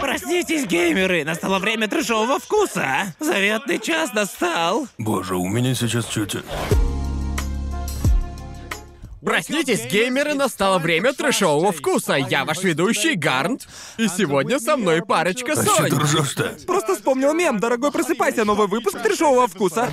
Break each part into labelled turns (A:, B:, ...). A: Проснитесь, геймеры! Настало время трешового вкуса! а? Заветный час настал!
B: Боже, у меня сейчас чуть...
C: Проснитесь, геймеры, настало время трэшового вкуса. Я ваш ведущий Гарнт, и сегодня со мной парочка
B: А что
C: Сонь.
B: ты ржешь-то?
D: Просто вспомнил мем, дорогой, просыпайся, новый выпуск трешового вкуса.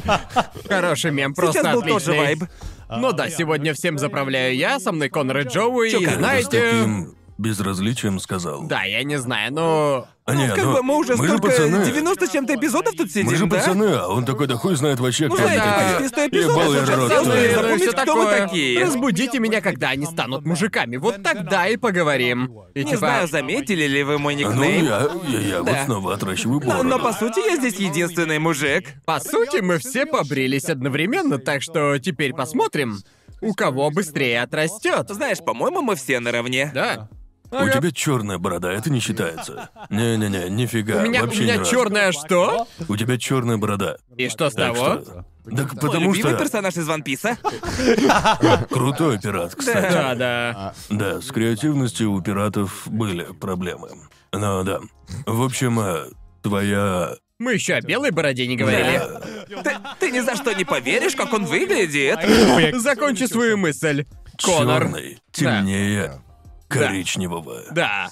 C: Хороший мем, просто
D: Сейчас был
C: отличный.
D: тоже вайб. А,
C: Ну да, сегодня всем заправляю я, со мной Конор и Джоуи, и
B: Ты с
C: знаете...
B: таким безразличием сказал.
C: Да, я не знаю, но...
B: А не,
D: Как
B: ну,
D: бы мы уже
B: мы
D: столько
B: же пацаны.
D: 90 с чем-то эпизодов тут сидим,
B: Мы
D: да?
B: же
D: Ну,
B: пацаны, а он такой, да хуй знает вообще, кто
D: знаете,
B: мы такие.
D: почти сто эпизодов
B: Ебал я
D: уже
B: рот,
D: сделали, и
B: да.
C: ну и
D: запомнить,
C: все
D: кто вы
C: такое.
D: такие.
C: Разбудите меня, когда они станут мужиками. Вот тогда и поговорим. И
D: Не
C: типа,
D: знаю, заметили ли вы мой
B: А Ну,
D: никнейм.
B: я, я, я вот
D: Да. Ну,
B: снова отращиваю
D: Но,
B: бороду.
D: но по сути я здесь единственный мужик.
C: По сути, мы все побрились одновременно, так что теперь посмотрим, у кого быстрее отрастет.
D: Знаешь, по-моему, мы все наравне.
C: Да.
B: У тебя черная борода, это не считается. Не-не-не, нифига,
C: У меня, у
B: вообще
C: меня
B: ни разу.
C: черное что?
B: У тебя черная борода.
C: И что с
B: Так
C: того?
B: что? Так потому
D: Любимый
B: что
D: персонаж из Ван Писа.
B: крутой пират, кстати.
C: Да,
D: А.
C: да.
B: Да, с креативностью у пиратов были проблемы. Но да. В общем, э, твоя...
C: Мы еще о белой бороде не говорили.
B: э,
D: Ты, ты ни за что не поверишь, как он выглядит.
C: Закончи свою мысль. Конор.
B: чёрный, темнее, коричневого.
C: Да.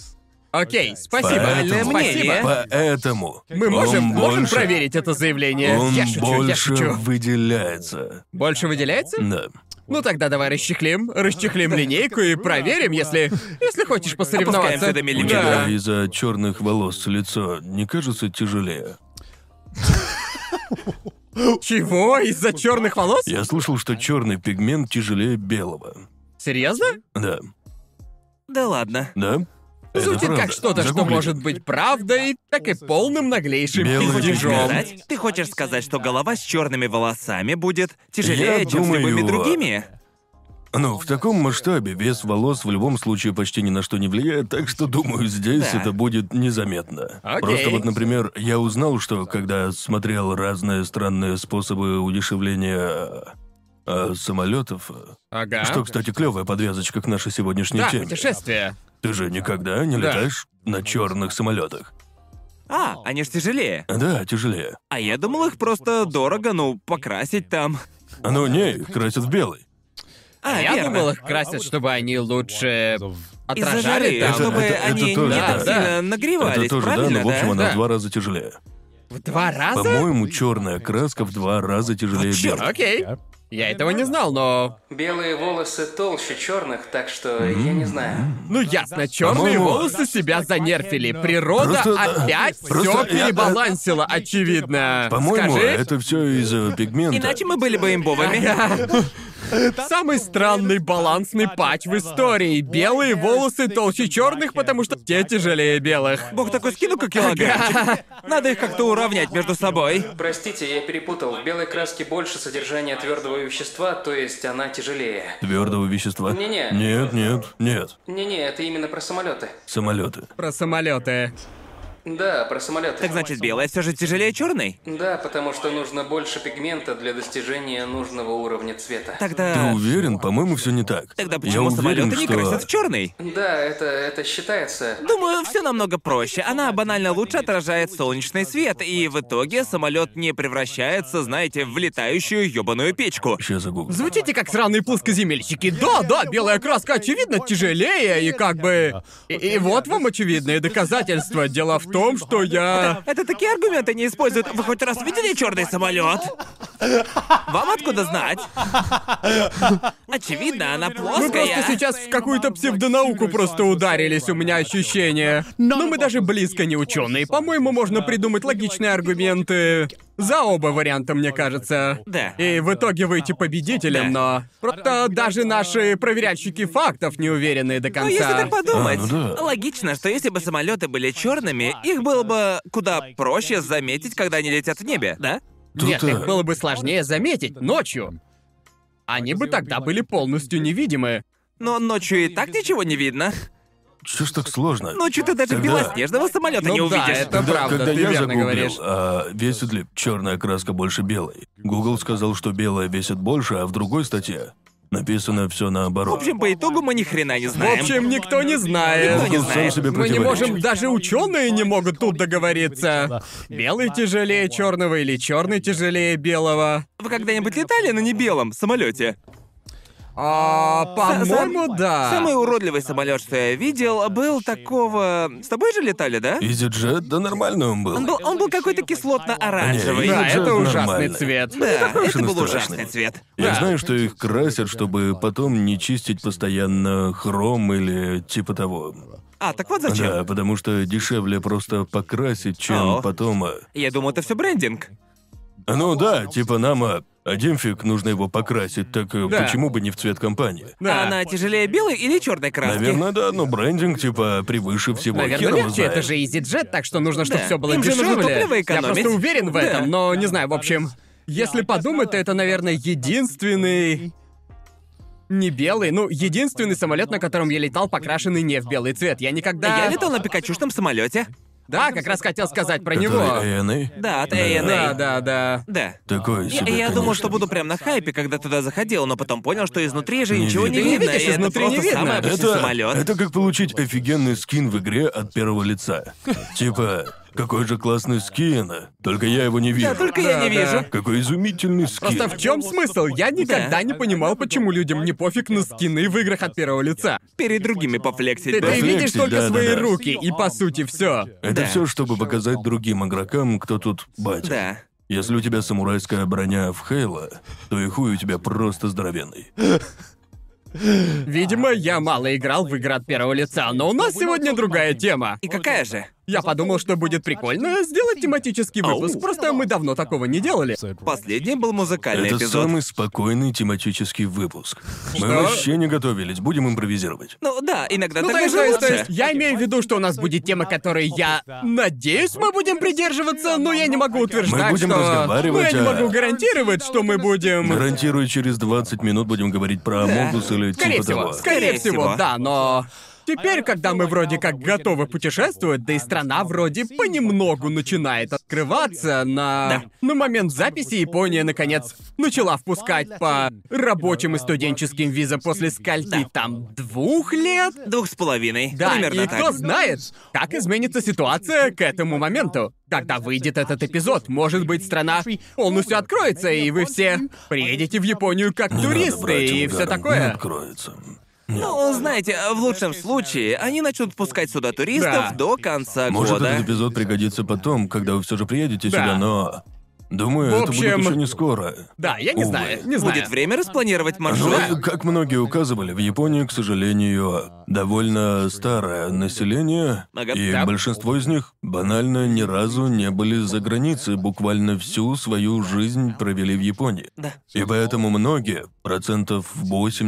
C: Окей, спасибо.
B: Поэтому,
D: Правильное мнение.
C: Спасибо.
B: поэтому
C: Мы
B: он
C: можем, можем
B: больше-
C: проверить это заявление.
B: Он
C: я шучу, я
B: больше
C: шучу.
B: выделяется.
C: Больше выделяется?
B: Да.
C: Ну тогда давай расчехлим, расчехлим линейку и проверим, если если хочешь посоревноваться.
D: Опускаемся до
B: У
D: миллиметра.
B: тебя
C: Да.
B: из-за черных волос лицо не кажется тяжелее?
C: Чего? Из-за черных волос?
B: Я слышал, что черный пигмент тяжелее белого.
C: Серьезно?
B: Да.
D: Да ладно.
B: Да? Это
C: Звучит
B: правда.
C: как что-то, что
B: Загуглите.
C: может быть правдой, так и полным наглейшим
B: Белый
D: Хочешь
B: Жом.
C: пиздежом.
D: сказать? Ты хочешь сказать, что голова с черными волосами будет тяжелее,
B: Я
D: чем с любыми
B: думаю,
D: другими?
B: Ну, в таком масштабе вес волос в любом случае почти ни на что не влияет, так что, думаю, здесь
D: Да.
B: это будет незаметно.
C: Окей.
B: Просто вот, например, я узнал, что когда смотрел разные странные способы удешевления э, самолетов, э,
C: Ага.
B: что, кстати, клевая подвязочка к нашей сегодняшней
C: да,
B: теме.
C: путешествие.
B: Ты же никогда не
C: Да.
B: летаешь на черных самолетах.
D: А, они ж тяжелее.
B: Да, тяжелее.
D: А я думал, их просто дорого, ну, покрасить там.
B: А Ну не, их красят в белый.
D: А,
C: Я
D: верно.
C: думал, их красят, чтобы они лучше
D: Из-за жары,
C: отражали там.
D: чтобы
B: Это- это
D: они
B: тоже,
D: не
C: да.
D: так сильно нагревались,
B: это тоже,
D: правильно,
B: да, но в общем она
C: Ну, Да.
B: в два раза тяжелее.
C: В два раза?
B: По-моему, черная краска в два раза тяжелее
D: чёрт.
B: белой.
C: Окей. Я этого не знал, но.
E: Белые волосы толще черных, так что я не знаю.
C: Ну ясно, черные
B: По-моему-
C: волосы себя занерфили. Природа
B: Просто- э,
C: опять все
B: просто я- э,
C: перебалансила, очевидно.
B: По-моему,
C: Скажи,
B: это все из-за пигмента.
D: Иначе мы были бы имбовыми.
C: Самый странный балансный патч в истории. Белые волосы толще черных, потому что те тяжелее белых.
D: Бог такой скину-ка килограмм. Надо их как-то уравнять между собой.
E: Простите, я перепутал. В белой краске больше содержания твердого вещества, то есть она тяжелее.
B: Твердого вещества.
E: Не-не.
B: Нет, нет, нет.
E: Не-не, это именно про самолеты.
B: Самолеты.
C: Про самолеты.
E: Да, про самолеты.
D: Так значит, белая все же тяжелее черной?
E: Да, потому что нужно больше пигмента для достижения нужного уровня цвета.
B: Ты
D: Тогда.
B: уверен? По-моему, все не так.
D: А. Тогда
B: Я
D: почему
B: уверен,
D: самолеты не
B: что...
D: красят в черный?
E: Да, это, это считается.
D: Думаю, все намного проще. Она банально лучше отражает солнечный свет, и в итоге самолет не превращается, знаете, в летающую ёбаную печку.
B: Сейчас загуглю.
C: Звучите как сраные плоскоземельщики. Да, да, белая краска очевидно тяжелее и как бы... И, и вот вам очевидные доказательства. Дело в том, что я...
D: А, Это такие аргументы не используют. Вы хоть раз видели черный самолет? Вам откуда знать? Очевидно, она
C: Мы
D: плоская.
C: просто сейчас в какую-то псевдонауку просто ударились, у меня ощущение. Но мы даже близко не ученые. По-моему, можно придумать логичные аргументы за оба варианта, мне кажется.
D: Да.
C: И в итоге выйти победителем, но... Просто даже наши проверяльщики фактов не уверены до
D: Ну, если
C: конца.
D: так подумать,
B: А, ну да.
D: логично, что если бы самолеты были черными, их было бы куда проще заметить, когда они летят в небе, да?
B: Тут,
C: Нет,
B: э,
C: их было бы сложнее заметить ночью. Они бы тогда были полностью невидимы.
D: Но ночью и так ничего не видно.
B: Чё ж так сложно?
D: Ночью Ну, ты даже
B: Тогда-
D: белоснежного самолета
C: Ну
D: не
C: да,
D: увидишь.
C: это-
B: Когда,
C: правда,
B: когда
C: ты
B: я
C: верно
B: загуглил,
C: говоришь.
B: а, весит ли черная краска больше белой, Google сказал, что белая весит больше, а в другой статье Написано все
D: В
B: наоборот.
D: общем, по итогу мы ни хрена не
C: В
D: знаем.
C: общем, никто не знает.
D: Никто не
B: Он сам
D: знает.
B: себе
C: Мы не можем,
B: противоречит.
C: даже ученые не могут тут договориться. Белый тяжелее черного или черный тяжелее белого.
D: Вы когда-нибудь летали на небелом самолете?
C: А, по-моему, да.
D: Самый уродливый самолет, что я видел, был такого. С тобой же летали, да?
B: EasyJet, да нормально он
D: Он
B: был.
D: был, он был какой-то кислотно-оранжевый. а
B: Не,
C: Да,
B: Иначе
C: это ужасный
B: нормально.
C: цвет.
D: Да, это был
B: страшный.
D: ужасный цвет.
B: Я знаю, что их красят, чтобы потом не чистить постоянно хром или типа того.
D: А, так вот зачем?
B: Да, потому что дешевле просто покрасить, чем
D: О.
B: потом. а.
D: Я думал, это все брендинг.
B: Ну да, типа нам, а, один фиг нужно его покрасить, так э,
C: Да.
B: почему бы не в цвет компании?
C: Да.
D: А она тяжелее белой или черной краски?
B: Наверное, да, но брендинг типа превыше всего.
C: Наверное,
B: Хер его
C: легче,
B: знает.
C: это же EasyJet, так что нужно, чтобы
D: Да.
C: все было
D: Им же нужно
C: дешевле.
D: топливо
C: Я
D: экономить.
C: просто уверен в
D: Да.
C: этом, но не знаю, в общем, если подумать, то это, наверное, единственный не белый, ну, единственный самолет, на котором я летал, покрашенный не в белый цвет. Я никогда.
D: Я летал на пикачушном самолете.
C: Да, как раз хотел сказать про
B: Который
C: него.
B: ANA?
D: Да, от
C: Да,
D: ANA.
C: да, да.
D: Да.
B: Такой
D: Я,
B: себе,
D: я думал,
B: конечно.
D: что буду прям на хайпе, когда туда заходил, но потом понял, что изнутри же
B: Не
D: ничего
B: видно.
D: не
C: Ты не
D: видно.
C: видишь,
D: и это
C: изнутри не
D: просто
C: видно.
D: самый обычный
B: Это,
D: самолет.
B: это как получить офигенный скин в игре от первого лица. Типа, какой же классный скин, а? только я его не вижу.
D: Да, только я
C: Да,
D: не
C: да.
D: вижу.
B: Какой изумительный скин.
C: Просто в чем смысл? Я никогда
D: Да.
C: не понимал, почему людям не пофиг на скины в играх от первого лица.
D: Перед другими пофлексить.
C: Ты,
D: да.
C: ты видишь
B: Пофлексить,
C: только
B: да, да,
C: свои
B: да.
C: руки, и по сути все.
B: Это
D: Да.
B: все, чтобы показать другим игрокам, кто тут батя.
D: Да.
B: Если у тебя самурайская броня в Хейла, то и хуй у тебя просто здоровенный.
C: Видимо, я мало играл в игры от первого лица, но у нас сегодня другая тема.
D: И какая же?
C: Я подумал, что будет прикольно сделать тематический выпуск,
D: Ау.
C: просто мы давно такого не делали.
D: Последний был музыкальный
B: Это
D: эпизод.
B: самый спокойный тематический выпуск. Мы
C: Что?
B: вообще не готовились, будем импровизировать.
D: Ну да, иногда
C: Ну,
D: так
C: то есть,
D: даже
C: то есть, то
D: лучше.
C: есть, я имею в виду, что у нас будет тема, которой я надеюсь, мы будем придерживаться, но я не могу утверждать,
B: Мы будем
C: что...
B: разговаривать,
C: Ну, я не
B: а-
C: могу гарантировать, что мы будем...
B: Гарантирую, через 20 минут будем говорить про Among Us или
C: Скорее
B: типа
C: всего,
B: того.
C: скорее
D: Скорее
C: всего,
D: всего.
C: да, но... Теперь, когда мы вроде как готовы путешествовать, да и страна вроде понемногу начинает открываться на... На момент записи Япония, наконец, начала впускать по рабочим и студенческим визам после скольки там двух лет?
D: Двух с половиной.
C: Да,
D: Примерно
C: и
D: так.
C: кто знает, как изменится ситуация к этому моменту. Когда выйдет этот эпизод, может быть, страна полностью откроется, и вы все приедете в Японию как
B: Не надо
C: туристы
B: брать
C: и все
B: ударом, Не
C: такое.
B: откроется.
D: Ну, знаете, в лучшем случае они начнут пускать сюда туристов
C: Да.
D: до конца
B: Может,
D: года.
B: этот эпизод пригодится потом, когда вы все же приедете
C: Да.
B: сюда, но... Думаю,
C: В
B: это
C: общем-
B: будет еще не скоро.
C: Да, я не
B: Увы.
C: знаю, не знаю.
D: Будет время распланировать
B: Ну,
D: маршрут.
B: как многие указывали, в Японии, к сожалению, довольно старое население,
D: Ага.
B: и
C: Да.
B: большинство из них банально ни разу не были за границей, буквально всю свою жизнь провели в Японии.
D: Да.
B: И поэтому многие, процентов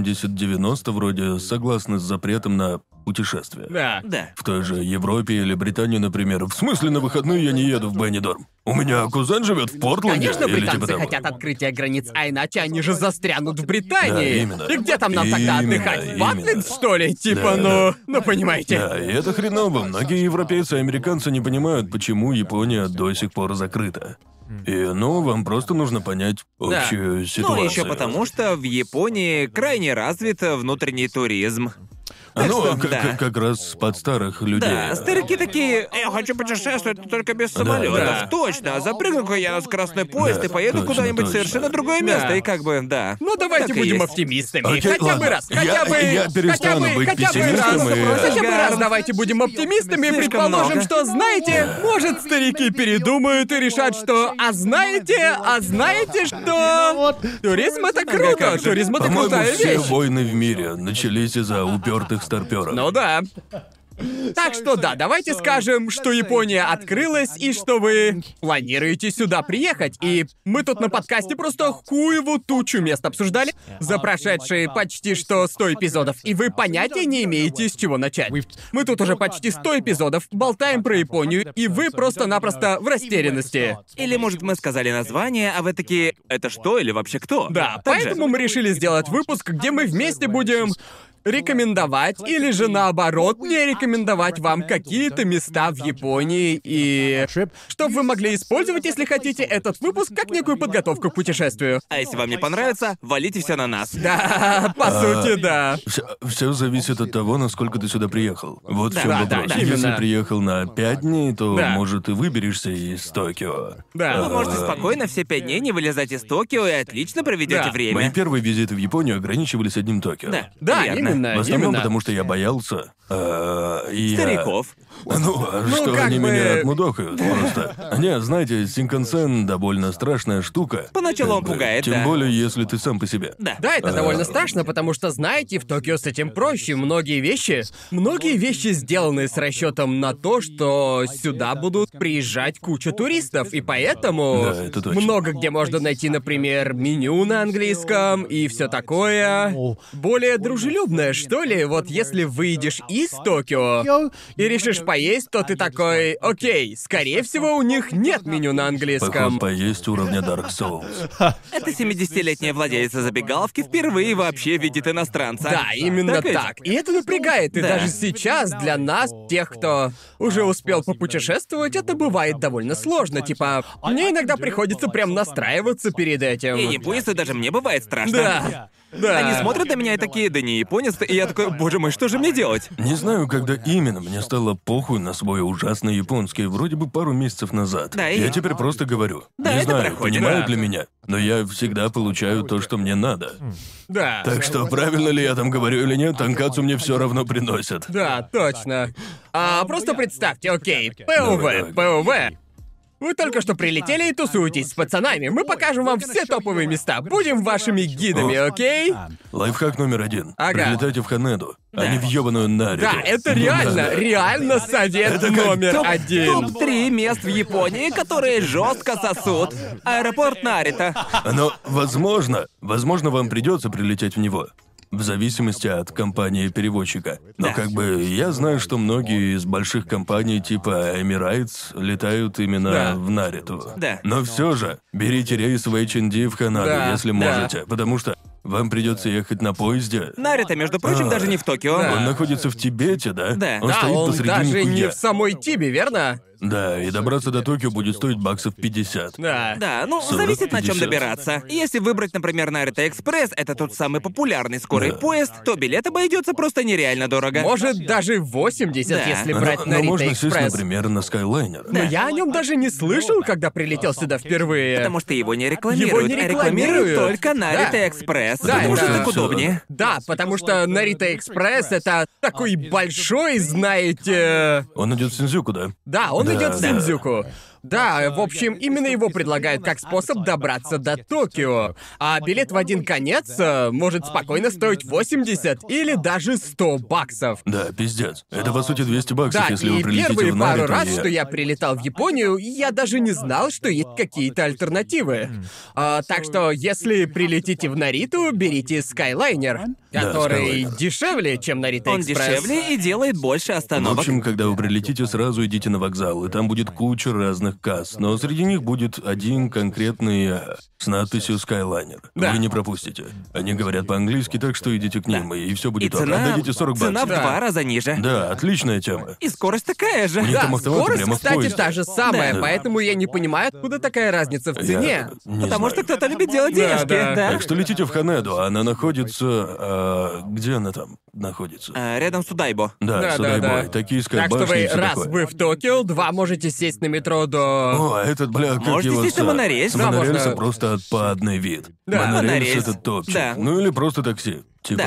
B: 80-90 вроде, согласны с запретом на путешествия.
C: Да.
D: Да.
B: В той же Европе или Британии, например. В смысле, на выходные я не еду в Беннидорм? У меня кузен живет в Портленде.
C: Конечно,
B: или типа
C: британцы
B: того.
C: хотят открытия границ, а иначе они же застрянут в
B: Да,
C: Британии.
B: именно.
C: И где там нам тогда
B: Именно,
C: отдыхать? В
B: именно.
C: Атлинс, что ли? Типа,
B: Да,
C: ну, ну понимаете.
B: Да, и это хреново. Многие европейцы и американцы не понимают, почему Япония до сих пор закрыта. И, ну, вам просто нужно понять общую ситуацию.
D: Ну, еще потому, что в Японии крайне развит внутренний туризм.
B: А, Ну,
D: что,
B: как,
D: да.
B: как- как раз под старых людей.
D: Да, старики такие, я хочу путешествовать, но только без
B: да.
D: самолетов. Точно, а запрыгну-ка я в красный поезд
B: Да,
D: и поеду
B: точно,
D: куда-нибудь
B: точно.
D: совершенно другое место. И как бы, да.
C: Ну давайте
D: Так и
C: будем
D: есть.
C: оптимистами.
B: Окей,
C: хотя
B: ладно.
C: бы раз,
B: Я-
C: хотя бы.
B: я перестану
C: хотя бы,
B: быть
C: хотя бы раз,
B: пессимистом и-
C: хотя бы раз
D: Гарн.
C: давайте будем оптимистами и
D: Слишком
C: предположим,
D: много.
C: что знаете, может старики передумают и решат, что а знаете, а знаете что? Туризм это круто, туризм это крутая
B: По-моему, все
C: вещь.
B: войны в мире начались из-за упертых старперов.
C: Ну да. Так что да, давайте скажем, что Япония открылась и что вы планируете сюда приехать. И мы тут на подкасте просто хуеву тучу мест обсуждали за прошедшие почти что 100 эпизодов, и вы понятия не имеете, с чего начать. Мы тут уже почти 100 эпизодов, болтаем про Японию, и вы просто-напросто в растерянности.
D: Или, может, мы сказали название, а вы такие, это что или вообще кто?
C: Да,
D: Так же?
C: поэтому мы решили сделать выпуск, где мы вместе будем рекомендовать или же наоборот не порекомендовать вам какие-то места в Японии и... Что вы могли использовать, если хотите, этот выпуск как некую подготовку к путешествию.
D: А если вам не понравится, валите все на нас.
C: Да, по сути, да.
B: Все, А, зависит от того, насколько ты сюда приехал. Вот в чем
C: да,
B: вопрос.
C: да,
B: Если
C: именно.
B: приехал на пять дней, то,
C: Да.
B: может, и выберешься из Токио.
D: Вы
C: Да.
D: можете спокойно все пять дней не вылезать из Токио и отлично проведете
C: Да.
B: Мои
D: время.
B: первые визиты в Японию ограничивались одним Токио.
D: Да,
C: Да,
D: Верно.
C: именно,
B: В основном
C: именно.
B: потому, что я боялся. а, и я-
D: Стариков.
B: Ну, а
C: Ну,
B: что
C: как
B: они
C: бы-
B: меня отмудохают просто. Не, знаете, Синкансен довольно страшная штука.
D: Поначалу
B: Как
D: он
B: бы,
D: пугает,
B: Тем
D: да.
B: более, если ты сам по себе.
D: Да.
C: Да,
B: Э,
C: это довольно страшно, потому что, знаете, в Токио с этим проще. Многие вещи... Многие вещи сделаны с расчетом на то, что сюда будут приезжать куча туристов, и поэтому
B: Да, это точно.
C: много где можно найти, например, меню на английском и все такое. Более дружелюбное, что ли? Вот если выйдешь из Токио и решишь поесть, то ты такой, окей, скорее всего, у них нет меню на
B: Поход
C: английском.
B: поесть уровня Dark Souls.
D: Эта 70-летняя владелица забегаловки впервые вообще видит иностранца.
C: Да, именно
D: Так ведь?
C: так. И это напрягает. И
D: Да.
C: даже сейчас для нас, тех, кто уже успел попутешествовать, это бывает довольно сложно. Типа, мне иногда приходится прям настраиваться перед
D: И
C: этим.
D: японцы даже мне бывает страшно.
C: Да. Да.
D: Они смотрят на меня и такие, да не японец, ты». и я такой, боже мой, что же мне делать?
B: Не знаю, когда именно мне стало похуй на свой ужасный японский, вроде бы пару месяцев назад.
D: Да, и-
B: я теперь просто говорю.
D: Да,
B: не
D: это
B: знаю,
D: проходит.
B: понимают
D: Да.
B: ли меня, но я всегда получаю то, что мне надо.
C: Да.
B: Так что правильно ли я там говорю или нет, танкацу мне все равно приносят.
C: Да, точно. А просто представьте, окей,
B: Давай,
C: ПОВ, ПОВ. Вы только что прилетели и тусуетесь с пацанами. Мы покажем вам все топовые места. Будем вашими гидами, окей?
B: Лайфхак номер один.
C: Ага.
B: Прилетайте в Ханеду, а не в ёбаную Ну, Нарику.
C: Да, это реально, реально совет номер один.
D: Топ-3 мест в Японии, которые жестко сосут. Аэропорт Нарита.
B: Но, возможно, возможно, вам придется прилететь в него. В зависимости от компании переводчика. Но как бы я знаю, что многие из больших компаний типа Emirates летают именно
C: Да.
B: в Нариту.
D: Да.
B: Но все же, берите рейс в HND в Ханаду,
C: Да,
B: если
C: да.
B: можете, потому что вам придется ехать на поезде.
D: Нарита, между прочим,
B: А.
D: даже не в Токио.
C: Да.
B: Он находится в Тибете, да?
D: Да.
B: Он
D: Да,
C: А
B: стоит
C: он
B: посреди
C: даже не
B: никуя.
C: в самой Тибе, верно?
B: Да, и добраться до Токио будет стоить баксов 50.
C: Да.
D: Да, ну,
B: 40,
D: зависит, на чем
B: 50.
D: добираться. Если выбрать, например, Нарита Экспресс, это тот самый популярный скорый поезд, то билет обойдется просто нереально дорого.
C: Может, даже 80,
D: Да.
C: если
B: Но- но,
C: брать на
B: можно
C: Рита
B: сесть,
C: Экспресс.
B: например, на Скайлайнер.
C: Но я о нем даже не слышал, когда прилетел сюда впервые.
D: Потому что его не рекламируют.
C: Его не
D: а рекламируют
C: рекламируют.
D: только Нарита
C: Да.
D: Экспресс.
C: Да,
D: потому что
B: это-
D: так удобнее.
C: Да, потому что
D: uh,
C: Нарита Экспресс это такой большой, знаете.
B: Он идет в Синдзюку, да?
C: Да, он
B: Да,
C: идет в
B: да.
C: Синдзюку. Да,
D: uh,
C: в общем, именно его предлагают как способ добраться до Токио. А
D: uh,
C: билет в один конец э, может спокойно стоить 80 или даже 100 баксов.
B: Да, пиздец. Это, по сути, 200 баксов,
C: Да,
B: если вы
C: и
B: прилетите
C: первые
B: в
C: пару
B: Нариту.
C: раз,
B: и-
C: что я прилетал в Японию, я даже не знал, что есть какие-то альтернативы. А, так что, если прилетите в Нариту, берите Скайлайнер,
B: Да,
C: который
B: Skyliner.
C: дешевле, чем Нарита
D: Он
C: Экспресс.
D: дешевле и делает больше
B: Ну, В
D: остановок.
B: общем, когда вы прилетите, сразу идите на вокзал, и там будет куча разных касс, но среди них будет один конкретный э, с надписью Skyliner.
C: Да.
B: Вы не пропустите. Они говорят по-английски, так что идите к ним, и все
D: И
B: будет ок.
D: цена,
B: Отдадите 40
D: цена в
B: баксов.
D: два раза ниже.
B: Да, отличная тема.
D: И скорость такая же.
B: У них
C: Да,
B: там автоматы
C: скорость,
B: прямо в
C: кстати,
B: поезде.
C: та же самая,
B: Да.
C: поэтому я не понимаю, откуда такая разница в
B: Я
C: цене.
B: не
D: Потому
B: знаю.
D: что кто-то любит делать
C: Да,
D: денежки.
C: да.
D: да.
B: Так что летите в Ханеду, она находится... э, где она там находится?
D: А, Рядом с Удайбо.
B: Да,
C: Да,
B: Садай
C: да,
B: Бой,
C: да.
B: токийская
C: Так что
B: башня и
C: вы,
B: всё
C: раз
B: такое.
C: вы в Токио, два можете сесть на метро до...
B: О, а этот, бля, как
D: Можете
B: его...
D: сесть на
B: зовут?
D: монорельс,
B: С
C: да,
B: монорельса
C: можно.
B: просто отпадный вид.
C: Да,
B: монорельс,
D: монорельс.
B: это топчик.
D: Да.
B: Ну или просто такси. Типа,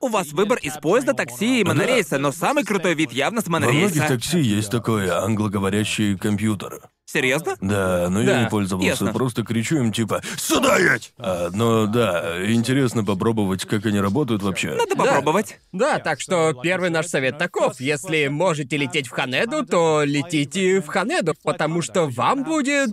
D: У вас выбор из поезда, такси и монорельса, но самый крутой вид явно с
B: во многих
D: монорельса.
B: такси есть такой англоговорящий компьютер.
D: Серьезно?
B: Да, но
C: Да,
B: я не пользовался.
D: ясно.
B: Просто кричу им типа «Сюда едь!» А, но да, интересно попробовать, как они работают вообще.
D: Надо попробовать.
C: Да, так что первый наш совет таков. Если можете лететь в Ханеду, то летите в Ханеду, потому что вам будет...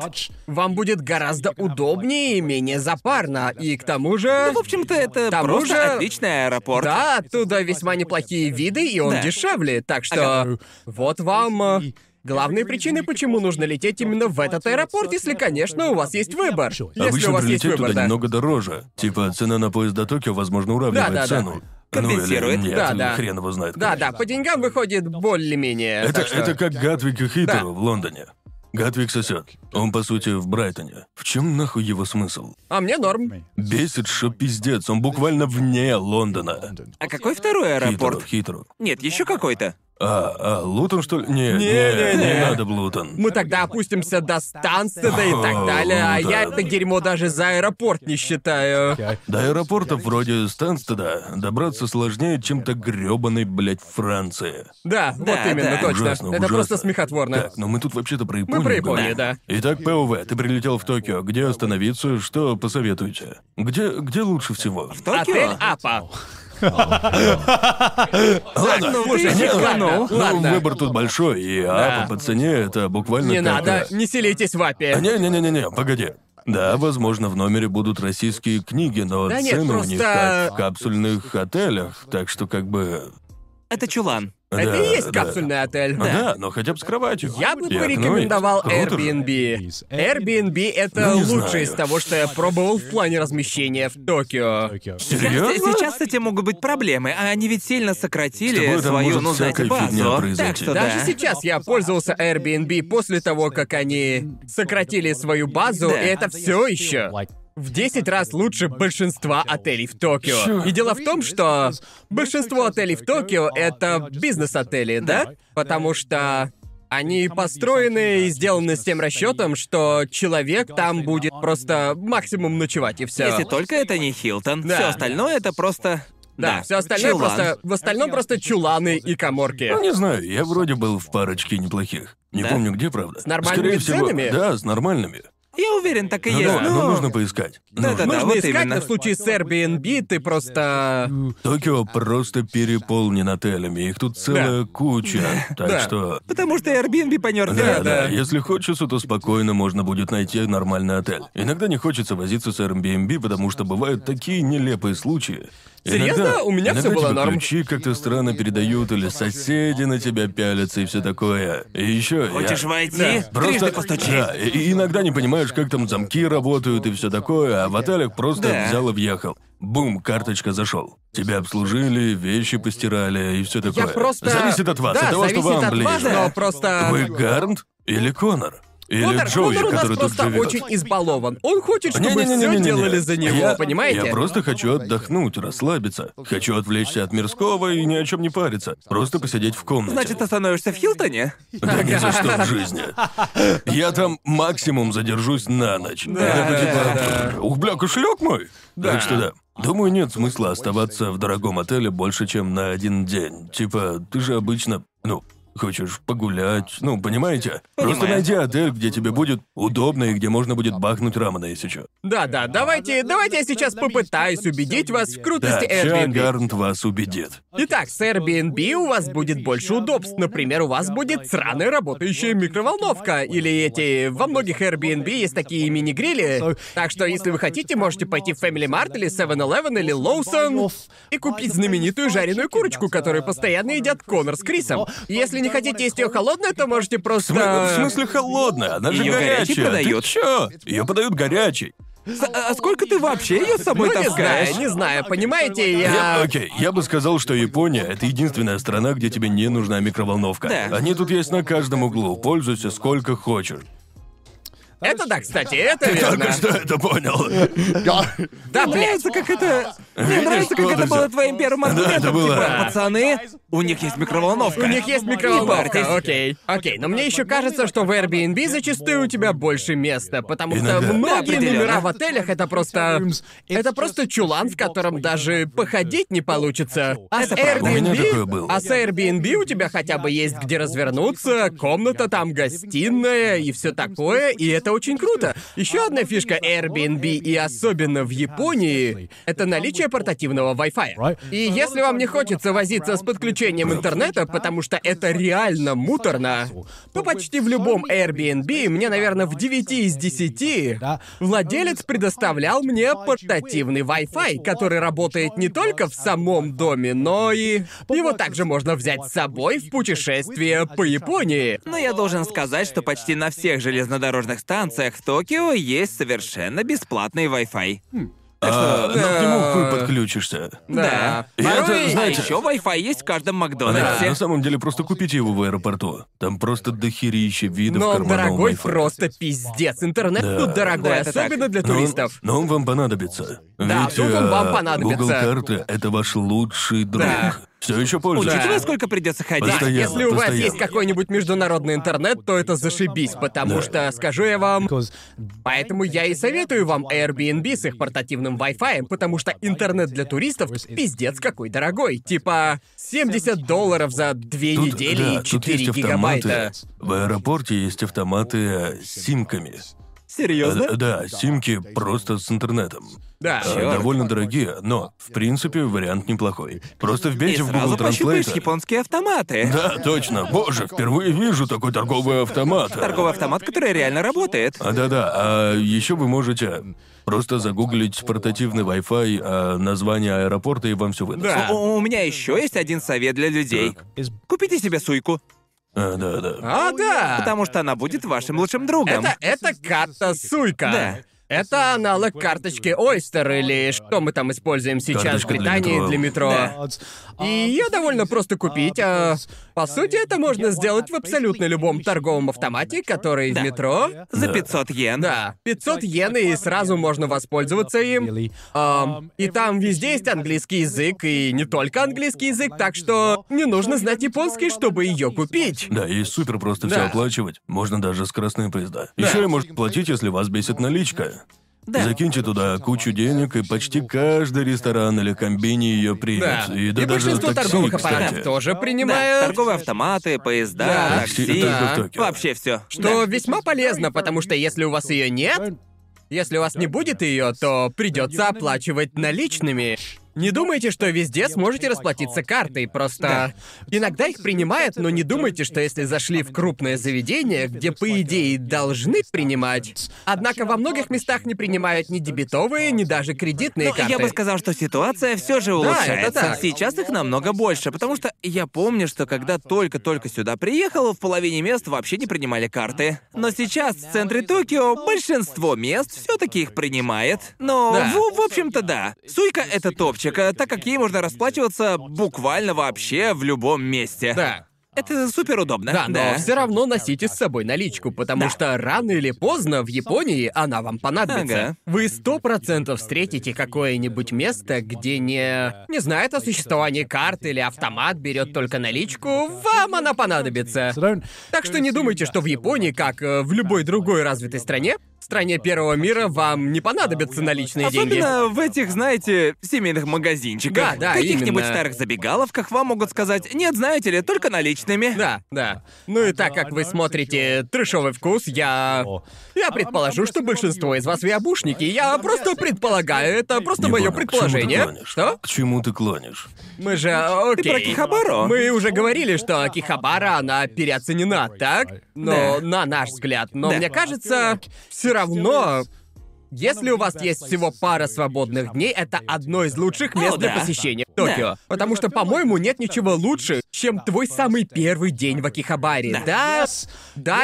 C: Вам будет гораздо удобнее и менее запарно. И к тому же...
D: Ну, В общем-то, это
C: К тому
D: просто
C: же-
D: отличный аэропорт.
C: Да, оттуда весьма неплохие виды, и он
D: Да.
C: дешевле. Так что вот вам э, главные причины, почему нужно лететь именно в этот аэропорт, если, конечно, у вас есть выбор. Если
B: Обычно
C: у вас есть
B: прилететь
C: выбор,
B: туда
C: да.
B: немного дороже. Типа, цена на поезд до Токио, возможно, уравнивает
C: Да, да, да.
B: цену.
D: компенсирует.
B: Ну, или нет,
C: Да,
B: или
C: да.
B: хрен его знает.
C: Да,
B: конечно.
C: да, по деньгам выходит более-менее.
B: Это,
C: так что-
B: это как Гатвик и Хитер
C: Да.
B: в Лондоне. Гатвик сосет. Он, по сути, в Брайтоне. В чем нахуй его смысл?
C: А мне норм.
B: Бесит, что пиздец. Он буквально вне Лондона.
D: А какой второй
B: Хитеру,
D: аэропорт?
B: хитеру.
D: Нет, еще какой-то.
B: А, а, Лутон, что ли? Не, не,
C: Не-не-не.
B: не, надо в Лутон.
C: Мы тогда опустимся до Станстеда и так
B: О,
C: далее, а
B: ну да.
C: я это дерьмо даже за аэропорт не считаю.
B: До аэропорта вроде Стэнстеда добраться сложнее, чем до грёбаной, блядь, Франции.
C: Да, вот
D: да.
C: именно, точно.
B: Ужасно,
C: это
B: ужасно.
C: просто смехотворно.
B: Так, но мы тут вообще-то про Японию.
C: Мы про Японию,
B: говорим.
C: да.
B: Итак, ПОВ, ты прилетел в Токио. Где остановиться? Что посоветуете? Где, где лучше всего?
D: Токио?
C: Отель Апа.
B: Ладно,
D: ну, слушай,
B: не,
C: ладно,
B: ну,
C: ладно.
B: выбор тут большой, и апа по цене это буквально
C: Не
B: как,
C: надо,
B: э,
C: не селитесь в
B: а,
C: Апе.
B: Не-не-не-не-не, погоди. Да, возможно, в номере будут российские книги, но
C: Да нет,
B: цены у них как
C: просто-
B: в капсульных отелях, так что как бы...
D: Это чулан.
C: Это
B: да,
C: и есть
B: да.
C: капсульный отель.
B: Да. но хотя бы с кроватью.
C: Я бы
B: И окно, и
C: порекомендовал
B: круто же.
C: Airbnb. Airbnb это
B: Ну, не
C: лучшее
B: знаю.
C: из того, что я пробовал в плане размещения в Токио.
D: Сейчас,
B: Серьезно?
D: сейчас с этим могут быть проблемы, а они ведь сильно
B: С тобой
D: сократили
B: там
D: свою,
B: может
D: ну, знаете,
B: всякая
D: базу.
B: фигня
D: Так
B: произойти.
D: что
C: Даже
D: да.
C: сейчас я пользовался Airbnb после того, как они сократили свою базу,
D: Да.
C: и это все еще в 10 раз лучше большинства отелей в Токио.
B: Чёрт.
C: И дело в том, что большинство отелей в Токио это бизнес-отели, да? Потому что они построены и сделаны с тем расчетом, что человек там будет просто максимум ночевать и все.
D: Если только это не Хилтон.
C: Да.
D: Все остальное это просто...
C: Да,
D: Да,
C: все остальное
D: чулан.
C: просто. В остальном просто чуланы и коморки.
B: Ну, не знаю, я вроде был в парочке неплохих. Не
D: Да?
B: помню, где, правда.
C: С нормальными
B: Скорее всего,
C: ценами?
B: Да, с нормальными.
D: Я уверен, так и
B: Ну
D: есть.
B: да,
D: но-
B: но нужно поискать.
D: Да-да-да.
B: Нужно.
C: Нужно
D: вот
C: искать,
D: именно.
C: но в случае с Airbnb ты просто.
B: Токио просто переполнен отелями, их тут целая куча. Так
C: Да.
B: что.
D: Потому что Airbnb
B: Да, да,
D: понёрфили.
B: Если хочется, то спокойно можно будет найти нормальный отель. Иногда не хочется возиться с Airbnb, потому что бывают такие нелепые случаи.
C: Серьезно?
B: Иногда-
C: У меня всё
B: иногда
C: было
B: тебе
C: норм.
B: Ключи как-то странно передают, или соседи на тебя пялятся и все такое. И еще.
D: Хочешь войти?
B: Просто
D: Трижды постучи.
B: Да, и- и иногда не понимаешь, как там замки работают и все такое, а в отелях просто
D: Да.
B: взял и въехал. Бум, карточка зашел. Тебя обслужили, вещи постирали и все такое.
C: Я просто...
B: Зависит от вас,
C: да,
B: от того, что
C: зависит
B: вам
C: от
B: ближе.
C: вас, но просто...
B: Вы Гарнт или Конор? Или
C: Конор,
B: Джоуи,
C: Конор у нас
B: который тут
C: просто
B: живет.
C: очень избалован. Он хочет, чтобы
B: Не-не-не-не-не-не.
C: все делали за него,
B: Я-
C: понимаете?
B: Я просто хочу отдохнуть, расслабиться. Хочу отвлечься от мирского и ни о чем не париться. Просто посидеть в комнате.
D: Значит, ты становишься в Хилтоне?
B: Да ни за что в жизни. Я там максимум задержусь на ночь. Это
C: да,
B: типа, ух, бля, кошелек мой. Так что да. Думаю, нет смысла оставаться в дорогом отеле больше, чем на один день. Типа, ты же обычно, ну, хочешь погулять, ну, понимаете? Просто найди отель, где тебе будет удобно и где можно будет бахнуть рамена, если что.
C: Да-да, давайте, давайте я сейчас попытаюсь убедить вас в
B: Да,
C: крутости
B: Чан
C: Airbnb.
B: Гарнт вас убедит.
C: Итак, с Airbnb у вас будет больше удобств. Например, у вас будет сраная работающая микроволновка. Или эти... Во многих Airbnb есть такие мини-грили. Так что, если вы хотите, можете пойти в Family Mart или 7-Eleven или Lawson и купить знаменитую жареную курочку, которую постоянно едят Конор с Крисом. Если не хотите есть ее холодной, то можете
B: В смы- В
C: просто...
B: смысле холодная, она же
D: Её горячей
B: горячая.
D: подают.
B: Ты чё? Ее подают горячей.
D: С- а сколько ты вообще ее с собой
C: Ну, не
D: таскаешь?
C: знаю, не знаю, понимаете,
B: Я- А,
C: я...
B: окей, я бы сказал, что Япония это единственная страна, где тебе не нужна микроволновка.
D: Да.
B: Они тут есть на каждом углу. Пользуйся сколько хочешь.
C: Это да, кстати, это верно.
B: Только что это понял.
C: Да,
D: Мне
C: блядь.
D: нравится, как это... Мне
B: Видишь,
D: нравится, как
B: вот
D: это
B: и всё.
D: было твоим первым
B: Да,
D: аргументом.
B: это было.
D: Типа, пацаны, у них есть микроволновка.
C: У них есть
D: парьтесь.
C: микроволновка, окей. Окей, но мне еще кажется, что в Airbnb зачастую у тебя больше места, потому что
B: Иногда.
D: Да,
C: многие
D: определенно.
C: номера в отелях это просто... Это просто чулан, в котором даже походить не получится. А с
D: Это правда.
B: У меня такое
C: Airbnb...
B: было.
C: А с Airbnb у тебя хотя бы есть где развернуться, комната там, гостиная и все такое, и это очень круто. Еще одна фишка Airbnb, и особенно в Японии, это наличие портативного Wi-Fi. И если вам не хочется возиться с подключением интернета, потому что это реально муторно, то почти в любом Airbnb, мне, наверное, в 9 из 10, владелец предоставлял мне портативный Wi-Fi, который работает не только в самом доме, но и... Его также можно взять с собой в путешествие по Японии.
D: Но я должен сказать, что почти на всех железнодорожных станциях в Токио есть совершенно бесплатный Wi-Fi. Так что...
B: А, но
C: э,
B: к нему хуй подключишься.
C: ну, Да.
B: Я это,
D: Порой-
B: знаете-
D: А еще Wi-Fi есть в каждом
B: Да, ну,
D: Макдональдсе.
B: на самом деле просто купите его в аэропорту. Там просто дохерища видов
C: Но он
B: карманного
C: дорогой
B: Wi-Fi.
C: просто пиздец. Интернет
B: Да.
C: тут
D: Да,
C: дорогой,
D: это так.
C: особенно для
B: Но он-
C: туристов.
B: Но он вам понадобится.
C: Да,
B: Ведь,
C: тут он вам
B: э,
C: понадобится.
B: Google карты — это ваш лучший друг.
C: Да.
B: Все еще пользуюсь.
D: Учитывая,
C: Да.
D: сколько придется ходить.
C: Да,
B: Постоянно,
C: если у вас
B: постоянно.
C: есть какой-нибудь международный интернет, то это зашибись, потому
B: Да.
C: что, скажу я вам, поэтому я и советую вам Airbnb с их портативным Wi-Fi, потому что интернет для туристов пиздец какой дорогой. Типа 70 долларов за две
B: Тут,
C: недели
B: да,
C: и
B: тут
C: 4
B: есть автоматы. э,
C: гигабайта.
B: В аэропорте есть автоматы э, с симками.
D: Серьезно?
B: Э, Да, симки просто с интернетом.
C: Да.
B: Э,
C: Чёрт.
B: Довольно дорогие, но, в принципе, вариант неплохой. Просто
D: И
B: вбейте в Google
D: сразу пощупаешь
B: Translate.
D: японские автоматы.
B: Да, точно. Боже, впервые вижу такой торговый автомат.
D: Торговый автомат, который реально работает.
B: А да-да, а еще вы можете просто загуглить портативный Wi-Fi, а, название аэропорта, и вам все выдаст.
C: Да.
D: У, у меня еще есть один совет для людей. Купите себе суйку,
B: А, да, да.
C: А, да.
D: потому что она будет вашим лучшим другом.
C: Это, это карта суйка.
D: Да.
C: Это аналог карточки Ойстер или что мы там используем сейчас в
B: Карточка для
C: Британии
B: метро.
C: для метро. И ее довольно просто купить, а по сути это можно сделать в абсолютно любом торговом автомате, который в метро.
D: За
B: Да.
D: 500 йен.
C: Да, 500 йен, и сразу можно воспользоваться им. Ам, и там везде есть английский язык, и не только английский язык, так что не нужно знать японский, чтобы ее купить.
B: Да, и супер просто все
C: Да.
B: оплачивать. Можно даже с красные поезда. Еще и может платить, если вас бесит наличка. Закиньте туда кучу денег, и почти каждый ресторан или комбини ее примет.
C: Да.
B: И, да даже
C: большинство
B: такси,
C: торговых
B: кстати.
C: аппаратов тоже
D: Да,
C: принимают.
D: торговые автоматы, поезда,
C: Да.
B: Такси
D: такси.
B: только в
C: Да.
B: Токио.
D: Вообще все.
C: Что весьма полезно, потому что если у вас ее нет, если у вас не будет ее, то придется оплачивать наличными. Не думайте, что везде сможете расплатиться картой, просто иногда их принимают, но не думайте, что если зашли в крупное заведение, где по идее должны принимать, однако во многих местах не принимают ни дебетовые, ни даже кредитные карты.
D: Ну, Я бы сказал, что ситуация все же улучшается.
C: это так.
D: Сейчас их намного больше, потому что я помню, что когда только-только сюда приехал, в половине мест вообще не принимали карты. Но сейчас в центре Токио большинство мест все-таки их принимает. Но
C: Да.
D: в, в общем-то да. Суйка это топчик, а так как ей можно расплачиваться буквально вообще в любом месте.
C: Да.
D: Это супер удобно.
C: Да, но все равно носите с собой наличку, потому
D: Да.
C: что рано или поздно в Японии она вам понадобится.
D: Ага.
C: Вы сто процентов встретите какое-нибудь место, где не не знает о существовании карты или автомат берет только наличку, вам она понадобится. Так что не думайте, что в Японии, как э, в любой другой развитой стране, стране первого мира, вам не понадобятся наличные деньги.
D: Особенно в этих, знаете, семейных магазинчиках.
C: Да, да,
D: Каких-нибудь
C: именно.
D: старых забегаловках вам могут сказать, нет, знаете ли, только наличными.
C: Да, да. Ну и так как вы смотрите трешовый вкус, я. Я предположу, что большинство из вас виабушники. Я просто предполагаю, это просто
B: Не понял,
C: мое
B: к чему ты
C: предположение.
B: клонишь?
C: Что?
B: К чему ты клонишь?
C: Мы же. Окей.
D: про Кихабару?
C: Мы уже говорили, что Кихабара, она переоценена, так? Но на наш взгляд. Но
D: Да.
C: мне кажется, все равно. Если у вас есть всего пара свободных дней, это одно из лучших мест
D: О,
C: для
D: да. Ну,
C: посещения в Токио. Потому что, по-моему, нет ничего лучше, чем твой самый первый день в Акихабаре. Да, да,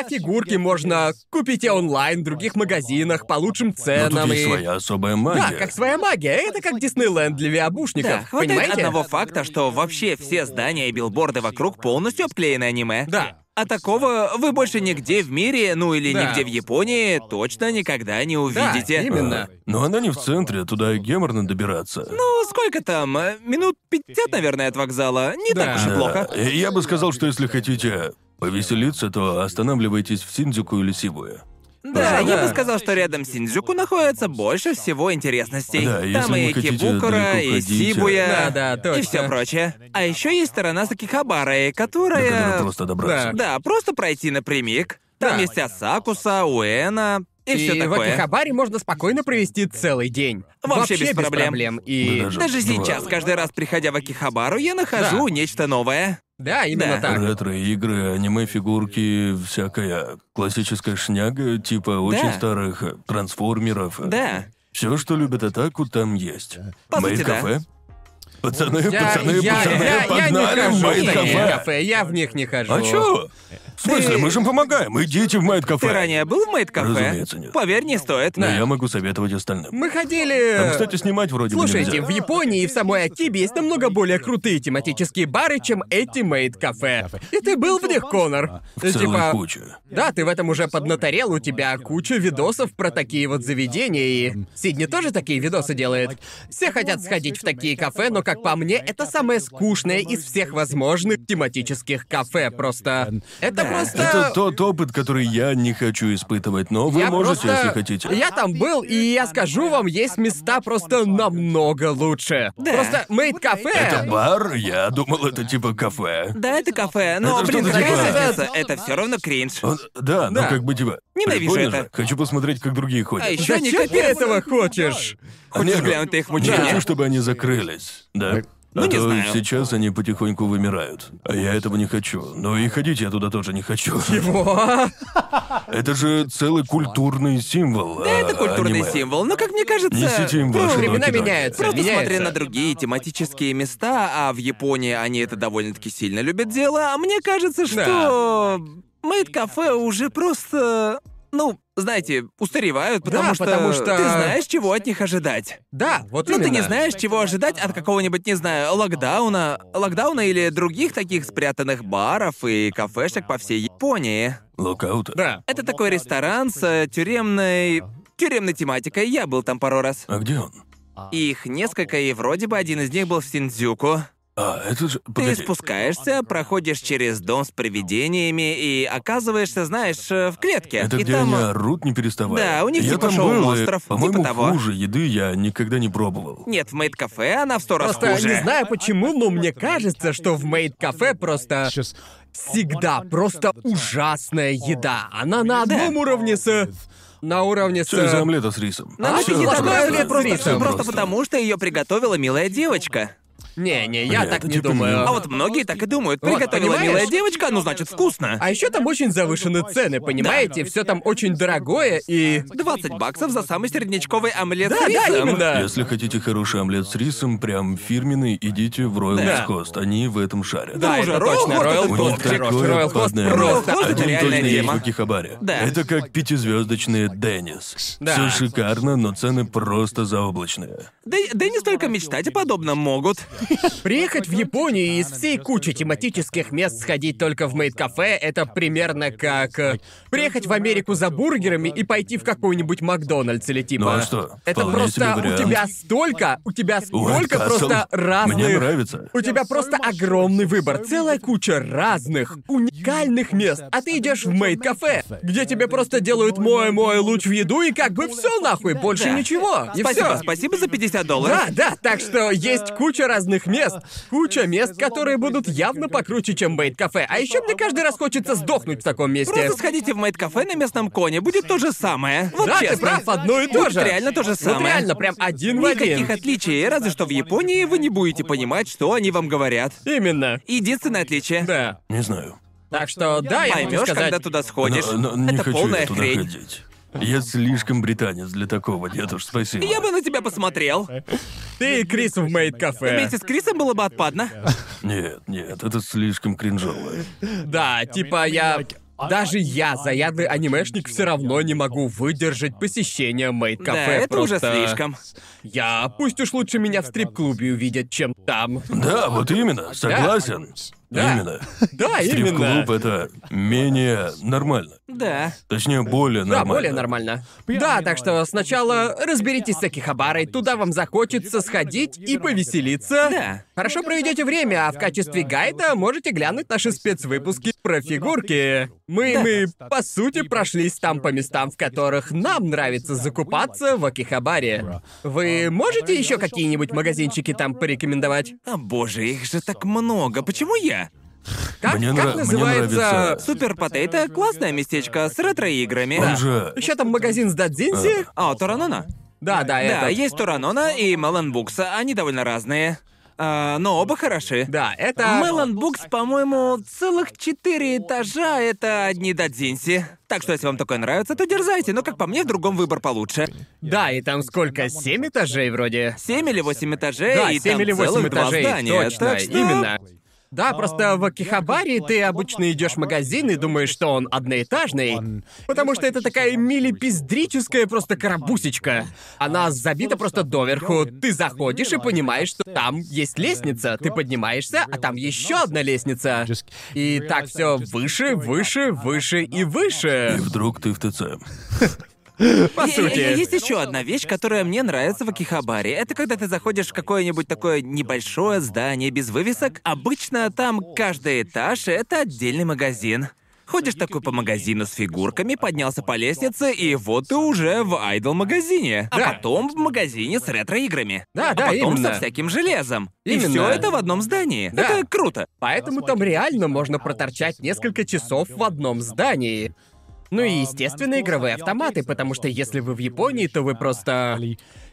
C: фигурки можно купить и онлайн в других магазинах по лучшим
D: Ну,
B: Но
C: ценам
B: тут есть
C: Э, и-
B: своя особая
C: Да,
B: магия.
C: как своя магия. Это как Диснейленд для виабушников.
D: Да, хватает
C: понимаете?
D: одного факта, что вообще все здания и билборды вокруг полностью обклеены аниме.
C: Да.
D: А такого вы больше нигде в мире, ну или
C: Да.
D: нигде в Японии, точно никогда не увидите.
C: именно.
B: А, Но она не в центре, туда и геморно добираться.
D: Ну, сколько там? э, Минут 50, наверное, от вокзала. Не
C: Да.
D: так уж и
B: Да.
D: плохо.
B: И Э, Я бы сказал, что если хотите повеселиться, то останавливайтесь в Синдзюку или Сибуе.
D: Да, я
C: Да.
D: бы сказал, что рядом с Синдзюку находится больше всего интересностей.
B: Да, если
D: Там и
B: вы хотите
D: Кибукура,
B: далеко
D: и
B: ходить,
D: Сибуя,
C: Да, да,
D: и
C: точно.
D: все прочее. А еще есть сторона с Акихабарой,
B: До
D: которая...
C: Э,
B: которой просто добраться.
D: Да, просто пройти напрямик. Там
C: Да.
D: есть Асакуса, Уэна и, все
C: в
D: такое.
C: Акихабаре можно спокойно провести целый день.
D: Вообще без проблем.
C: И...
B: Да даже-
D: Даже
B: Бывало.
D: сейчас, каждый раз, приходя в Акихабару, я нахожу нечто новое.
C: Да, именно
D: Да.
C: так.
B: Ретро-игры, аниме-фигурки, всякая классическая шняга, типа очень старых э, трансформеров.
D: Да.
B: Все, что любят атаку, там есть.
D: По
B: Мэйд
D: сути, да.
B: кафе. Пацаны,
C: Я,
B: пацаны,
C: я,
B: пацаны,
C: я, я не
B: погнали в
C: хожу в
B: Мэйд
C: такие
B: кафе.
C: кафе, я в них не хожу.
B: А чё? В смысле, мы же им помогаем. Идите в Майт
D: Ты
B: кафе.
D: ранее был в Мэйд-кафе?
B: Разумеется, нет.
D: Поверь, не стоит.
B: Но я могу советовать остальным.
C: Мы ходили...
B: Там, кстати, снимать вроде бы
C: Слушайте,
B: нельзя.
C: в Японии и в самой Акибе есть намного более крутые тематические бары, чем эти мейд-кафе. И ты был в них,
B: А,
C: Конор. Ты
B: Целая
C: типа...
B: куча.
C: Да, ты в этом уже поднаторел, у тебя куча видосов про такие вот заведения, и Сидни тоже такие видосы делает. Все хотят сходить в такие кафе, но, как по мне, это самое скучное из всех возможных тематических кафе, просто... Это просто...
B: Это тот опыт, который я не хочу испытывать, но вы
C: Я
B: можете,
C: просто-
B: если хотите.
C: Я там был, и я скажу вам, есть места просто намного лучше. Просто мейд-кафе...
B: Это бар? Я думал, это типа кафе.
D: Да, это кафе, но,
B: Это
D: блин,
B: что-то
D: какая
B: типа-
D: разница? Это все равно кринж.
B: Он- Да, ну
C: Да.
B: как бы типа.
D: Ненавижу
B: прикольно
D: это.
B: же. Хочу посмотреть, как другие ходят.
D: А еще не
C: Зачем ты
D: капец.
C: этого хочешь?
D: Хочешь
B: Не, ну,
D: глянуть на их
B: Не
D: мучения?
B: хочу, чтобы они закрылись. Да.
D: Ну,
B: а
D: не
B: то
D: знаю.
B: сейчас они потихоньку вымирают. А я этого не хочу. Но и ходить я туда тоже не хочу.
C: Во.
B: Это же целый культурный символ. а,
D: Да, это культурный символ, но, как мне кажется...
B: Несите им
D: ну,
B: ваши
C: времена
B: ноги, да.
C: меняются.
D: Просто
C: меняется.
D: смотря на другие тематические места, а в Японии они это довольно-таки сильно любят дело, а мне кажется, что... Мэйд-кафе уже просто... Ну, знаете, устаревают, потому,
C: Да,
D: что
C: потому что-
D: ты знаешь, чего от них ожидать.
C: Да, вот
D: Ну, ты не
C: именно.
D: знаешь, чего ожидать от какого-нибудь, не знаю, локдауна, локдауна или других таких спрятанных баров и кафешек по всей Японии.
B: Локаута.
C: Да.
D: Это такой ресторан с э, тюремной... тюремной тематикой. Я был там пару раз.
B: А где он?
D: Их несколько, и вроде бы один из них был в Синдзюку.
B: А, это же...
D: Ты
B: Погоди.
D: спускаешься, проходишь через дом с привидениями и оказываешься, знаешь, э, в клетке.
B: Это
D: и
B: где
D: там...
B: они орут, не переставая.
D: Да, у них
B: я
D: типа
B: там
D: шоу
B: был, и,
D: монстров,
B: по-моему,
D: типа того.
B: хуже еды я никогда не пробовал.
D: Нет, в мейд-кафе она в сто раз
C: Просто
D: хуже.
C: не знаю почему, но мне кажется, что в мейд-кафе просто всегда просто ужасная еда. Она на одном уровне с... На уровне
B: Все из-за
C: с...
B: омлета с рисом.
D: Нам
C: А,
B: Всё
D: это не
C: офигенно,
B: просто.
C: такое
D: добавили
C: омлет с
D: просто,
C: рисом.
D: просто потому, что ее приготовила милая девочка.
C: Не-не, я
B: Бля,
C: так
B: это
C: не
B: типа
C: думаю.
B: мило.
D: А вот многие так и думают.
C: Вот,
D: Приготовила
C: понимаешь?
D: милая девочка, ну значит вкусно.
C: А еще там очень завышены цены, понимаете? Все там очень дорогое и...
D: 20 баксов за самый среднячковый омлет с
C: Да, да,
D: рисом.
C: именно.
B: Если хотите хороший омлет с рисом, прям фирменный, идите в Royal
C: Да.
B: Coast. Они в этом шарят.
D: Да,
C: Уже
D: это
C: Royal
D: точно.
C: Coast,
D: Royal
B: У
C: это
B: них
C: Coast,
D: Cost.
C: хорошо.
B: такое
C: Royal Coast
B: отпадное
D: просто-
B: место.
D: Royal Coast это
B: Один
D: реальная
B: только есть
D: тема.
B: в Акихабаре.
D: Да.
B: Это как пятизвездочные Деннис.
C: Да.
B: Все шикарно, но цены просто заоблачные.
D: Да, и- да и не столько мечтать о подобном могут.
C: Приехать в Японию и из всей кучи тематических мест сходить только в мейд-кафе — это примерно как... э, Приехать в Америку за бургерами и пойти в какой-нибудь Макдональдс или типа...
B: Ну а что?
C: Это
B: Вполне себе
C: просто у
B: вариант.
C: тебя столько, у тебя
B: White
C: столько
B: Castle.
C: просто
B: Мне
C: разных...
B: нравится.
C: У тебя просто огромный выбор, целая куча разных, уникальных мест. А ты идешь в мейд-кафе, где тебе просто делают мой-мой луч в еду, и как бы все нахуй, больше
D: Да.
C: ничего. И
D: спасибо,
C: всё.
D: спасибо за 50 долларов.
C: Да, да, так что есть куча разных мест. Куча мест, которые будут явно покруче, чем бейт-кафе. А еще мне каждый раз хочется сдохнуть в таком месте.
D: Просто сходите в мейд-кафе на местном коне, будет то же самое. Вот
C: да,
D: честно.
C: ты прав, одно и то
D: Будет
C: же.
D: реально то же самое.
C: Вот реально, прям один в
D: Никаких
C: один.
D: отличий, разве что в Японии вы не будете понимать, что они вам говорят.
C: Именно.
D: Единственное отличие.
C: Да.
B: Не знаю.
C: Так что, да, я могу
D: Поймешь,
C: сказать...
D: когда туда сходишь.
B: Но- но не
D: Это
B: хочу
D: полная
B: я туда
D: хрень.
B: ходить. Я слишком британец для такого, нет уж, спасибо.
D: Я бы на тебя посмотрел.
C: Э. Ты и Крис в мейд-кафе.
D: Вместе с Крисом было бы
C: Э,
D: отпадно.
B: Нет, нет, это слишком кринжово.
C: Да, типа я... Даже я, заядлый анимешник, все равно не могу выдержать посещение
D: Да,
C: мейд-кафе.
D: это уже
C: просто-
D: слишком.
C: Я... Пусть уж лучше меня в стрип-клубе увидят, чем там.
B: Да, вот именно, согласен.
C: Да.
B: Именно.
C: Да, именно.
B: Стрип-клуб это менее нормально.
D: Да.
B: Точнее, более
C: Да,
B: нормально.
C: более нормально. Да, так что сначала разберитесь с Акихабарой, туда вам захочется сходить и повеселиться.
D: Да.
C: Хорошо проведете время, а в качестве гайда можете глянуть наши спецвыпуски про фигурки. Мы, мы, по сути, прошлись там по местам, в которых нам нравится закупаться в Акихабаре. Вы можете еще какие-нибудь магазинчики там порекомендовать?
D: О, А, боже, их же так много. Почему я?
C: Как,
B: Мне нра-
C: как
B: мне
C: называется...
B: нравится.
D: Супер Потейто — классное местечко с ретро-играми.
B: Он же...
C: Еще там магазин с Дадзинси?
D: А, Торанона?
C: Да, да, это.
D: Да, есть Торанона и Мелан Букса. Они довольно разные. А, но оба хороши.
C: Да, это...
D: Мелан Букс, по-моему, целых четыре этажа — это одни дадзинси. Так что, если вам такое нравится, то дерзайте, но, как по мне, в другом выбор получше.
C: Да, и там сколько? Семь этажей вроде.
D: Семь или восемь этажей,
C: Да,
D: Э, и
C: семь
D: там
C: или восемь
D: целых два
C: этажей,
D: здания.
C: точно,
D: Так что-
C: именно. Да, просто в Акихабаре ты обычно идешь в магазин и думаешь, что он одноэтажный, потому что это такая милипиздрическая просто карабусечка.
D: А,
C: Она забита просто доверху. Ты заходишь и понимаешь, что там есть
D: э,
C: лестница. Ты поднимаешься, а там еще одна лестница. И так все выше, выше, выше и
B: И
C: выше.
B: вдруг ты в ТЦ.
C: По
D: Е- е-
C: сути.
D: Э, Есть еще одна вещь, которая мне нравится в Акихабаре. Это когда ты заходишь в какое-нибудь такое небольшое здание без вывесок. Обычно там каждый этаж — это отдельный магазин. Ходишь такой по магазину с фигурками, поднялся по лестнице, и вот ты уже в айдол-магазине. А
C: Да.
D: потом в магазине с ретро-играми.
C: Да,
D: а
C: да,
D: потом
C: именно.
D: со всяким железом. И
C: Именно.
D: все это в одном здании.
C: Да.
D: Это круто.
C: Поэтому там реально можно проторчать несколько часов в одном здании. Ну и, естественно, игровые автоматы, потому что если вы в Японии, то вы просто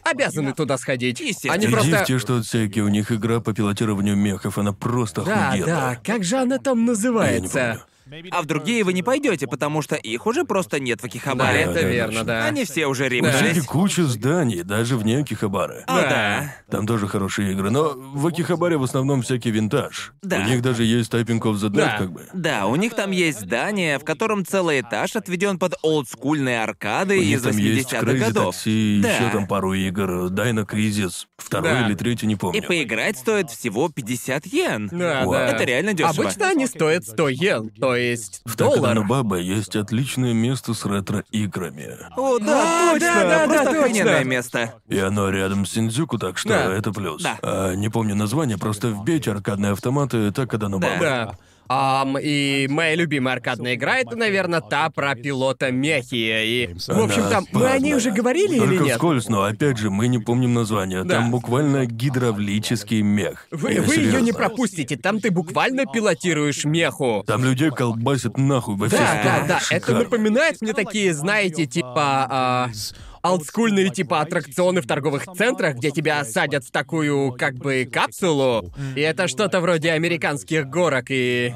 C: обязаны туда сходить.
D: Естественно.
C: Они
B: Иди в
C: просто...
B: те, что отсеки, у них игра по пилотированию мехов, она просто
C: Да, да, э.
B: охуенная.
C: как же она там называется?
D: А в другие вы не пойдете, потому что их уже просто нет в
C: Да,
D: Акихабаре.
C: это
B: да,
C: верно,
B: точно.
C: да.
D: Они все уже
B: У
D: ремонтировались.
B: Сити куча зданий, даже вне Акихабары.
D: А, да.
B: Там тоже хорошие игры, но в Акихабаре в основном всякий винтаж.
D: Да.
B: У них даже есть Typing of the Dead,
C: Да.
B: как бы.
D: Да, у них там есть здание, в котором целый этаж отведен под олдскульные аркады
B: У них
D: из
B: там есть
D: 80-х
B: Crazy
D: годов.
B: Taxi,
D: Да.
B: еще там пару игр, Дайна Кризис, второй
C: Да.
B: или третий, не
D: И
B: помню.
D: поиграть стоит всего 50 йен.
C: Да,
B: Вау.
C: да.
D: Это реально дешево.
C: Обычно они стоят 100 йен, то есть
B: В
C: доллар.
B: Такаданобабе есть отличное место с ретро-играми.
D: О, да,
C: А,
D: точно,
C: да, да,
D: просто
C: да, точно.
D: охрененное место.
B: И оно рядом с Синдзюку, так что
C: Да.
B: это плюс.
D: Да.
B: А, не помню название, просто вбейте аркадные автоматы Такаданобабе.
C: Да. Ам, и моя любимая аркадная игра это, наверное, та про пилота Мехи. И, в общем,
B: Она
C: там мы о ней
B: отпадная.
C: уже говорили или
B: Только
C: нет?
B: вскользь, но опять же, мы не помним название.
C: Да.
B: Там буквально гидравлический мех.
C: Вы,
B: Я
C: вы ее не
B: серьезно.
C: пропустите, там ты буквально пилотируешь меху.
B: Там людей колбасят нахуй во все
C: Да, да,
B: стороны.
C: да. Это
B: Шикарно.
C: напоминает мне такие, знаете, типа... а, Олдскульные типа аттракционы в торговых центрах, где тебя садят в такую, как бы, капсулу. И это что-то вроде американских горок, и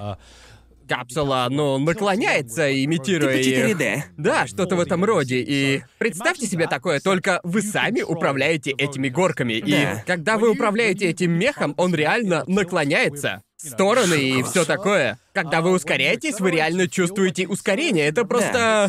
C: капсула, ну, наклоняется, имитируя
D: Типа
C: их.
D: 4D.
C: Да, что-то в этом роде. И представьте себе такое, только вы сами управляете этими горками. И
D: Да.
C: когда вы управляете этим мехом, он реально наклоняется. в Стороны и все такое. Когда вы ускоряетесь, вы реально чувствуете ускорение. Это просто...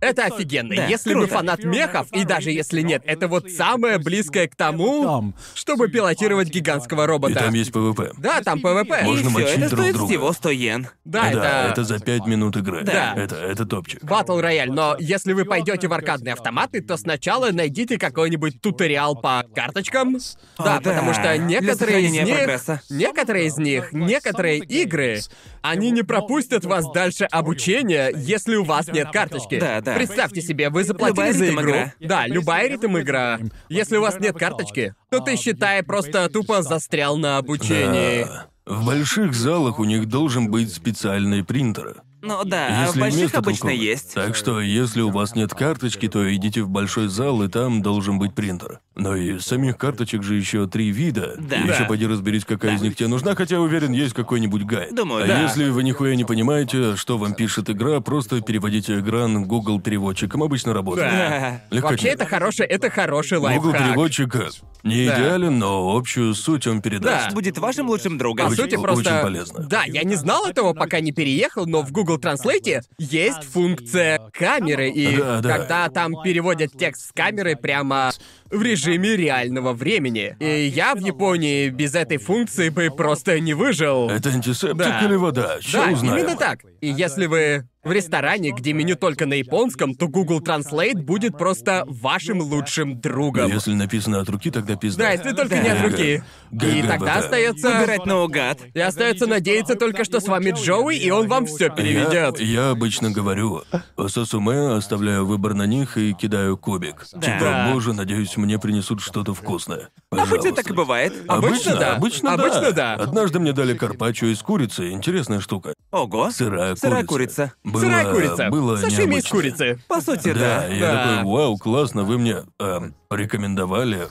C: Это офигенно.
D: Да,
C: если вы
D: круто.
C: фанат мехов, и даже если нет, это вот самое близкое к тому, чтобы пилотировать гигантского
B: И
C: робота.
B: там есть ПВП.
C: Да, там ПВП.
D: И
B: Можно
D: все,
B: мочить
D: это
B: друг
D: стоит
B: друга.
D: всего 100 йен.
C: Да, это...
B: это за пять минут игры.
C: Да.
B: Это, это топчик.
C: Батл рояль, но если вы пойдете в аркадные автоматы, то сначала найдите какой-нибудь туториал по карточкам. да,
D: А, да.
C: потому что
D: Для
C: некоторые из
D: сохранения
C: них,
D: прогресса.
C: некоторые из них, некоторые игры, они не пропустят вас дальше обучения, если у вас нет карточки.
D: Да, да.
C: Представьте себе, вы заплатили
D: Любая
C: за игру.
D: ритм-игра.
C: Да, любая ритм игра. Если у вас нет карточки, то ты считай просто тупо застрял на обучении.
B: В больших залах у них должен быть специальный принтер.
D: Ну да, а в
B: Если
D: больших
B: место
D: обычно
B: толковое.
D: есть.
B: Так что, если у вас нет карточки, то идите в большой зал, и там должен быть принтер. Но и самих карточек же еще три вида.
D: Да.
B: Еще
D: Да.
B: пойди разберись, какая из них тебе нужна, хотя уверен, есть какой-нибудь гайд.
D: Думаю,
B: а
D: да.
B: если вы нихуя не понимаете, что вам пишет игра, просто переводите экран Google переводчиком. Обычно работает.
D: Да.
B: Легко
C: Вообще,
B: тебе.
C: это хороший, это хороший
B: Google
C: лайфхак.
B: переводчик не
C: Да.
B: идеален, но общую суть он передаст.
D: Будет вашим лучшим другом.
C: По
B: Очень-
C: А сути,
B: очень
C: просто...
B: полезно.
C: Да, я не знал этого, пока не переехал, но в Google Translate есть функция камеры, и
B: Да, да.
C: когда там переводят текст с камеры прямо в режиме реального времени. И я в Японии без этой функции бы просто не выжил.
B: Это антисептик
C: Да.
B: или вода? Ща
C: Да,
B: узнаем.
C: именно так. И если вы в ресторане, где меню только на японском, то Google Translate будет просто вашим лучшим
B: Но
C: другом.
B: Если написано от руки, тогда пизда.
C: Да, если только не от руки. И
B: ГГБТ.
C: тогда остается...
D: Выбирать наугад.
C: И остается надеяться только, что с вами Джоуи, и он вам все
B: Я,
C: переведет.
B: я обычно говорю, сосуме, оставляю выбор на них и кидаю кубик. Типа,
C: Да.
B: боже, надеюсь, мне принесут что-то вкусное.
D: Обычно
B: Пожалуйста.
D: так и бывает.
C: Обычно да.
B: Обычно,
C: Обычно да.
B: да. Однажды мне дали карпаччо из курицы. Интересная штука.
D: Ого.
B: Сырая курица.
D: Сырая курица.
B: Было-
C: Сырая курица.
B: Было
C: Сашими из
B: необычно.
C: курицы.
D: По сути,
B: Да,
D: да.
B: я
C: да.
B: такой, вау, классно, вы мне эм, рекомендовали.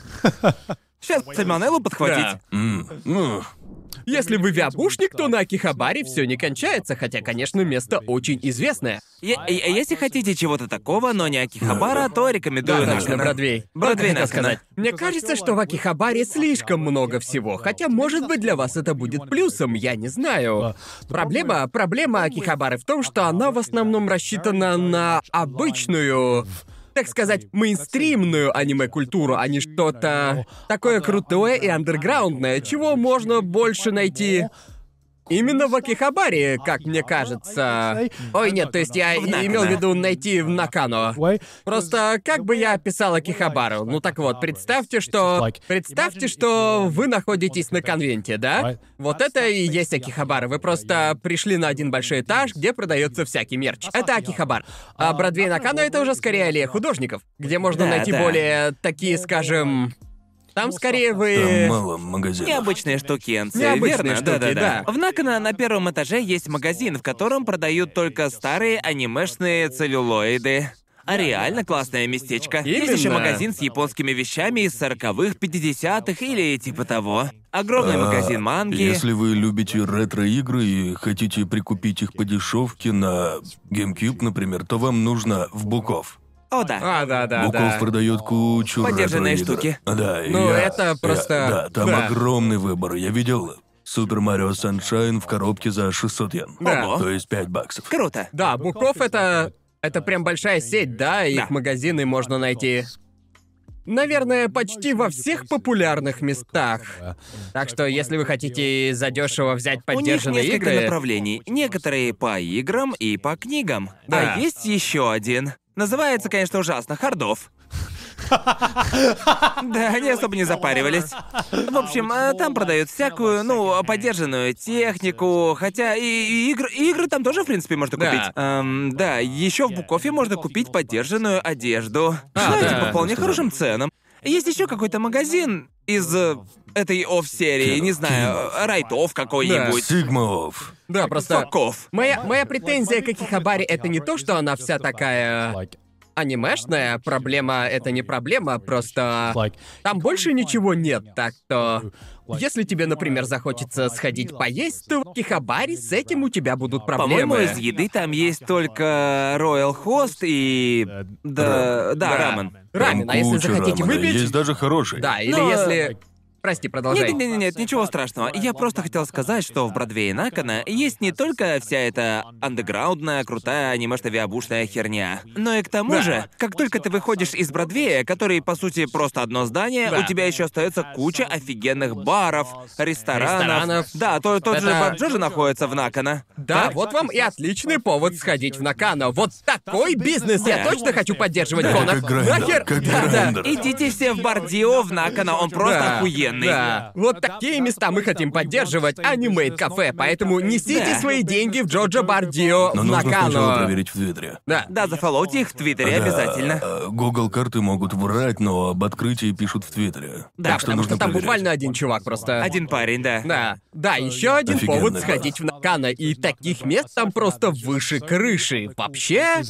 D: Сейчас Сальмонеллу подхватить.
C: Да.
B: М, ну,
C: Если вы виапушник, то на Акихабаре все не кончается, хотя, конечно, место очень известное.
D: Е- е- если хотите чего-то такого, но не Акихабара, то рекомендую
C: Да,
D: Накана.
C: точно, Бродвей.
D: Бродвей
C: Как это
D: Накана.
C: сказать? Мне кажется, что в Акихабаре слишком много всего, хотя, может быть, для вас это будет плюсом, я не знаю. Ну, Проблема, проблема Акихабары в том, что она в основном рассчитана на обычную так сказать, мейнстримную аниме-культуру, а не что-то такое крутое и андерграундное, чего можно больше найти Именно в Акихабаре, как мне кажется. Ой, нет, то есть я
D: В Накано.
C: имел в виду найти в Накано. Просто как бы я описал Акихабару? Ну так вот, представьте, что... Представьте, что вы находитесь на конвенте, да? Вот это и есть Акихабара. Вы просто пришли на один большой этаж, где продается всякий мерч. Это Акихабар. А Бродвей Накано — это уже скорее аллея художников, где можно
D: Да,
C: найти
D: да.
C: более такие, скажем... Там скорее
B: Там э,
C: вы...
B: мало магазинов.
D: Необычные штукенцы,
C: Необычные
D: верно?
C: штуки,
D: Да-да-да.
C: да.
D: В Накана на первом этаже есть магазин, в котором продают только старые анимешные целлюлоиды. А реально классное местечко. Есть еще
C: Именно.
D: магазин с японскими вещами из 40-х, 50-х или типа того. Огромный
B: А,
D: магазин манги.
B: Если вы любите ретро-игры и хотите прикупить их по дешевке на GameCube, например, то вам нужно в Буков.
D: О, да.
C: А, да-да-да.
B: Буков продает кучу
D: Подержанные
B: ретро-игр.
D: штуки.
B: Да, и
C: Ну,
B: я-
C: это
B: я-
C: просто-
B: да, там
C: да.
B: огромный выбор. Я видел Супер Марио Саншайн в коробке за 600 йен.
C: Да.
D: Ого.
B: То есть 5 баксов.
D: Круто.
C: Да, Буков это... Это прям большая сеть, да, и
D: Да.
C: их магазины можно найти, наверное, почти во всех популярных местах. Так что, если вы хотите задешево взять
D: У них
C: поддержанные
D: несколько
C: игры...
D: направлений. Некоторые по играм и по книгам.
C: Да.
D: А есть еще один. Называется, конечно, ужасно, Хардов. Да, они особо не запаривались. В общем, э, там продают всякую, ну, поддержанную технику, хотя и, и игр- и игры там тоже, в принципе, можно
C: Да.
D: купить. Эм, да, еще в Букофе можно купить поддержанную одежду.
C: А,
D: Знаете,
C: да.
D: по вполне хорошим ценам. Есть еще какой-то магазин из э, этой оф-серии, не знаю, э, райтов какой-нибудь.
B: Сигма Офф.
C: Да, просто...
D: Факов.
C: Моя, моя претензия к Акихабаре — это не то, что она вся такая анимешная. Проблема — это не проблема, просто... Там больше ничего нет, так что... Если тебе, например, захочется сходить поесть, то в Акихабаре с этим у тебя будут проблемы.
D: По-моему, из еды там есть только Royal Host и... Да, да,
C: Да.
D: рамен.
C: Рамен, а если
B: Куча
C: захотите
B: рамена.
C: выпить...
B: Есть даже хороший.
C: Да, или
D: Но-
C: если... Прости, продолжай.
D: Нет, нет, нет, нет, ничего страшного. Я просто хотел сказать, что в Бродвее Накана есть не только вся эта андеграундная, крутая анимешно-виабушная херня, но и к тому
C: Да.
D: же, как только ты выходишь из Бродвея, который по сути просто одно здание,
C: Да.
D: у тебя еще остается куча офигенных баров, ресторанов.
C: Ресторанов.
D: Да, то, тот же
C: Это-
D: Баб Джо же находится в Накана.
C: Да, вот вам и отличный повод сходить в Накано. Вот такой бизнес я
D: Да.
C: точно хочу поддерживать,
B: Да,
C: Конор.
B: как Грайндер,
C: Нахер?
B: как
C: Да, да.
B: Грайндер.
D: Идите все в Бардио в Накана, он просто
C: Да,
D: охуенный.
C: Да. Вот такие места мы хотим поддерживать, а не мейд-кафе. Поэтому несите
D: Да.
C: свои деньги в Джорджо Бардио
B: Но
C: в
B: нужно сначала
C: Накано.
B: проверить в Твиттере.
C: Да.
D: Да, зафоллоуйте их в Твиттере
B: Да,
D: обязательно.
B: э, Google карты могут врать, но об открытии пишут в Твиттере.
D: Да,
B: так что
C: Потому
B: нужно
C: что там
B: проверять.
C: буквально один чувак просто.
D: Один парень, да.
C: Да. Да, еще один
B: Офигенно.
C: повод сходить в Накано, и таких мест там просто выше крыши. Вообще,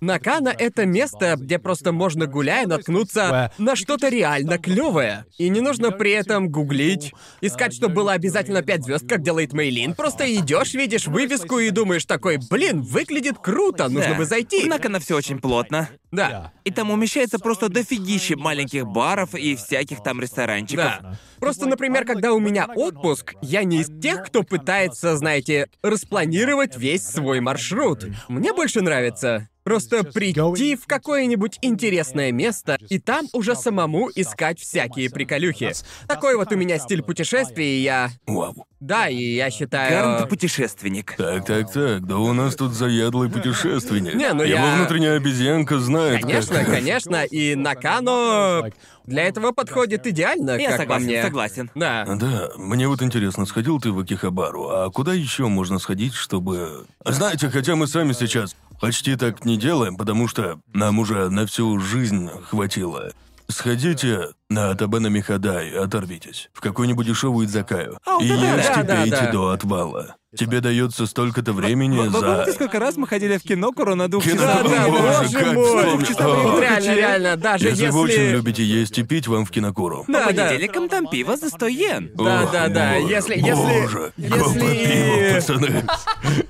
C: Накано — это место, где просто можно гуляя наткнуться на что-то реально клевое. И не нужно при этом гуглить, искать, что было обязательно пять звезд, как делает Мейлин. Просто идешь, видишь вывеску и думаешь такой, блин, выглядит круто, нужно
D: Да.
C: бы зайти.
D: В Накана все очень плотно.
C: Да.
D: И там умещается просто дофигище маленьких баров и всяких там ресторанчиков.
C: Да. Просто, например, когда у меня отпуск, я не из тех, кто пытается, знаете, распланировать весь свой маршрут. Мне больше нравится просто прийти в какое-нибудь интересное место и там уже самому искать всякие приколюхи. Такой вот у меня стиль путешествий, и я...
B: Вау.
C: Да, и я считаю...
D: Гарн, ты Э, путешественник.
B: Так, так, так, да у нас тут заядлый путешественник.
C: Не, ну
B: Его
C: я-
B: внутренняя обезьянка знает,
C: Конечно,
B: как...
C: конечно, и Накано для этого подходит идеально,
D: Я
C: как по
D: согласен,
C: мне.
D: согласен.
C: Да.
B: Да, мне вот интересно, сходил ты в Акихабару, а куда еще можно сходить, чтобы... Знаете, хотя мы сами сейчас почти так не делаем, потому что нам уже на всю жизнь хватило. Сходите на Атабена Михадай, оторвитесь. В какую-нибудь дешевую идзакаю.
D: А, вот
B: и
D: это да,
B: ешьте,
C: да,
B: пейте
C: да.
B: до отвала. Тебе дается столько-то времени
D: Вы помните,
B: за...
D: сколько раз мы ходили в кино «Корона двух
B: Кино
D: часов»?
B: «Корона
C: Да,
B: Боже,
C: боже
B: как
C: мой!
B: вспомнил. О.
C: Реально, реально, даже
B: Если
C: если...
B: вы очень любите есть и пить, вам в кинокуру.
D: По
C: Да, да.
D: понедельникам там пиво за 100 йен.
C: Да,
B: Ох,
C: да, да.
B: боже,
C: Если, если,
B: боже, гопа пива,
C: если,
B: пацаны.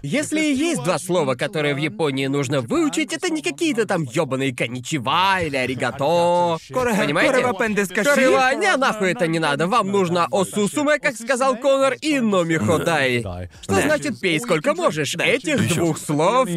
C: если и есть два слова, которые в Японии нужно выучить, это не какие-то там ёбаные коничева или аригато. Понимаете?
D: Корева пендескаши.
C: Корева, не, нахуй это не надо. Вам нужно осусуме, как сказал Конор, и номиходай. Что
D: Да.
C: значит пей сколько можешь. Этих
B: Ещё.
C: двух слов...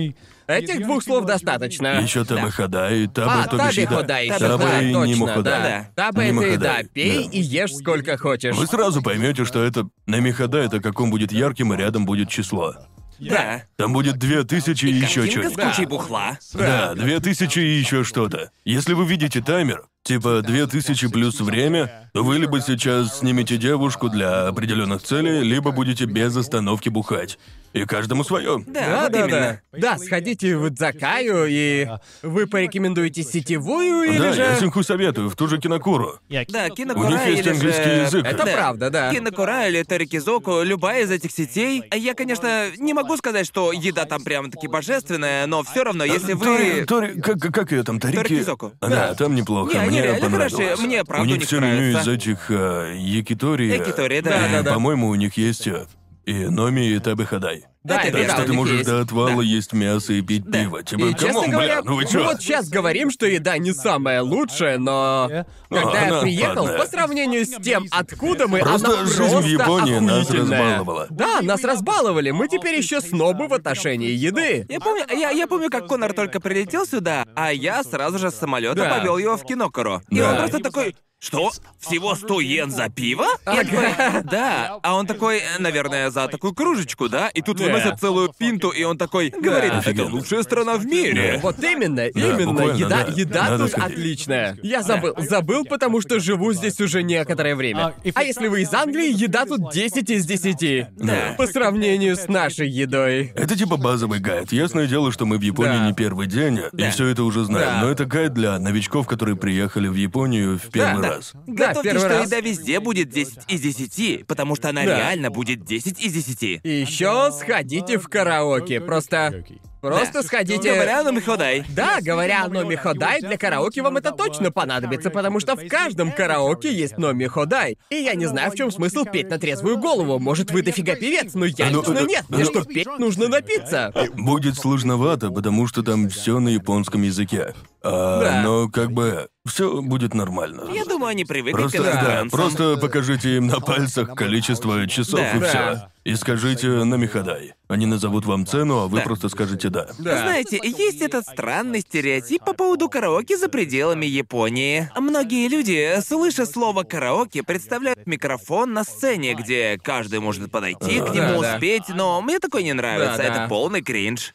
C: Этих двух слов достаточно.
B: Еще там и хода, и таба,
C: А,
B: то бишь
C: таби
B: еда.
C: ходай,
B: Таба
C: да,
B: и
C: точно,
B: нимоходай.
C: да. Таба это
B: Нимоходай,
C: еда, пей
B: да.
C: и ешь сколько хочешь.
B: Вы сразу поймете, что это на Михада это как он будет ярким, и рядом будет число.
D: Да.
B: Там будет две тысячи и еще
D: Кинка с
B: что-нибудь.
D: кучей бухла.
B: Да, две тысячи и еще что-то. Если вы видите таймер, типа две тысячи плюс время, то вы либо сейчас снимете девушку для определенных целей, либо будете без остановки бухать. И каждому свое.
D: Да,
C: Да,
D: вот
C: да, да.
D: именно.
C: Да, сходите в Идзакаю, и вы порекомендуете сетевую или
B: да, я
C: же...
B: Синху советую, в ту же кинокуру.
D: Да,
B: У них
D: кинокура
B: есть
D: или
B: английский
D: же...
B: язык.
C: Это правда, да.
D: Кинокура или Терикизоку, любая из этих сетей. Я, конечно, не могу сказать, что еда там прямо-таки божественная, но все равно, А если
B: Тори,
D: вы...
B: Тори- как, как ее там, Тарики? А,
D: Торикизоку.
B: Да, там неплохо,
D: Не, они
B: мне
D: реально
B: понравилось.
D: хорошие, мне правда у
B: У них
D: них
B: все меню
D: нравится.
B: из этих э, якитори. э,
D: Якитори, да.
B: и,
C: Да-да-да.
B: По-моему, у них есть э, и номи, и табе хадай.
C: Да,
D: это
C: это
B: Так
D: верно,
B: что
C: правда,
B: ты
C: у них
B: можешь
C: есть.
B: до отвала есть мясо и пить пиво. Типа,
C: И, честно
B: камон, бля,
C: говоря,
B: ну вы
C: мы
B: чё?
C: вот сейчас говорим, что еда не самая лучшая, но
B: Ну,
C: когда
B: она
C: я приехал,
B: отпадная.
C: по сравнению с тем, откуда мы,
B: Просто
C: она
B: жизнь в
C: просто
B: Японии нас
C: охуительная.
B: разбаловала.
C: Да, нас разбаловали. Мы теперь еще снобы в отношении еды.
D: Я помню, я, я помню, как Конор только прилетел сюда, а я сразу же с самолета
C: Да.
D: повел его в кинокору. И
B: Да.
D: он просто такой. Что? Всего 100 йен за пиво? Я такой, да. А он такой, наверное, за такую кружечку, да? И тут
C: Да.
D: выносят целую пинту, и он такой, говорит, это
B: Офигенно.
D: лучшая страна в мире.
C: Вот именно, именно.
B: буквально,
C: Еда,
B: да.
C: еда
B: Надо
C: тут
B: сходить.
C: отличная. Я забыл, забыл, потому что живу здесь уже некоторое время. А если вы из Англии, еда тут 10 из 10.
D: Да.
C: По сравнению с нашей едой.
B: Это типа базовый гайд. Ясное дело, что мы в Японии
C: Да.
B: не первый день, и
D: Да.
B: все это уже знаем.
C: Да.
B: Но это гайд для новичков, которые приехали в Японию в первый
C: да.
B: раз.
C: Да,
D: Готовьте,
C: первый
D: что
C: раз.
D: еда везде будет 10 из 10, потому что она
C: Да.
D: реально будет 10 из 10.
C: И еще сходите в караоке. Просто. Просто сходите.
D: Говоря на Миходай.
C: Да, говоря о номе Ходай, для караоке вам это точно понадобится, потому что в каждом караоке есть номе Ходай. И я не знаю, в чем смысл петь на трезвую голову. Может, вы дофига певец, но я
B: Ну,
C: лично
B: э,
C: нет.
B: э,
C: Мне
B: э.
C: что, петь нужно напиться.
B: Будет сложновато, потому что там все на японском языке. А,
C: Да.
B: Но как бы все будет нормально.
D: Я думаю, они привыкли
B: Просто,
D: к
B: да,
D: иностранцам.
B: просто покажите им на пальцах количество часов
D: Да.
B: и
C: Да.
B: все. И скажите на Михадай. Они назовут вам цену, а вы
D: Да.
B: просто скажете да.
D: Вы Знаете, есть этот странный стереотип по поводу караоке за пределами Японии. Многие люди, слыша слово «караоке», представляют микрофон на сцене, где каждый может подойти к
C: Да,
D: нему,
C: Э, да.
D: спеть, но мне такое не нравится,
C: Да,
D: это
C: да.
D: полный кринж.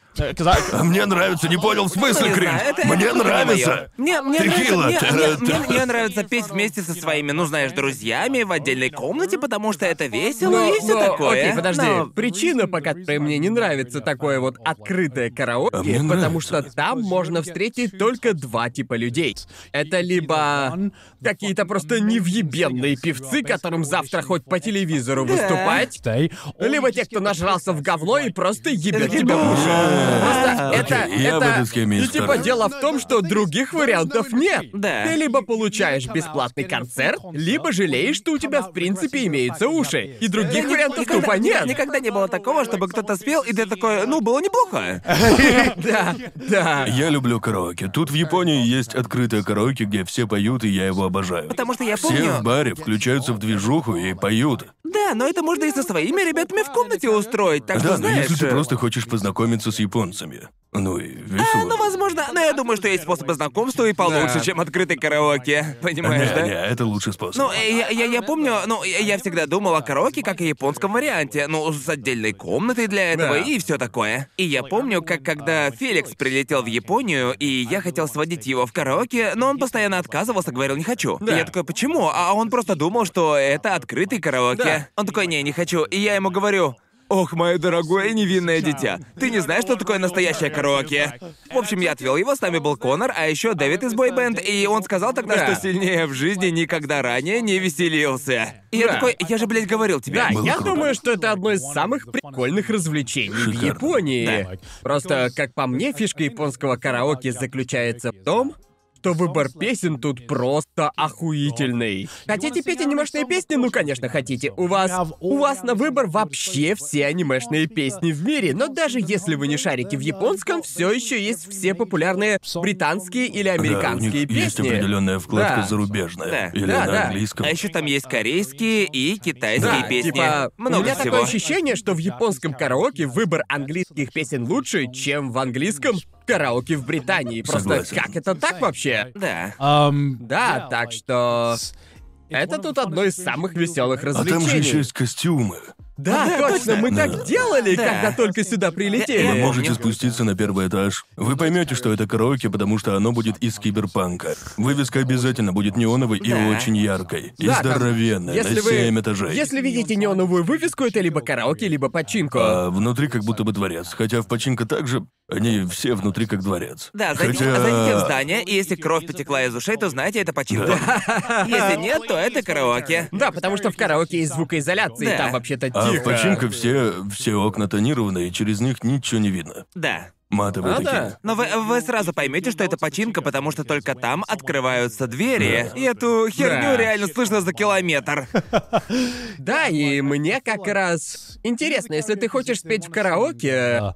B: А мне нравится, не понял смысла,
D: Ну, Не
B: Крин.
D: знаю, это-
B: Мне
D: это не
B: нравится.
D: моё. Мне, мне,
B: Текила,
D: нравится, мне-
B: тара-
D: мне- мне- мне нравится петь вместе со своими, ну знаешь, друзьями в отдельной комнате, потому что это весело
C: Но-
D: и все
C: но-
D: такое.
C: Ну, Окей, подожди.
D: Но-
C: Причина, по которой мне не нравится такое вот открытое караоке,
B: А мне
C: потому
B: нравится.
C: что там можно встретить только два типа людей. Это либо какие-то просто невъебенные певцы, которым завтра хоть по телевизору выступать, либо те, кто нажрался в говно и просто ебет тебя в уши. Просто это...
B: Окей, я в
C: это-
B: этой схеме
C: И
B: из
C: типа
B: второй.
C: дело в том, что других вариантов нет.
D: Да.
C: Ты либо получаешь бесплатный концерт, либо жалеешь, что у тебя в принципе имеются уши. И других
D: Ни-
C: вариантов
D: никогда-
C: тупо нет.
D: Никогда не было такого, чтобы кто-то спел, и ты такой, ну, было неплохо.
C: Да, да.
B: Я люблю караоке. Тут в Японии есть открытое караоке, где все поют, и я его обожаю.
D: Потому что я
B: Все
D: помню,
B: в баре включаются в движуху и поют.
D: Да, но это можно и со своими ребятами в комнате устроить,
C: А
D: так
B: да,
D: что
B: но
D: знаешь. э,
B: если
C: э,
B: ты просто хочешь познакомиться с японцами. Ну и весело.
D: А, ну, возможно, но я думаю, что есть способы знакомства и получше,
C: Да.
D: чем открытый караоке. Понимаешь,
B: Не,
D: да?
B: не, это лучший способ.
D: Ну, э, я, я, я помню, ну, я я всегда думал о караоке как о японском варианте, ну, с отдельной комнатой для этого
C: Да.
D: и все такое. И я а, помню, как когда Феликс прилетел в Японию, и я хотел сводить его в караоке, но он постоянно отказывался, говорил, не хочу. И я такой, почему? А он просто думал, что это открытый караоке.
C: Да.
D: Он такой, не, не хочу. И я ему говорю, Ох, мое дорогое невинное дитя, ты не знаешь, что такое настоящее караоке. В общем, я отвел его, с нами был Конор, а еще Дэвид из бойбенд, и он сказал тогда,
C: Да.
D: что сильнее в жизни никогда ранее не веселился. И я
C: Да.
D: такой, я же, блядь, говорил тебе.
C: Да,
B: Было
C: я
B: круто.
C: думаю, что это одно из самых прикольных развлечений в
B: Шикарно.
C: Японии.
F: Да.
C: Просто, как по мне, фишка японского караоке заключается в том, что выбор песен тут просто охуительный. Хотите петь анимешные песни? Ну, конечно, хотите. У вас... У вас на выбор вообще все анимешные песни в мире. Но даже если вы не шарите в японском, все еще есть все популярные британские или
B: Да, у них
C: американские
B: есть
C: песни.
B: определенная вкладка
C: Да.
B: зарубежная.
D: Да,
B: Или
C: да,
B: на
C: да.
B: английском.
D: А еще там есть корейские и китайские
C: Да,
D: песни.
C: типа, у
D: Много
C: меня
D: всего.
C: такое ощущение, что в японском караоке выбор английских песен лучше, чем в английском караоке в Британии. Просто
B: Согласен.
C: как это так вообще?
D: Да.
F: Да,
C: Да, так что... Это тут одно из самых веселых
B: А там же еще
C: развлечений.
B: есть костюмы.
C: Да, точно, мы
B: Да. Э,
C: так делали,
D: Да.
C: когда только сюда
D: Я-
B: Вы
D: я-
C: прилетели.
B: можете спуститься на первый этаж. Вы поймете, что это караоке, потому что оно будет из киберпанка. Вывеска обязательно будет неоновой и
D: Да.
B: очень яркой. И
C: Да, там-
B: здоровенной,
C: Если
B: на
C: вы...
B: 7 этажей.
C: Если видите неоновую вывеску, это либо караоке, либо починку.
B: А внутри как будто бы дворец. Хотя в починка также они все внутри как дворец.
D: Да, зайдите,
B: Хотя-
D: зайдите в здание, и если кровь потекла из ушей, то знаете, это починка. Если нет, то это караоке.
C: Да, потому что в караоке есть звукоизоляция, и
D: Да.
C: там вообще-то
B: А
C: тихо.
B: в починка все, все окна тонированы, и через них ничего не видно.
D: Ну Да.
B: Матовые
C: А,
B: такие.
C: да.
D: Но вы, вы сразу поймете, что это починка, потому что только там открываются двери. И эту херню
C: Да.
D: реально слышно за километр.
C: Да, и мне как раз интересно, если ты хочешь спеть в караоке,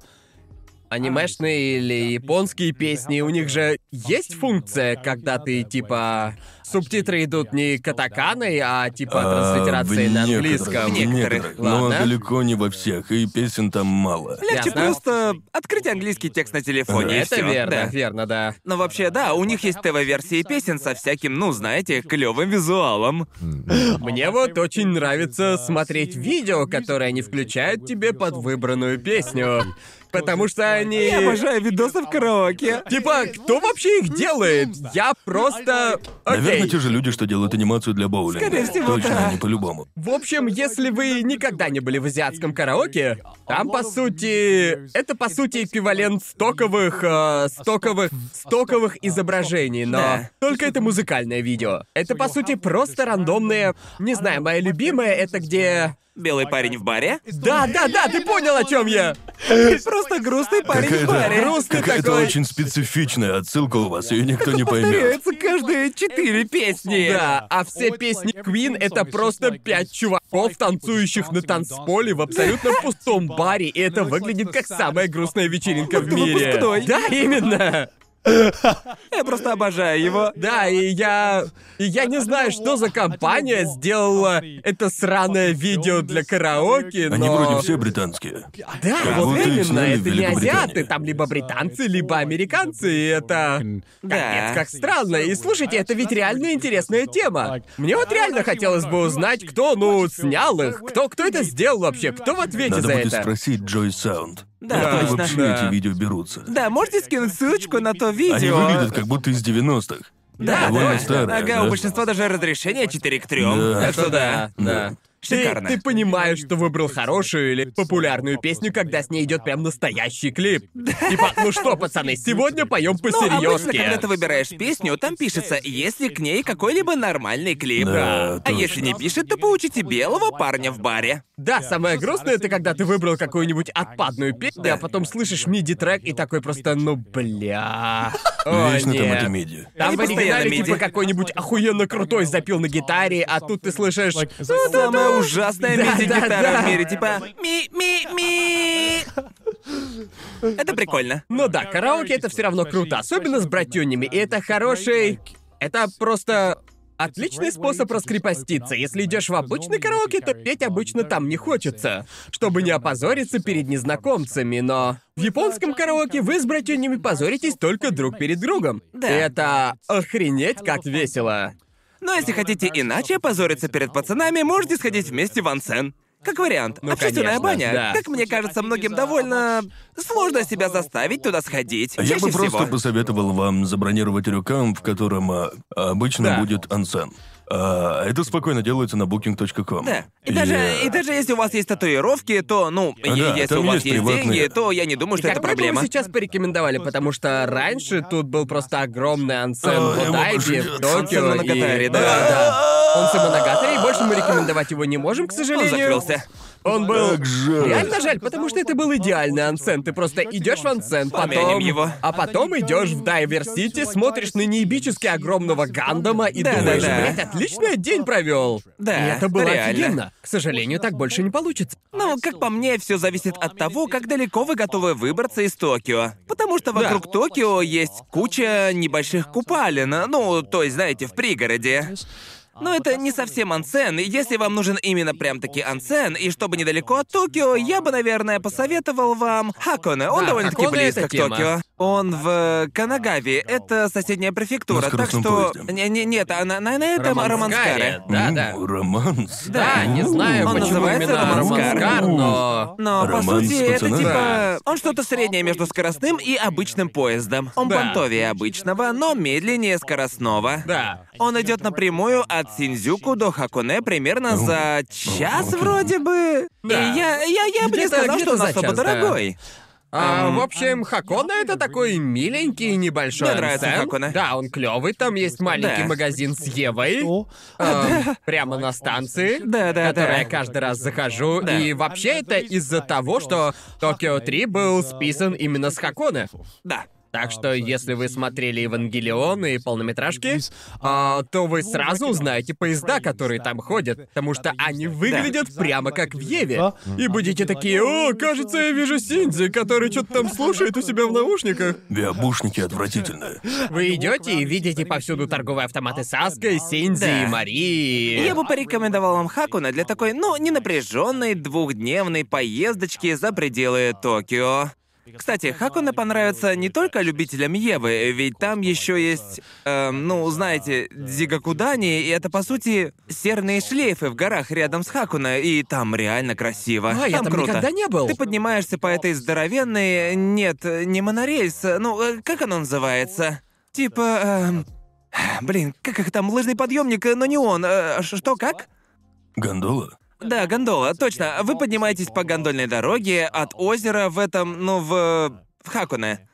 C: анимешные или японские песни, у них же есть функция, когда ты типа субтитры идут не катаканой, а типа
B: А,
C: транслитерации
B: в
C: на
B: некоторых-
C: английском.
B: В
D: Некоторых,
B: некоторых, но
C: ладно.
B: далеко не во всех, и песен там мало.
D: Легче
C: Ясно.
D: просто открыть английский текст на телефоне. и
C: Это
D: всё.
C: верно,
D: Да.
C: верно, да.
D: Но вообще, да, у них есть ТВ-версии песен со всяким, ну, знаете, клевым визуалом.
C: Мне вот очень нравится смотреть видео, которые они включают тебе под выбранную песню. Потому что они...
D: Я обожаю видосы в караоке.
C: Типа, кто вообще их делает? Я просто...
B: Наверное,
C: Окей.
B: те же люди, что делают анимацию для боулинга.
D: Скорее всего,
B: Точно,
D: да.
B: они по-любому.
C: В общем, если вы никогда не были в азиатском караоке, там, по сути, это, по сути, эквивалент стоковых, э, стоковых, стоковых изображений, но
D: Да.
C: только это музыкальное видео. Это, по сути, просто рандомные... Не знаю, моя любимая — это где...
D: Белый парень в баре?
C: Да, да, да, ты понял, о чем я!
D: Просто грустный парень в баре.
B: Какая-то,
C: Грустный
B: какая-то
C: такой.
B: очень специфичная отсылка у вас, ее никто не поймет.
D: Повторяется каждые четыре песни.
C: Да, а все песни Queen — это просто пять чуваков, танцующих на танцполе в абсолютно пустом баре, и это выглядит как самая грустная вечеринка в
D: Это
C: мире.
D: выпускной.
C: Да, именно.
D: Я просто обожаю его.
C: Да, и я... И я не знаю, что за компания сделала это сраное видео для караоке, но...
B: Они вроде все британские.
C: Да,
B: Как
C: вот
B: будто их
C: именно,
B: сняли в
C: это не
B: Великобритании.
C: азиаты, там либо британцы, либо американцы, и это... Капец,
D: Да.
C: как странно. И слушайте, это ведь реально интересная тема. Мне вот реально хотелось бы узнать, кто, ну, снял их, кто, кто это сделал вообще, кто в ответе
B: Надо
C: за
B: будет
C: это.
B: спросить Джой Саунд.
D: Да,
B: Откуда
D: точно.
B: вообще
C: Да.
B: эти видео берутся?
D: Да, можете скинуть ссылочку на то
B: Они
D: видео.
B: выглядят как будто из 90-х.
D: Да,
B: Довольно
D: да.
B: старые,
D: Ага,
B: да?
D: у большинства даже разрешение 4 к 3.
B: Да.
D: Так что да.
C: да. Ты,
D: Шикарно.
C: ты понимаешь, что выбрал хорошую или популярную песню, когда с ней идет прям настоящий клип. Типа, ну что, пацаны, сегодня поем по
D: Ну, обычно, когда
C: серьезке.
D: ты выбираешь песню, там пишется, если к ней какой-либо нормальный клип.
B: Да,
D: а
B: точно.
D: если не пишет, то поучите белого парня в баре.
C: Да, самое грустное, это когда ты выбрал какую-нибудь отпадную песню, а потом слышишь миди-трек и такой просто, ну бля. О,
B: Вечно там
C: нет.
B: это миди.
C: Там
D: Они
C: в оригинале
D: постоянно
C: типа
D: миди.
C: какой-нибудь охуенно крутой запил на гитаре, а тут ты слышишь... «Ну, да,
D: Самая
C: да».
D: ужасная
C: Да,
D: миди-гитара
C: да,
D: в
C: да.
D: мире, типа ми-ми-ми. Это прикольно.
C: Ну да, караоке это все равно круто, особенно с братюнями, и это хороший... Это просто Отличный способ раскрепоститься. Если идешь в обычный караоке, то петь обычно там не хочется, чтобы не опозориться перед незнакомцами, но в японском караоке вы с братьями позоритесь только друг перед другом.
D: Да.
C: И это охренеть как весело.
D: Но если хотите иначе позориться перед пацанами, можете сходить вместе в ансен. Как вариант.
C: Ну,
D: Общественная
C: конечно,
D: баня.
C: да.
D: Как мне кажется, многим довольно сложно себя заставить туда сходить.
B: Я
D: Чаще
B: бы просто
D: всего.
B: посоветовал вам забронировать рюкам, в котором а, обычно
C: Да.
B: будет ансен. А, это спокойно делается на booking.com.
D: Да. И даже, и даже если у вас есть татуировки, то, ну, е-
B: А, Да,
D: если
B: там
D: у вас
B: есть
D: есть,
B: приватные.
D: деньги, то я не думаю, что
C: Как
D: это
C: бы мы
D: проблема.
C: ему сейчас порекомендовали, потому что раньше тут был просто огромный ансен
B: А,
C: в
B: его
C: Бодайбе,
B: ждёт.
C: в Токио.
D: Ансен Моногатари,
C: и...
D: да.
C: да. Он самоногатарь, и больше мы рекомендовать его не можем, к сожалению.
D: закрылся.
C: Он был...
B: Как жаль.
C: Реально жаль, потому что это был идеальный ансен. Ты просто идешь в ансен, потом...
D: Помянем его.
C: А потом идешь в Дайвер Сити, смотришь на неебически огромного Гандама и
D: Да,
C: думаешь,
D: да, да.
C: блядь, отлично день провел.
D: Да,
C: И это было
D: реально.
C: офигенно. К сожалению, так больше не получится.
D: Ну, как по мне, все зависит от того, как далеко вы готовы выбраться из Токио. Потому что вокруг Токио есть куча небольших купалин, ну, то есть, знаете, в пригороде.
C: А,
D: Но это не совсем ансен, и если вам нужен именно прям-таки ансен, и чтобы недалеко от Токио, я бы, наверное, посоветовал вам Хаконе. Он
C: Да,
D: довольно-таки
C: Хаконе
D: близко
C: это
D: к
C: тема.
D: Токио. Он в э, Канагаве, это соседняя префектура,
B: На
D: так
B: скоростном
D: что...
B: поезде.
D: Не, не, нет, а на, на, на этом Романскаре.
C: Да,
B: М,
C: да.
B: Романс.
C: Да, не знаю,
D: Он
C: почему
D: называется
C: именно
D: Романскар.
C: Романскар, но...
D: Но, по
B: Роман с
D: сути, это
B: пацанами.
D: типа...
C: Да.
D: Он что-то среднее между скоростным и обычным поездом. Он
C: Да.
D: понтовее обычного, но медленнее скоростного.
C: Да.
D: Он идет напрямую от Синдзюку до Хакуне примерно за час вроде бы.
C: Да.
D: И я, я, я бы не
C: Где-то-
D: сказал,
C: где-то
D: что он
C: за
D: особо
C: час, да.
D: дорогой.
C: А, в общем, Хакона это такой миленький небольшой
D: Мне нравится
C: ансен.
D: Хакона.
C: Да, он клевый, там есть маленький
D: Да.
C: магазин с Евой. а, прямо на станции.
D: Да, да,
C: которой я
D: да.
C: каждый раз захожу.
D: Да.
C: И вообще это из-за того, что Токио 3 был списан именно с Хакона.
D: Да.
C: Так что, если вы смотрели Евангелион и полнометражки, а, то вы сразу узнаете поезда, которые там ходят, потому что они выглядят прямо как в Еве. И будете такие, о, кажется, я вижу Синдзи, который что-то там слушает у себя в наушниках.
B: Биобушники отвратительные.
C: Вы идете и видите повсюду торговые автоматы с Аской, Синдзи
D: Да.
C: и Марии.
D: Я бы порекомендовал вам Хакуна для такой, ну, ненапряженной двухдневной поездочки за пределы Токио. Кстати, Хакуна понравится не только любителям Евы, ведь там еще есть, эм, ну, знаете, Дзигакудани, и это, по сути, серные шлейфы в горах рядом с Хакуна, и там реально красиво.
C: А, я там
D: круто.
C: никогда не был.
D: Ты поднимаешься по этой здоровенной... Нет, не монорельс, ну, э, как оно называется? Типа... эм, Блин, как их там, лыжный подъемник, э, но не он. э, ш- Что, как?
B: Гондола?
D: Да, гондола, точно. Вы поднимаетесь по гондольной дороге от озера в этом, ну, в... в Хакуне.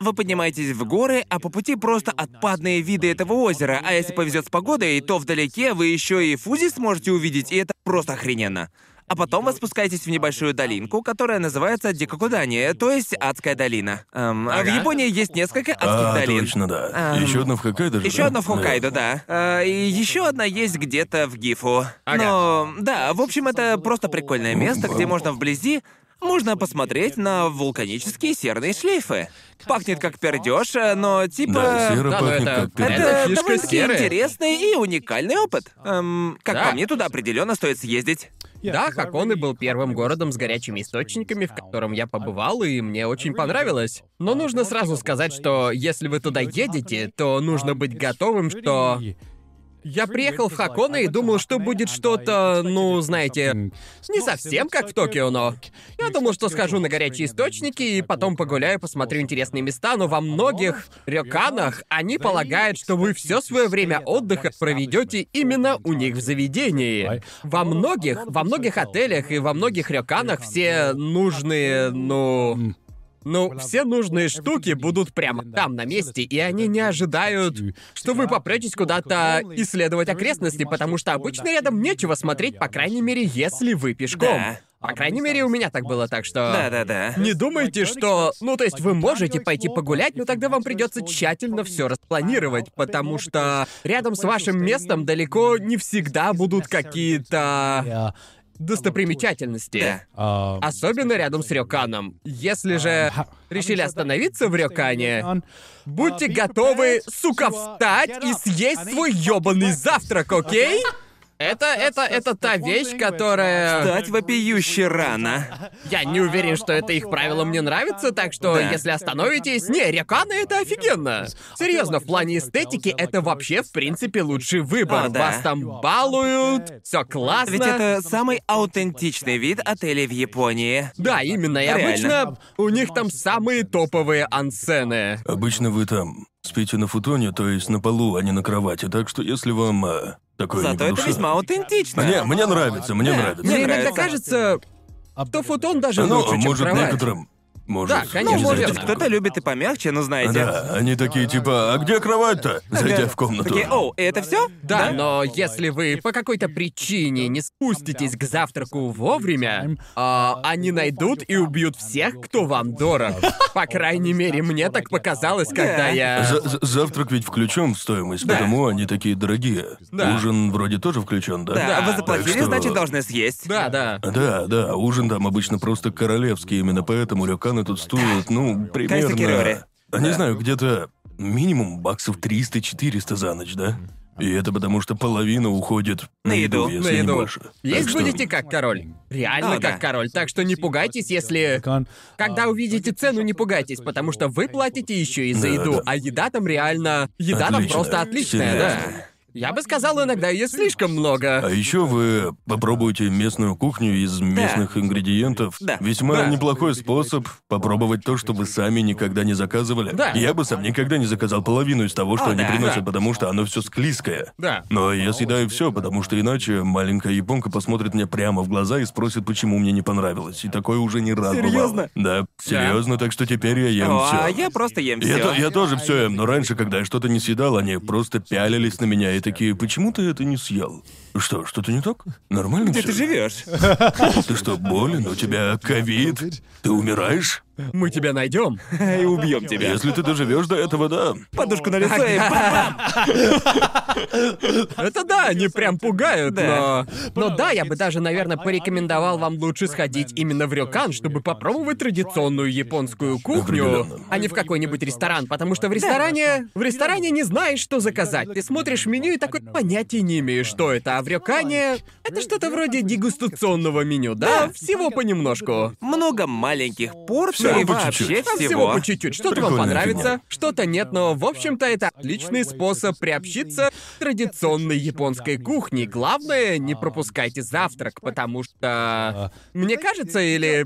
D: Вы поднимаетесь в горы, а по пути просто отпадные виды этого озера. А если повезет с погодой, то вдалеке вы еще и Фузи сможете увидеть, и это просто охрененно. А потом вы спускаетесь в небольшую долинку, которая называется Дикакудани, то есть Адская долина. Эм, а в
C: Ага.
D: Японии есть несколько адских
B: А,
D: долин.
B: точно, да.
D: Ам.
B: Еще одна в Хоккайдо же.
D: Еще
B: да?
D: одна в Хоккайдо,
B: ну.
D: да. А, и еще одна есть где-то в Гифу.
C: Ага.
D: Но да, в общем, это просто прикольное место, где можно вблизи можно посмотреть на вулканические серные шлейфы. Пахнет как пердеж, но типа.
B: Да, сера
C: да, но
B: пахнет
C: это-
B: как пердёж.
C: Это
D: Это
C: фишка
D: довольно-таки
C: серы.
D: интересный и уникальный опыт. Эм, как
C: Да.
D: по мне, туда определенно стоит съездить.
C: Да, Хаконы был первым городом с горячими источниками, в котором я побывал, и мне очень понравилось. Но нужно сразу сказать, что если вы туда едете, то нужно быть готовым, что... Я приехал в Хаконы и думал, что будет что-то, ну, знаете, не совсем как в Токио, но... Я думал, что схожу на горячие источники и потом погуляю, посмотрю интересные места, но во многих рёканах они полагают, что вы все свое время отдыха проведете именно у них в заведении. Во многих, во многих отелях и во многих рёканах все нужные, ну... Ну, все нужные штуки будут прямо там, на месте, и они не ожидают, что вы попретесь куда-то исследовать окрестности, потому что обычно рядом нечего смотреть, по крайней мере, если вы пешком.
D: Да.
C: По крайней мере, у меня так было, так что...
D: Да-да-да.
C: Не думайте, что... Ну, то есть вы можете пойти погулять, но тогда вам придется тщательно все распланировать, потому что рядом с вашим местом далеко не всегда будут какие-то достопримечательности.
D: Да.
C: а, Особенно рядом с Рёканом. Если же решили остановиться в Рёкане, будьте готовы, сука, встать и съесть свой ёбаный завтрак, окей? Это, это, это та вещь, которая...
D: Стать вопиюще рано.
C: Я не уверен, что это их правило мне нравится, так что
D: Да.
C: если остановитесь, не, реканы это офигенно. Серьезно, в плане эстетики это вообще в принципе лучший выбор.
D: А, да.
C: Вас там балуют, все классно.
D: Ведь это самый аутентичный вид отелей в Японии.
C: Да, именно. И
D: Реально.
C: обычно у них там самые топовые ансены.
B: Обычно вы там спите на футоне, то есть на полу, а не на кровати. Так что если вам э, Такое не
D: Зато
B: по
D: это
B: душе.
D: весьма аутентично.
B: Мне, мне нравится, мне нравится.
D: Мне
C: Мне иногда
D: нравится.
C: кажется, что футон даже
B: А ну,
C: лучше, чем
B: может,
C: кровать.
B: некоторым. Может, типа
C: Да,
D: Ну,
C: конечно,
B: не
D: может,
B: знаю,
C: верно.
D: кто-то любит и помягче, но знаете.
B: Да, они такие типа, а где кровать-то? Зайдя в комнату.
D: Такие, оу, и это все?
C: Да, но если вы по какой-то причине не спуститесь к завтраку вовремя, а, они найдут и убьют всех, кто вам дорог. По крайней мере, мне так показалось, когда
D: Да.
C: я...
B: За- за- завтрак ведь включен в стоимость, потому они такие дорогие.
C: Да.
B: Ужин вроде тоже включен, да?
D: Да, вы
B: Так
D: заплатили,
B: что-
D: значит, должны съесть.
C: Да, да.
B: Да, да, ужин там обычно просто королевский, именно поэтому рюканы тут стоят, ну, примерно...
D: Кириори.
B: Да Не знаю, где-то минимум баксов 300-400 за ночь, да? И это потому, что половина уходит на,
D: На еду,
B: еду, если
C: на
B: не
C: еду.
B: больше.
C: Есть
B: Так что-
C: будете как король. Реально
D: А,
C: как
D: да.
C: король. Так что не пугайтесь, если... Когда увидите цену, не пугайтесь, потому что вы платите еще и
B: Да,
C: за еду,
B: да.
C: а еда там реально... Еда там
B: Отлично.
C: просто отличная,
B: Серьезно.
C: да. Я бы сказал, иногда ее слишком много.
B: А еще вы попробуйте местную кухню из местных ингредиентов.
D: Да.
B: Весьма
C: Да.
B: неплохой способ попробовать то, что вы сами никогда не заказывали.
C: Да.
B: Я бы сам никогда не заказал половину из того, что
D: О,
B: они
D: да.
B: приносят,
C: Да.
B: потому что оно все склизкое.
C: Да.
B: Но я съедаю все, потому что иначе маленькая японка посмотрит мне прямо в глаза и спросит, почему мне не понравилось. И такое уже не раз бывало.
D: Серьезно?
B: Да, серьезно, так что теперь я ем
D: О,
B: все.
D: а я просто ем
B: Я,
D: все.
B: то- я тоже все ем, но раньше, когда я что-то не съедал, они просто пялились на меня и такие, почему ты это не съел? Что, что-то не так? Нормально
D: Где
B: всё?
D: ты живешь?
B: Ты что, болен? У тебя ковид? Ты умираешь?
C: Мы тебя найдем.
D: И убьем тебя.
B: Если ты доживешь до этого, да.
D: Подушку на лицо и
C: Это да, они прям пугают,
D: Да.
C: но... Но да, я бы даже, наверное, порекомендовал вам лучше сходить именно в рёкан, чтобы попробовать традиционную японскую кухню,
B: Определенно.
C: а не в какой-нибудь ресторан, потому что в ресторане... В ресторане не знаешь, что заказать. Ты смотришь меню и такой понятия не имеешь, что это, а в рёкане... Это что-то вроде дегустационного меню, да?
D: Да.
C: Всего понемножку.
D: Много маленьких порций
B: Всего
D: Ну и
B: по
D: вообще
B: чуть-чуть.
C: Там всего,
D: всего.
C: по чуть-чуть. Что-то вам
B: Прикольная
C: понравится,
B: фигня.
C: что-то нет, но, в общем-то, это отличный способ приобщиться к традиционной японской кухне. Главное, не пропускайте завтрак, потому что... Мне кажется, или...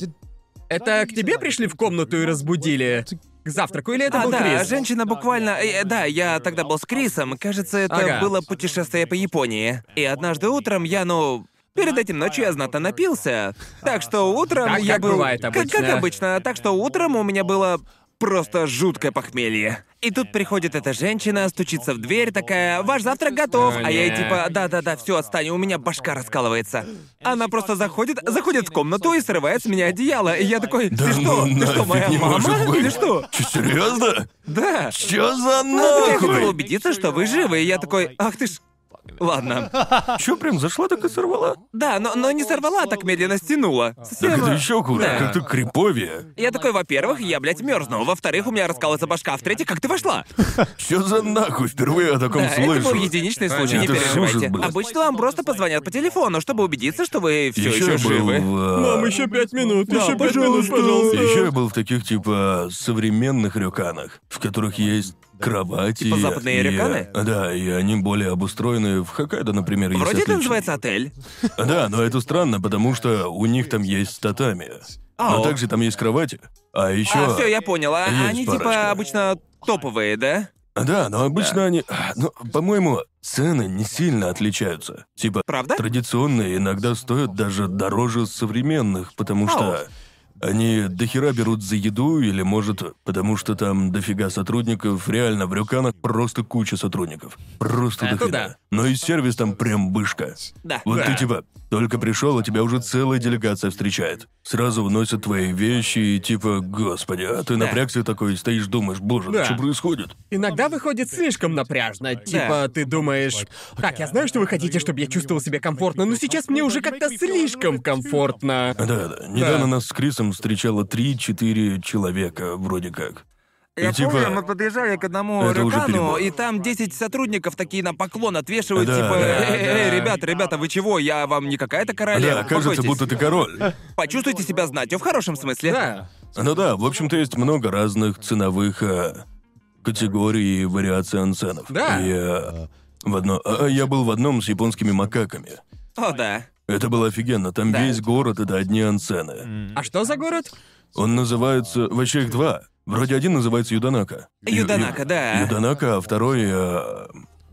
C: Это к тебе пришли в комнату и разбудили к завтраку, или это
D: А,
C: был
D: да,
C: Крис?
D: женщина буквально... э, Да, я тогда был с Крисом. Кажется, это
C: Ага.
D: было путешествие по Японии. И однажды утром я, ну... Перед этим ночью я знатно напился. Так что утром
C: Так,
D: я
C: как
D: был...
C: бывает
D: как-
C: обычно.
D: Как обычно. Так что утром у меня было просто жуткое похмелье. И тут приходит эта женщина, стучится в дверь, такая, ваш завтрак готов.
C: О,
D: А я ей
C: нет.
D: типа, да-да-да, все, отстань, у меня башка раскалывается. Она просто заходит, заходит в комнату и срывает с меня одеяло. И я такой, ты
B: Да
D: что,
B: ну
D: ты что,
B: нафиг
D: моя
B: не может
D: мама?
B: быть.
D: Или что?
B: Чё, серьезно?
D: Да.
B: Чё за
D: Ну, я хотел
B: нахуй?
D: убедиться, что вы живы, и я такой, ах ты ж... Ладно.
B: Чё, прям зашла так и сорвала?
D: Да, но, но не сорвала, а так медленно стянула.
B: Так
D: Совсем.
B: это еще хуже,
D: Да.
B: как-то криповее.
D: Я такой, во-первых, я, блядь, мерзну. Во-вторых, у меня раскалывается башка. В-третьих, как ты вошла?
B: Чё за нахуй? Впервые о таком
D: Да, это
B: слышу.
D: был единичный случай, не
B: Это ж ужас,
D: переживайте.
B: блядь.
D: Обычно вам просто позвонят по телефону, чтобы убедиться, что вы все
B: Еще
D: еще
B: я был
D: живы.
B: в... э,
C: Мам, еще пять минут, еще пять
D: пожалуйста.
C: минут, пожалуйста.
B: Еще я был в таких типа современных рюканах, в которых есть кровати.
D: Типа западные
B: и-
D: рюканы?
B: Да, и они более обустроены. В Хоккайдо, например, есть
D: Вроде это
B: отличные.
D: называется отель.
B: Да, но это странно, потому что у них там есть татами. Но
D: Ау.
B: также там есть кровати. А еще...
D: А, все, я понял. А
B: А Есть
D: они
B: парочка.
D: типа обычно топовые, да?
B: Да, но обычно они... Ну, по-моему, цены не сильно отличаются. Типа,
D: Правда?
B: традиционные иногда стоят даже дороже современных, потому что они дохера берут за еду или, может, потому что там дофига сотрудников, реально в Рюканах просто куча сотрудников. Просто
C: Это
B: дохера.
C: да.
B: Но и сервис там прям бышка.
D: Да.
B: Вот ты типа только пришел, а тебя уже целая делегация встречает. Сразу уносят твои вещи и типа, господи, а ты
D: Да.
B: напрягся такой, стоишь, думаешь, боже, ну
C: Да.
B: что происходит?
C: Иногда выходит слишком напряжно. Типа, ты думаешь, так, я знаю, что вы хотите, чтобы я чувствовал себя комфортно, но сейчас мне уже как-то слишком комфортно.
B: Да, да. Недавно нас с Крисом встречало 3-4 человека, вроде как.
D: Я
B: И типа-
D: помню, мы подъезжали к одному
B: Это уже
D: рюкану,
B: перебор.
D: и там 10 сотрудников такие на поклон отвешивают,
B: Да,
D: типа,
B: да,
D: «Эй, эй, эй,
C: да.
D: ребята, ребята, вы чего? Я вам не какая-то королева.
B: да, кажется,
D: успокойтесь.
B: будто ты король.
D: Почувствуйте себя знатью в хорошем смысле.
C: Да.
B: Ну да, в общем-то, есть много разных ценовых э, категорий и вариаций ансенов.
C: Да.
B: И, э, в одно... а, я был в одном с японскими макаками.
D: О, да.
B: Это было офигенно. Там
D: Да.
B: весь город — это одни ансены.
C: А что за город?
B: Он называется... Вообще их два. Вроде один называется Юданака. Ю-
D: Юданака,
B: Ю-
D: да.
B: Юданака, а второй... э,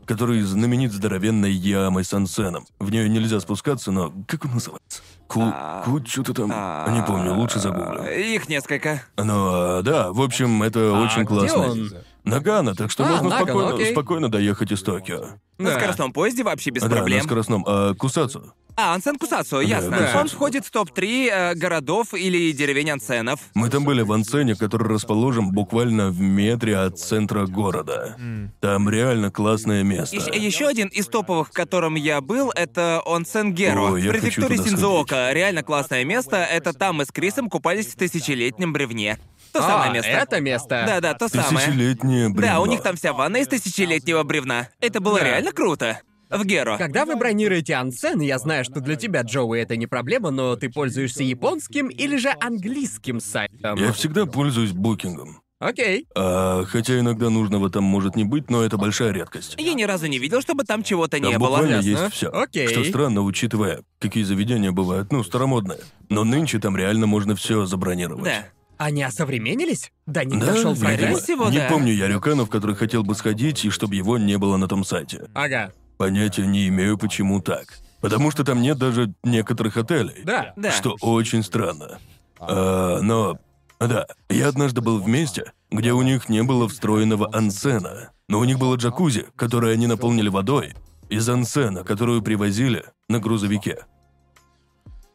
B: который знаменит здоровенной ямой Сансеном. В нее нельзя спускаться, но как он называется? Ку...
D: А,
B: Ку... Что-то там... Не помню, лучше
D: э,
B: загуглю.
D: Их несколько.
B: Ну, а, да, в общем, это
D: А
B: очень классно.
C: он?
B: Нагана, так что
C: А,
B: можно
C: Нагано,
B: спокойно,
C: окей.
B: спокойно доехать из Токио.
D: На
C: Да.
D: скоростном поезде вообще без
B: Да, на
D: проблем.
B: скоростном. А Кусацу?
D: А, Ансен Кусацу, ясно.
B: Кусацу.
D: Он входит в топ-3 городов или деревень ансенов.
B: Мы там были в Ансене, который расположен буквально в метре от центра города. Там реально классное место.
D: Еще один из топовых, в котором я был, это Онсен Геро.
B: Ой,
D: в
B: я хочу
D: префектуре
B: туда сходить.
D: Синдзуока. Реально классное место. Это там мы с Крисом купались в тысячелетнем бревне. То
C: А,
D: самое место.
C: это место.
D: Да-да, то самое.
B: Тысячелетнее бревно.
D: Да, у них там вся ванна из тысячелетнего бревна. Это было реально круто. В Геро.
C: Когда вы бронируете ансен, я знаю, что для тебя, Джоуи, это не проблема, но ты пользуешься японским или же английским сайтом.
B: Я всегда пользуюсь букингом.
C: Окей.
B: А, хотя иногда нужного там может не быть, но это большая редкость.
D: Я ни разу не видел, чтобы там чего-то
B: Там
D: не было.
B: буквально
C: ясно.
B: есть все.
C: Окей.
B: Что странно, учитывая, какие заведения бывают, ну, старомодные. Но нынче там реально можно все забронировать.
D: Да.
C: Они осовременились? До них
B: Да,
C: дошел
B: видимо.
D: прогресс?
C: прогресс?
D: всего,
B: Не
D: да.
B: помню я рюканов, который хотел бы сходить, и чтобы его не было на том сайте.
C: Ага.
B: Понятия не имею, почему так. Потому что там нет даже некоторых отелей.
C: Да.
D: Да.
B: Что очень странно. А, но... Да, я однажды был в месте, где у них не было встроенного ансена. Но у них было джакузи, которое они наполнили водой из ансена, которую привозили на грузовике.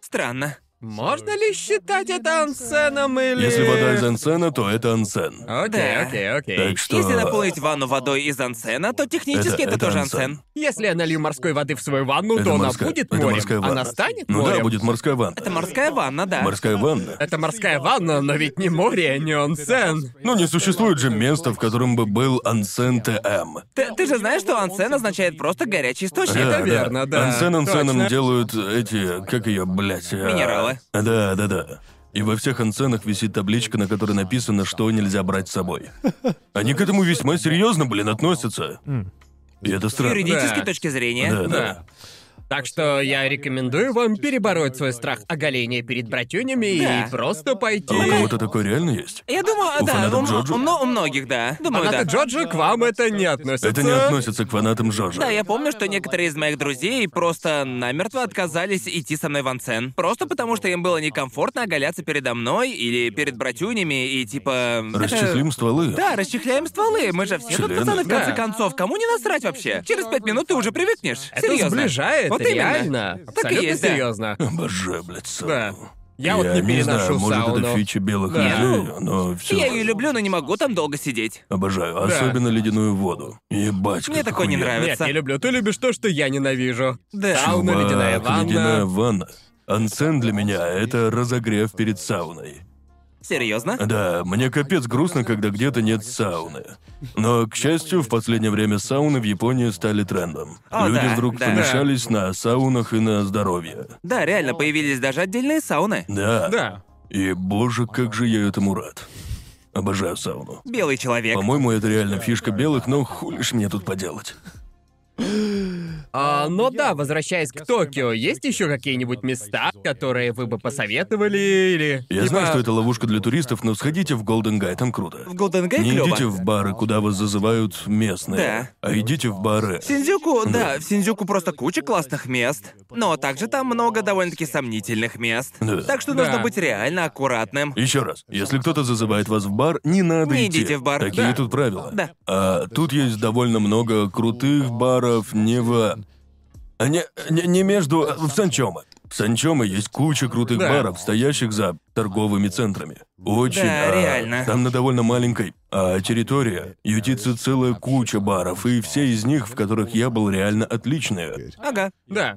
D: Странно.
C: Можно ли считать это ансеном или...
B: Если вода из ансена, то это ансен.
C: Окей,
D: Да.
C: окей, окей.
B: Так что...
D: Если наполнить ванну водой из ансена, то технически это,
B: Это- это
D: тоже
B: ансен.
D: ансен.
C: Если я налью морской воды в свою ванну,
B: это
C: то
B: морская-
C: она будет
B: это
C: морем.
B: морская ванна.
C: Она станет
B: Ну
C: морем.
B: да, будет морская ванна.
D: Это морская ванна, да.
B: Морская ванна.
C: Это морская ванна, но ведь не море, а не онсен.
B: Ну, не существует же места, в котором бы был ансен ТМ.
D: Ты, ты же знаешь, что ансен означает просто горячий источник.
B: Да,
C: Это верно, да.
B: Ансен ансеном
C: Точно.
B: делают эти, как ее, блядь... а,
D: Минералы.
B: Да, да, да. И во всех ансенах висит табличка, на которой написано, что нельзя брать с собой. Они к этому весьма серьезно, блин, относятся. И это
D: С
B: странно.
D: юридической
C: Да.
D: точки зрения.
B: Да,
C: Да.
B: да.
C: Так что я рекомендую вам перебороть свой страх оголения перед братюнями
D: Да.
C: и просто пойти...
B: А у кого-то такое реально есть?
D: Я думаю,
B: У
D: да,
B: фанатов
D: у, м-
B: Джоджо?
D: у мно- у многих, да. Думаю,
C: Фанаты
D: да.
C: Джоджо к вам это не относится.
B: Это не относится к фанатам Джорджа.
D: Да, я помню, что некоторые из моих друзей просто намертво отказались идти со мной в Ансен. Просто потому, что им было некомфортно оголяться передо мной или перед братюнями и типа... это-
B: Расчислим стволы.
D: Да, расчехляем стволы. Мы же все тут
B: Члены.
D: пацаны, в конце
C: Да.
D: концов. Кому не насрать вообще? Через пять минут ты уже привыкнешь.
C: Это
D: Серьезно.
C: сближает,
D: Вот именно.
C: реально.
D: и
C: Абсолютно
D: есть, да.
C: серьезно.
B: Обожаю, блядь, сауну.
C: Да. Я вот не
B: не знаю,
C: переношу
B: может, это
C: сауну.
B: фича белых
C: Да.
B: людей, но все.
D: Я ее люблю, но не могу там долго сидеть.
B: Обожаю, особенно ледяную воду. Ебать,
D: Мне
B: как
D: такое не
B: охуенно.
D: нравится.
C: Нет, не люблю. Ты любишь то, что я ненавижу.
D: Да.
C: Сауна,
B: Чувак,
C: ледяная ванна.
B: ледяная ванна. а Ансен для меня — это разогрев перед сауной.
D: Серьезно?
B: Да, мне капец грустно, когда где-то нет сауны. Но, к счастью, в последнее время сауны в Японии стали трендом.
D: О,
B: Люди
D: да,
B: вдруг
D: да.
B: помешались на саунах и на здоровье.
D: Да, реально, появились даже отдельные сауны.
B: Да.
C: Да.
B: И, боже, как же я этому рад. Обожаю сауну.
D: Белый человек.
B: По-моему, это реально фишка белых, но хули ж мне тут поделать.
C: А, но да, возвращаясь к Токио, есть еще какие-нибудь места, которые вы бы посоветовали или...
B: Я
C: типа-
B: знаю, что это ловушка для туристов, но сходите в Голден Гай, там круто.
D: В Голден Гейт
B: Не
D: клёво.
B: идите в бары, куда вас зазывают местные, а идите в бары.
D: В Синдзюку, да, в Синдзюку просто куча классных мест. Но также там много довольно-таки сомнительных мест.
B: Да.
D: Так что
C: Да.
D: нужно быть реально аккуратным.
B: Еще раз, если кто-то зазывает вас в бар, не надо
D: Не
B: идти.
D: идите в бар.
B: Такие
D: Да.
B: тут правила.
D: Да.
B: А тут есть довольно много крутых баров не в... а Не, не, не между... а В Санчома. В Санчома есть куча крутых
C: Да.
B: баров, стоящих за торговыми центрами. Очень.
D: Да,
B: а,
D: реально.
B: Там на довольно маленькой а, территории ютится целая куча баров, и все из них, в которых я был, реально отличные.
D: Ага.
C: Да.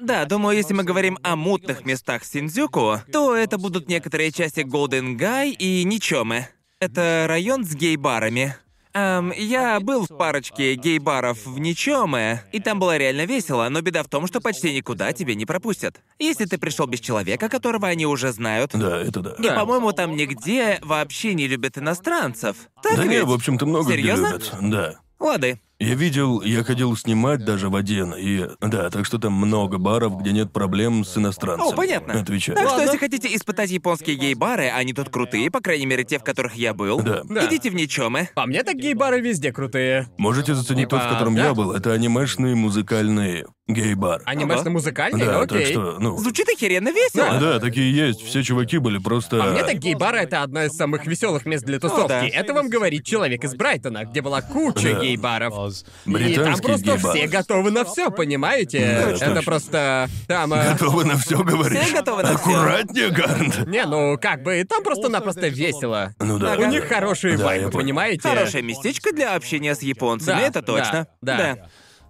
D: Да, думаю, если мы говорим о мутных местах в Синдзюку, то это будут некоторые части Голден Гай и Ничомы. Это район с гей-барами. Эм, я был в парочке гей-баров в Ничоме, и там было реально весело, но беда в том, что почти никуда тебя не пропустят. Если ты пришел без человека, которого они уже знают,
B: Да, это да.
D: И, по-моему, там нигде вообще не любят иностранцев. Так
B: Да
D: ведь?
B: не, в общем-то, много где
D: Серьезно?
B: любят. Да.
D: Лады.
B: Я видел, я ходил снимать даже в один, и... Да, так что там много баров, где нет проблем с иностранцами.
D: О, понятно.
B: Отвечаю.
D: Так что, если хотите испытать японские гей-бары, они тут крутые, по крайней мере, те, в которых я был.
B: Да.
C: Да.
D: Идите в э. Ничомы.
C: По мне, так гей-бары везде крутые.
B: Можете заценить тот, в
C: Типа,
B: котором
C: да?
B: я был. Это анимешный музыкальный гей-бар.
D: А,
C: Анимешно-музыкальные,
B: Да, так
C: окей.
B: что, ну...
D: Звучит охеренно весело.
B: Да, такие есть. Все чуваки были просто...
D: А
C: По А мне, так гей-бары — это одна из самых веселых мест для тусовки.
D: да.
C: Это вам говорит человек из Брайтона, где была куча
B: Да.
C: гей-баров. И там
B: Британские
C: просто
B: гей-бары.
C: все готовы на все, понимаете? это
B: точно.
C: просто там. э,
B: Готовы на все говоришь.
D: Все готовы на всё.
B: Аккуратнее, Гарнт.
C: Не, ну как бы, там просто-напросто весело.
B: Ну да.
C: У них хорошие
B: Да, я
C: вайбы,
B: понял.
C: понимаете?
D: Хорошее местечко для общения с японцами,
C: Да,
D: это
C: да,
D: точно.
C: да.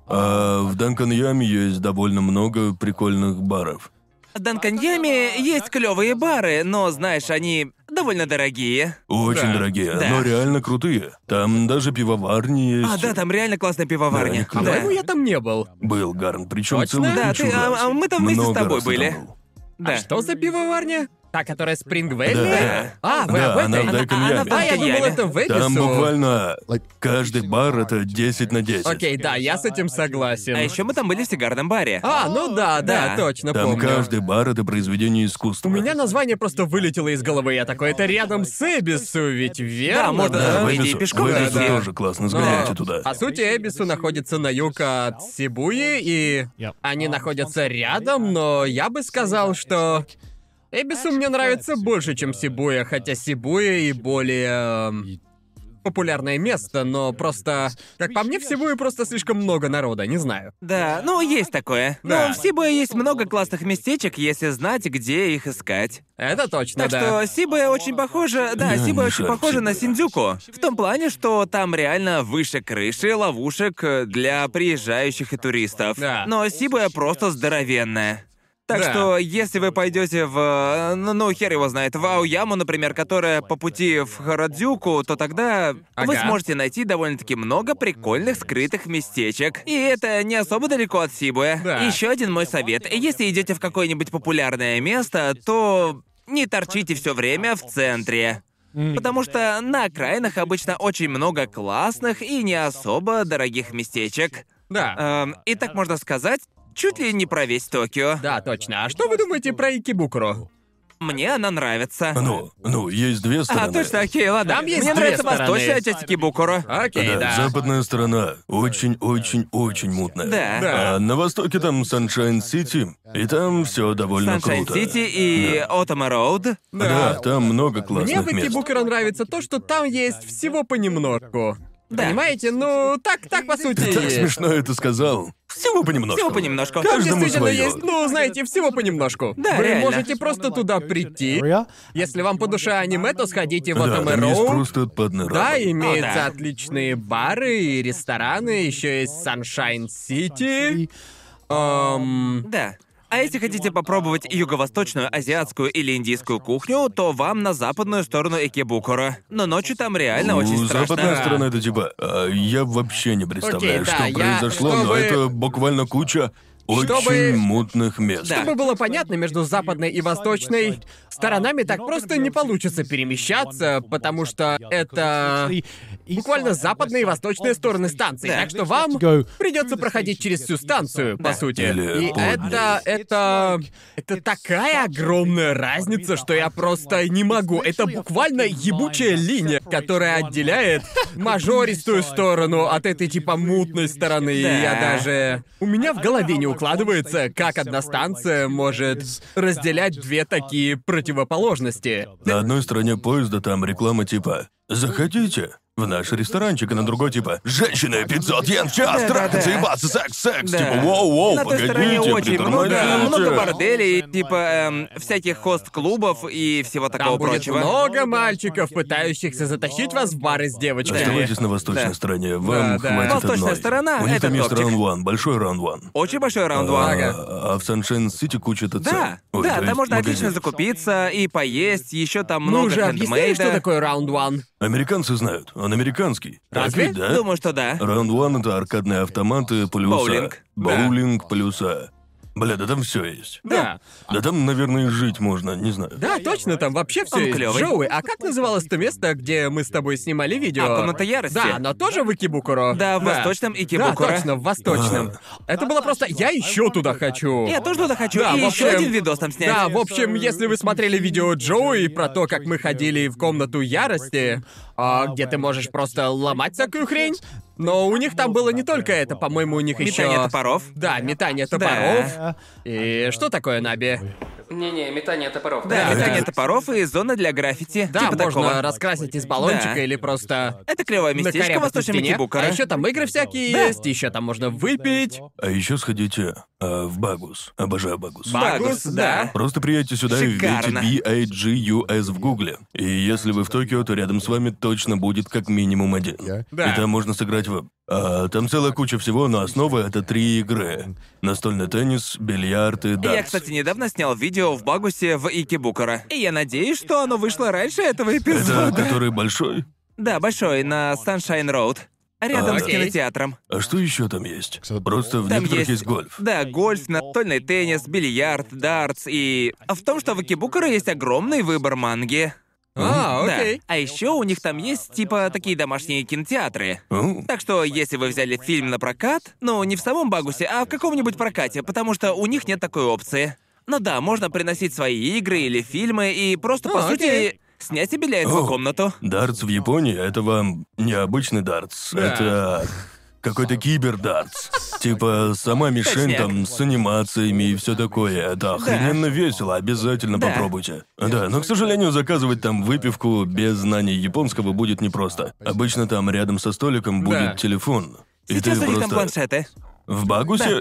B: А в Данкан-Яме есть довольно много прикольных баров.
D: В Данканьяме есть клевые бары, но, знаешь, они довольно дорогие.
B: Очень
C: Да.
B: дорогие,
D: Да.
B: но реально крутые. Там даже пивоварни есть.
D: А, да, там реально классная
B: Да,
D: пивоварня.
B: они
D: Да.
C: По-моему, я там не был. А
B: Был Гарн, причем
C: Точно?
B: целую
D: Да,
B: кучу
D: ты- а-
B: раз.
D: а мы там вместе с
B: Много
D: тобой
B: раз я
D: были.
B: там был.
D: Да.
C: А Что за пивоварня? Та, которая Спрингвелли?
B: Да.
C: А, вы об
B: Да,
C: этой?
B: она в Дайкон-Яме.
C: А, я думал, это в
B: Там
C: Эбису.
B: буквально каждый бар это 10 на 10.
C: Окей, да, я с этим согласен.
D: А еще мы там были в сигарном баре.
C: А, ну да, да,
D: Да.
C: точно
B: Там
C: помню.
B: каждый бар это произведение искусства.
C: У меня название просто вылетело из головы. Я такой, это рядом с Эбису, ведь верно?
D: Да, можно-
B: Да, в
D: По идее,
B: Эбису,
D: пешком
B: в Эбису
D: дойти.
B: тоже классно,
C: Но, а
B: сгоняйте туда.
C: По сути, Эбису находится на юг от Сибуи, и они находятся рядом, но я бы сказал, что Эбису мне нравится больше, чем Сибуя, хотя Сибуя и более эм, популярное место, но просто, как по мне, в Сибуе просто слишком много народа, не знаю.
D: Да, ну есть такое.
C: Да.
D: Но в Сибуе есть много классных местечек, если знать, где их искать.
C: Это точно,
D: Так
C: да.
D: что Сибуя очень похожа, да,
B: Я не
D: Сибуя очень
B: шарю
D: похожа на
B: Сибуя.
D: Синдзюку. В том плане, что там реально выше крыши ловушек э, для приезжающих и туристов.
C: Да.
D: Но Сибуя просто здоровенная. Так
C: Да.
D: что, если вы пойдете в, э, ну, ну, хер его знает, в Аояму, например, которая по пути в Харадзюку, то тогда вы
C: Ага.
D: сможете найти довольно-таки много прикольных скрытых местечек. И это не особо далеко от Сибуя.
C: Да.
D: Еще один мой совет. Если идете в какое-нибудь популярное место, то не торчите все время в центре. Потому что на окраинах обычно очень много классных и не особо дорогих местечек.
C: Да.
D: Эм, и так можно сказать, чуть ли не про весь Токио.
C: Да, точно. А что вы думаете про Икибукуру?
D: Мне она нравится.
B: Ну, ну, есть две стороны.
D: А, точно, окей, ладно.
C: Там есть
D: Мне
C: две
D: нравится
C: стороны.
D: восточная часть Кибукуро.
C: Окей,
B: Да,
C: да.
B: западная сторона очень-очень-очень мутная.
D: Да.
C: Да.
B: А на востоке там Саншайн-Сити, и там все довольно круто.
D: Саншайн-Сити и Отома Роуд.
B: Да. там много
C: Мне
B: классных
C: в
B: мест.
C: Икибукуро нравится то, что там есть всего понемножку.
D: Да.
C: Понимаете? Ну, так, так по сути.
B: Ты
C: и
B: так
C: есть.
B: смешно это сказал. Всего понемножку.
D: Всего понемножку.
C: Там
B: Каждому
C: действительно
B: своё.
C: есть, ну, знаете, всего понемножку.
D: Да,
C: Вы
D: реально.
C: можете просто туда прийти. Если вам по душе аниме, то сходите в
B: Да, там есть
C: Атомероу.
B: просто отпадный
C: Да,
B: рай.
D: О,
C: имеются
D: да.
C: отличные бары и рестораны, еще есть Саншайн Сити.
D: Да. А если хотите попробовать юго-восточную, азиатскую или индийскую кухню, то вам на западную сторону Экибукура. Но ночью там реально очень
B: Ну, западная
D: страшно.
B: сторона это типа. а, я вообще не представляю,
C: Окей, да,
B: что
C: я-
B: произошло, но
C: чтобы-
B: это буквально куча очень
C: Чтобы-
B: мутных мест.
D: Да.
C: Чтобы было понятно, между западной и восточной сторонами так просто не получится перемещаться, потому что это буквально западные и восточные стороны станции.
D: Да.
C: Так что вам придется проходить через всю станцию, по
D: Да.
C: сути.
B: Или
C: И
B: под
C: это,
B: ней.
C: это... Это такая огромная разница, что я просто не могу. Это буквально ебучая линия, которая отделяет мажористую сторону от этой типа мутной стороны. И Я
D: Да.
C: даже... У меня в голове не укладывается, как одна станция может разделять две такие противоположности.
B: На одной стороне поезда там реклама типа «Заходите в наш ресторанчик», а на другой типа «Женщины, 500 йен в час,
D: Да, да,
B: трахаться,
D: да.
B: ебаться, секс, секс».
D: Да.
B: Типа «Воу-воу,
D: На той
B: погодите,
D: стороне очень много,
B: притормозите».
D: много борделей, типа эм, всяких хост-клубов и всего такого
C: Там будет
D: прочего.
C: много мальчиков, пытающихся затащить вас в бары с девочками.
B: Оставайтесь на восточной
D: Да.
B: стороне, вам
C: Да, да.
B: хватит
D: Восточная
B: одной.
D: сторона
B: У них
D: это
B: там есть
D: топчик.
B: раунд one, большой раунд one.
D: Очень большой раунд
B: А,
D: one.
C: Ага.
B: а в Саншайн-Сити куча ТЦ.
D: Да,
B: Ой,
D: да,
B: то
D: там
B: есть
D: можно
B: магазин.
D: отлично закупиться и поесть, еще там
C: Мы
D: много
C: уже объяснили,
D: хендмейда.
C: Ну что такое раунд one.
B: Американцы знают, он американский.
C: Разве?
B: Разве? да?
D: Думаю, что да.
B: Раунд 1 это аркадные автоматы плюс... а,
D: Боулинг.
B: Боулинг плюс... а, Бля, да там все есть.
C: Да.
B: Да там, наверное, и жить можно, не знаю.
C: Да, точно, там вообще все
D: Он
C: есть.
D: клёвый.
C: Джоуи, а как называлось то место, где мы с тобой снимали видео?
D: А, «Комната ярости».
C: Да, но тоже в Икебукуро.
D: Да, в восточном Икебукуро.
C: Да, точно, в восточном. Это было просто... Я еще туда хочу.
D: Я тоже туда хочу.
C: Да,
D: и
C: в
D: еще
C: общем-
D: один видос там снять.
C: Да, в общем, если вы смотрели видео Джоуи про то, как мы ходили в комнату ярости, а, где ты можешь просто ломать всякую хрень, но у них там было не только это, по-моему, у них еще...
D: Метание топоров.
C: Да, метание топоров. И что такое Наби?
E: Не-не, метание топоров.
D: Да,
E: да,
D: метание топоров и зона для граффити.
C: Да,
D: типа
C: можно
D: такого.
C: раскрасить из баллончика
D: Да.
C: или просто
D: Это клевое местечко в
C: накорябать на
D: восточном
C: стене.
D: Икебукуро.
C: А еще там игры всякие есть, еще там можно выпить.
B: А еще сходите э, в Багус. Обожаю Багус.
D: Багус, да.
B: Просто приедьте сюда
D: Шикарно.
B: и введите BIGUS в гугле. И если вы в Токио, то рядом с вами точно будет как минимум один.
C: Да.
B: И там можно сыграть в... а, там целая куча всего, но основа — это три игры. Настольный теннис, бильярд и дартс.
D: Я, кстати, недавно снял видео в Багусе в Икебукуро. И я надеюсь, что оно вышло раньше этого эпизода.
B: Это который большой?
D: Да, большой, на Sunshine Road. Рядом с
C: Окей.
D: кинотеатром.
B: А что еще там есть? Просто в
D: Там
B: некоторых есть...
D: есть-
B: гольф.
D: Да, гольф, настольный теннис, бильярд, дартс и... А В том, что в Икебукуро есть огромный выбор манги.
C: А,
D: Да.
C: окей.
D: А еще у них там есть, типа, такие домашние кинотеатры.
B: О,
D: Так что, если вы взяли фильм на прокат, ну, не в самом Багусе, а в каком-нибудь прокате, потому что у них нет такой опции. Ну да, можно приносить свои игры или фильмы и просто, по
C: А,
D: сути,
C: окей.
D: снять себе для этого
B: О.
D: комнату.
B: Дартс в Японии — это вам необычный дартс.
C: Да.
B: Это какой-то кибердартс. Типа сама мишень
D: Точняк.
B: там с анимациями и все такое. Это охрененно весело, обязательно
D: Да.
B: попробуйте. Да, но, к сожалению, заказывать там выпивку без знаний японского будет непросто. Обычно там рядом со столиком будет
C: Да.
B: телефон. И
D: Сейчас
B: ты
D: у них там
B: просто...
D: планшеты.
B: В Багусе?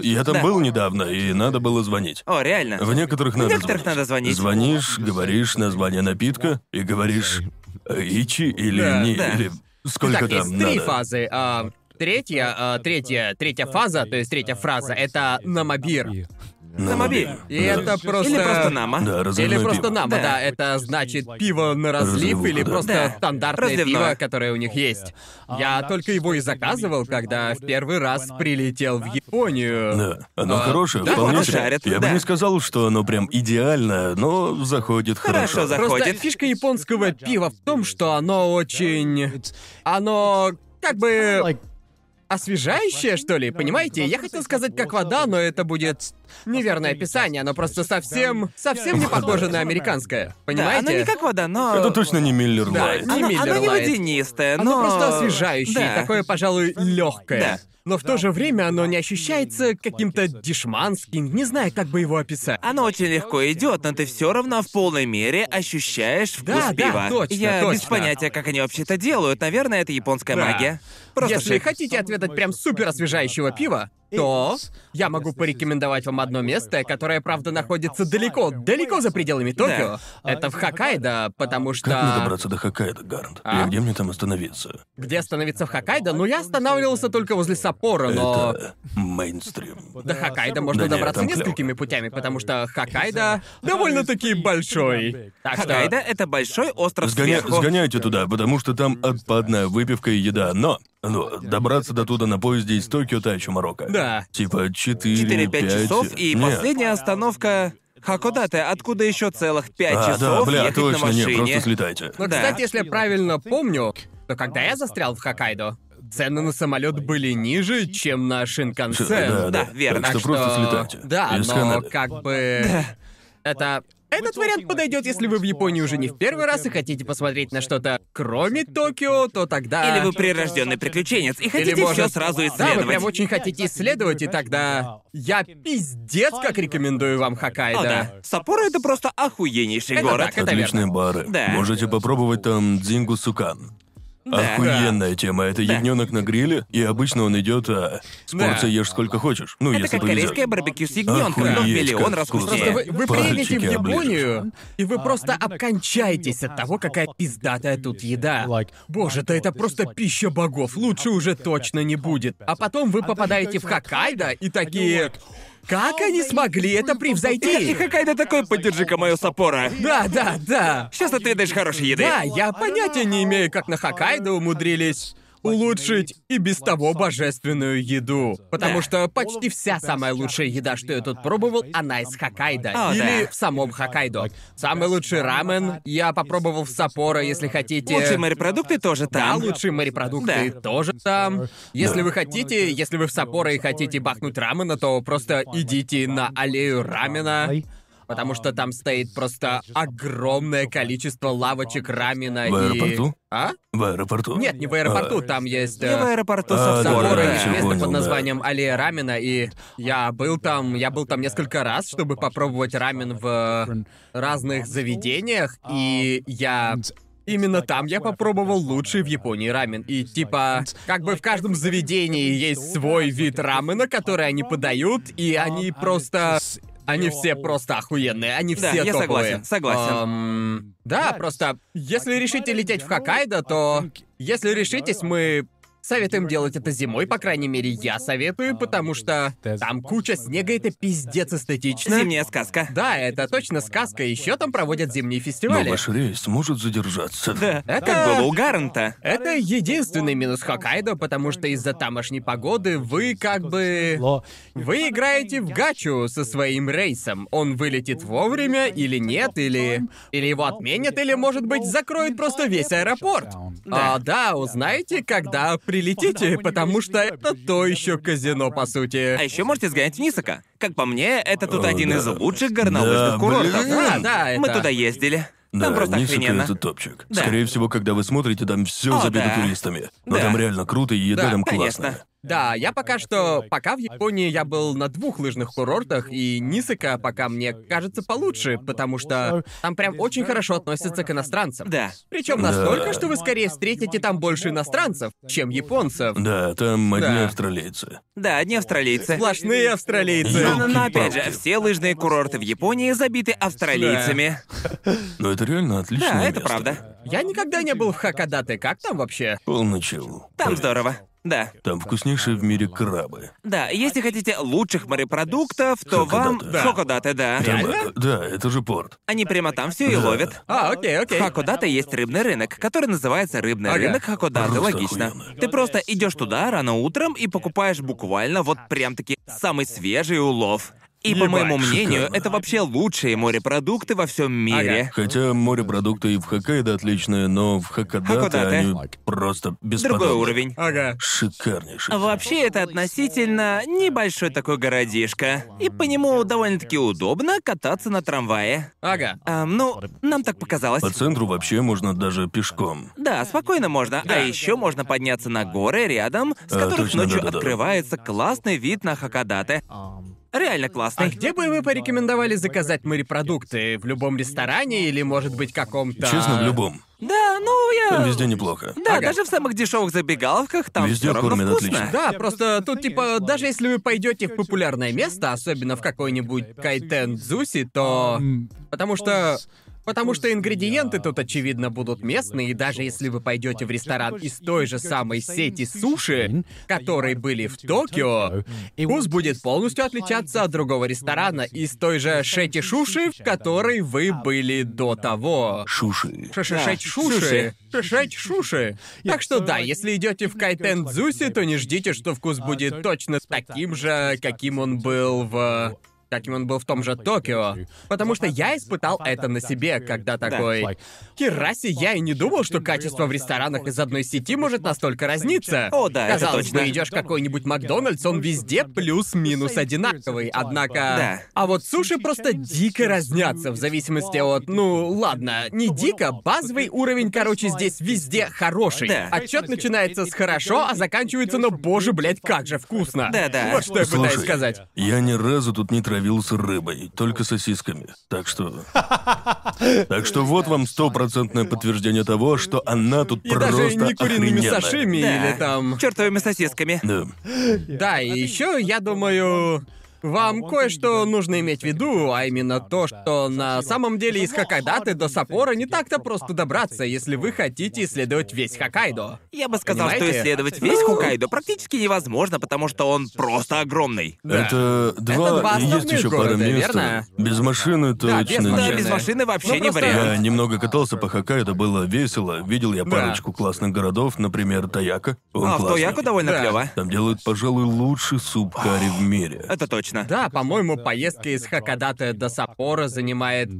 D: Да.
B: Я там
D: Да.
B: был недавно, и надо было звонить.
D: О, реально.
B: В некоторых надо
D: некоторых
B: звонить.
D: надо звонить.
B: Звонишь, говоришь название напитка и говоришь э, ичи или
C: Да,
B: не,
D: да.
B: или сколько
C: Итак,
B: там
C: есть
B: надо.
C: три фазы. А, третья, а, третья, третья фаза, то есть третья фраза, это намабир. И
B: На
D: мобиль.
B: Ну, Да.
C: это просто...
D: Или просто а? нама.
B: Да, разливное
C: А? Или просто
B: пиво.
C: нама, да.
D: Да.
C: это значит пиво на разлив
B: Разливуха,
C: или
B: да.
C: просто
D: Да.
C: стандартное
D: Разливное.
C: пиво, которое у них есть. Я только его и заказывал, А, когда в первый раз прилетел в Японию.
B: Да, оно
C: А,
B: хорошее,
D: да,
B: вполне
D: оно
B: себе.
D: шарит,
B: Я бы
D: да.
B: не сказал, что оно прям идеально, но заходит хорошо.
D: Хорошо заходит.
C: Просто фишка японского пива в том, что оно очень... Оно как бы освежающее, что ли, понимаете? Я хотел сказать как вода, но это будет неверное описание. Оно просто совсем, совсем не похоже на американское.
D: Да,
C: Понимаете?
D: оно не как вода, но...
B: Это точно не Миллер
C: Да,
B: Лайт.
C: не
D: Оно,
C: Miller
D: оно не
C: Lite.
D: водянистое, но...
C: Оно А просто освежающее,
D: Да.
C: и такое, пожалуй, легкое.
D: Да.
C: Но в то же время оно не ощущается каким-то дешманским, не знаю, как бы его описать.
D: Оно очень легко идет, но ты все равно в полной мере ощущаешь вкус
C: Да, да,
D: пива.
C: точно,
D: Я без
C: точно.
D: понятия, как они вообще это делают. Наверное, это японская
C: Да.
D: магия. Просто
C: Если
D: шик.
C: хотите отведать прям супер освежающего пива, то я могу порекомендовать вам одно место, которое, правда, находится далеко, далеко за пределами Токио. Это в Хоккайдо, потому
B: Как мне
C: что...
B: добраться до Хоккайдо, Гарнт?
C: А?
B: И где мне там остановиться?
C: Где становиться в Хоккайдо? Ну, я останавливался только возле Саппоро, но...
B: Это мейнстрим.
C: До Хоккайдо можно
B: Да нет,
C: добраться
B: там клёво.
C: несколькими путями, потому что Хоккайдо довольно-таки большой. Так А что-
D: Хоккайдо — это большой остров
B: Сгоня-
D: сверху.
B: Сгоняйте туда, потому что там отпадная выпивка и еда. Но, но добраться до туда на поезде из Токио та еще Марокко.
C: Да.
B: Типа 4-5
D: 4-5 часов, и
B: Нет.
D: последняя остановка Хакодате, откуда еще целых 5
B: А,
D: часов
B: да, бля,
D: ехать
B: точно,
D: на машине. Ну,
B: нет, просто слетайте.
C: Но,
D: Да.
C: Ну кстати, если я правильно помню, то когда я застрял в Хоккайдо, цены на самолет были ниже, чем на Шинкансен.
B: Да,
D: да, верно.
B: Так что,
D: Так ну,
B: просто
C: Что-
B: слетайте.
C: Да,
B: Из
C: но
B: Канады.
C: как бы... Это... Этот вариант подойдет, если вы в Японию уже не в первый раз и хотите посмотреть на что-то кроме Токио, то тогда...
D: Или вы прирожденный приключенец и
C: Или
D: хотите все
C: может-
D: сразу
C: Да, вы
D: исследовать.
C: прям очень хотите исследовать, и тогда... Я пиздец как рекомендую вам Хоккайдо.
D: О, да. Саппоро — это просто охуеннейший
C: Это
D: город.
C: так, это
B: Отличные бары.
D: Да.
B: Можете попробовать там дзингу сукан.
D: Да.
B: Охуенная тема. Это ягненок на гриле, и обычно он идет а, с
C: Да.
B: порцией ешь сколько хочешь. Ну,
D: Это
B: если
D: как
B: повезет.
D: корейское барбекю с ягненком, но в
B: Охуеть,
D: миллион
B: как
D: раз
B: вкусно.
D: вкуснее.
C: Просто вы,
B: Ну,
C: вы
B: Пальчики
C: приедете
B: оближешь.
C: в Японию, и вы просто обкончаетесь от того, какая пиздатая тут еда. Боже, да это просто пища богов, лучше уже точно не будет. А потом вы попадаете в Хоккайдо и такие... Как они смогли это
D: И
C: превзойти?
D: Хоккайдо такой, поддержи-ка мою Саппоро.
C: Да, да, да.
D: Сейчас отведаешь хорошей еды.
C: Да, я понятия не имею, как на Хоккайдо умудрились улучшить и без того божественную еду. Потому что почти вся самая лучшая еда, что я тут пробовал, она из Хоккайдо.
D: О,
C: Или
D: да.
C: в самом Хоккайдо. Самый лучший рамен я попробовал в Саппоро, если хотите.
D: Лучшие морепродукты тоже
C: Да,
D: там.
C: лучшие морепродукты
D: Да.
C: тоже там. Если вы хотите, если вы в Саппоро и хотите бахнуть рамена, то просто идите на аллею рамена. Потому что там стоит просто огромное количество лавочек рамена
B: В
C: и-
B: аэропорту?
C: А?
B: В аэропорту?
C: Нет, не в аэропорту, там есть... э,
D: Я в аэропорту
B: А,
D: со
B: да,
C: Саппоро
B: да,
C: есть
B: всё
C: место
B: понял,
C: под
B: да.
C: названием Аллея Рамена, и я был там, я был там несколько раз, чтобы попробовать рамен в э, разных заведениях, и я Именно там я попробовал лучший в Японии рамен. И типа, как бы в каждом заведении есть свой вид рамена, который они подают, и они просто... Они все просто охуенные, они
D: Да,
C: все
D: я
C: топовые.
D: согласен, согласен.
C: Эм, да, просто, если решите лететь в Хоккайдо, то... Если решитесь, мы советуем делать это зимой, по крайней мере, я советую, потому что там куча снега, это пиздец эстетично.
D: Зимняя сказка.
C: Да, это точно сказка, еще там проводят зимние
B: Но
C: фестивали.
B: ваш рейс может задержаться.
D: Да.
C: Это-
D: Как было у Гаррента.
C: Это единственный минус Хоккайдо, потому что из-за тамошней погоды вы как бы... Вы играете в гачу со своим рейсом. Он вылетит вовремя или нет, или... Или его отменят, или, может быть, закроют просто весь аэропорт.
D: Да.
C: А, да, узнаете, когда прилетите, потому что это то еще казино, по сути.
D: А еще можете сгонять в Нисака. Как по мне, это тут
B: О,
D: один
B: да.
D: из лучших горнолыжных
B: Да,
D: курортов.
B: блин.
C: Да, да, это...
D: Мы туда ездили.
B: Да,
D: Там ну, просто
B: Нисака
D: охрененно.
B: это топчик.
D: Да.
B: Скорее всего, когда вы смотрите, там все
D: О,
B: забито
D: да.
B: туристами. Но
D: Да.
B: там реально круто, и еда
C: Да,
B: там
D: конечно.
B: классная.
C: Да, я пока что... Пока в Японии я был на двух лыжных курортах, и Нисака пока мне кажется получше, потому что там прям очень хорошо относятся к иностранцам.
D: Да.
C: Причем
B: Да.
C: настолько, что вы скорее встретите там больше иностранцев, чем японцев.
B: Да, там одни
C: Да.
B: австралийцы.
D: Да, одни австралийцы.
C: Сплошные австралийцы.
D: Но, но- но опять же,
B: Ёлки-палки.
D: все лыжные курорты в Японии забиты австралийцами.
B: Но это реально отличное
D: Да, это
B: место.
D: правда.
C: Я никогда не был в Хакадате. Как там вообще?
B: Полный чил.
D: Там здорово. Да.
B: Там вкуснейшие в мире крабы.
D: Да, если хотите лучших морепродуктов, то вам...
B: Хоккодате. Да.
D: Хоккодате, да.
B: Там- э,
C: Реально?
B: да, это же порт.
D: Они прямо там все и ловят.
C: А, окей,
D: В
C: окей.
D: Хакодате есть рыбный рынок, который называется рыбный
C: Ага.
D: рынок Хакодате,
B: Просто
D: логично.
B: охуенно.
D: Ты просто идешь туда рано утром и покупаешь буквально вот прям-таки самый свежий улов. И, по
B: Ебать,
D: моему мнению,
B: шикарно.
D: это вообще лучшие морепродукты во всем мире.
B: Хотя морепродукты и в Хоккайдо отличные, но в Хоккадате
D: Хоккодате.
B: они просто бесподобны.
D: Другой уровень.
C: Ага.
B: Шикарнейший.
D: Вообще, это относительно небольшой такой городишко. И по нему довольно-таки удобно кататься на трамвае.
C: Ага.
D: А, ну, нам так показалось.
B: По центру вообще можно даже пешком.
D: Да, спокойно можно. А еще можно подняться на горы рядом, с
B: А,
D: которых
B: точно,
D: ночью
B: да-да-да.
D: открывается классный вид на Хакадате. Реально
C: А
D: классный.
C: где бы вы порекомендовали заказать морепродукты? В любом ресторане или, может быть, каком-то...
B: Честно, в любом.
D: Да, ну
B: Там
D: я.
B: везде неплохо.
D: Да,
C: Ага.
D: даже в самых дешевых забегаловках там
B: Везде
D: всё равно
B: кормят
D: вкусно.
B: отлично.
C: Да, просто тут типа, даже если вы пойдете в популярное место, особенно в какой-нибудь Кайтен Дзуси, то... Потому что... Потому что ингредиенты тут, очевидно, будут местные, и даже если вы пойдете в ресторан из той же самой сети суши, которые были в Токио, вкус будет полностью отличаться от другого ресторана из той же Шети Шуши, в которой вы были до того.
B: Шуши.
C: Шешешеть шуши. Шешеть шуши. Так что да, если идете в Кайтен Дзуси, то не ждите, что вкус будет А, точно таким же, каким он был в э, каким он был в том же Токио. Потому что я испытал это на себе, когда такой... Хераси, я и не думал, что качество в ресторанах из одной сети может настолько разниться.
D: О, да, это
C: Казалось
D: точно.
C: бы, идешь в какой-нибудь Макдональдс, он везде плюс-минус одинаковый. Однако...
D: Да.
C: А вот суши просто дико разнятся в зависимости от... Ну, ладно, не дико, базовый уровень, короче, здесь везде хороший.
D: Да.
C: Отчет начинается с хорошо, а заканчивается на боже, блядь, как же вкусно.
D: Да-да.
C: Вот что я пытаюсь
B: Слушай,
C: сказать.
B: Я ни разу тут не травился рыбой, только сосисками. Так что... Так что вот вам стопроцентное подтверждение того, что она тут
C: И
B: просто
C: даже не куриными
B: охрененная.
C: сашими
D: Да.
C: или там...
D: Чертовыми сосисками.
B: Да.
C: Да, и еще я думаю. Вам кое-что нужно иметь в виду, а именно то, что на самом деле из Хакадаты до Саппора не так-то просто добраться, если вы хотите исследовать весь Хоккайдо.
D: Я бы сказал,
C: Понимаете?
D: что исследовать весь Хукайдо практически невозможно, потому что он просто огромный.
B: Это два,
C: два
B: и есть
C: основных
B: еще пара
C: города,
B: мест.
C: верно?
B: Без машины
C: Да,
B: точно
C: без
D: Да,
B: нет.
C: машины.
D: без машины вообще
C: Ну,
D: не
C: просто-
B: Я
D: вариант.
B: немного катался по Хоккайдо, было весело. Видел я парочку классных городов, например, Таяка. Он
D: А в
B: классный.
D: Тояку довольно
C: Да.
D: клево.
B: Там делают, пожалуй, лучший суп карри в мире.
C: А,
D: Это точно.
C: Да, по-моему, поездка из Хакадаты до Саппора занимает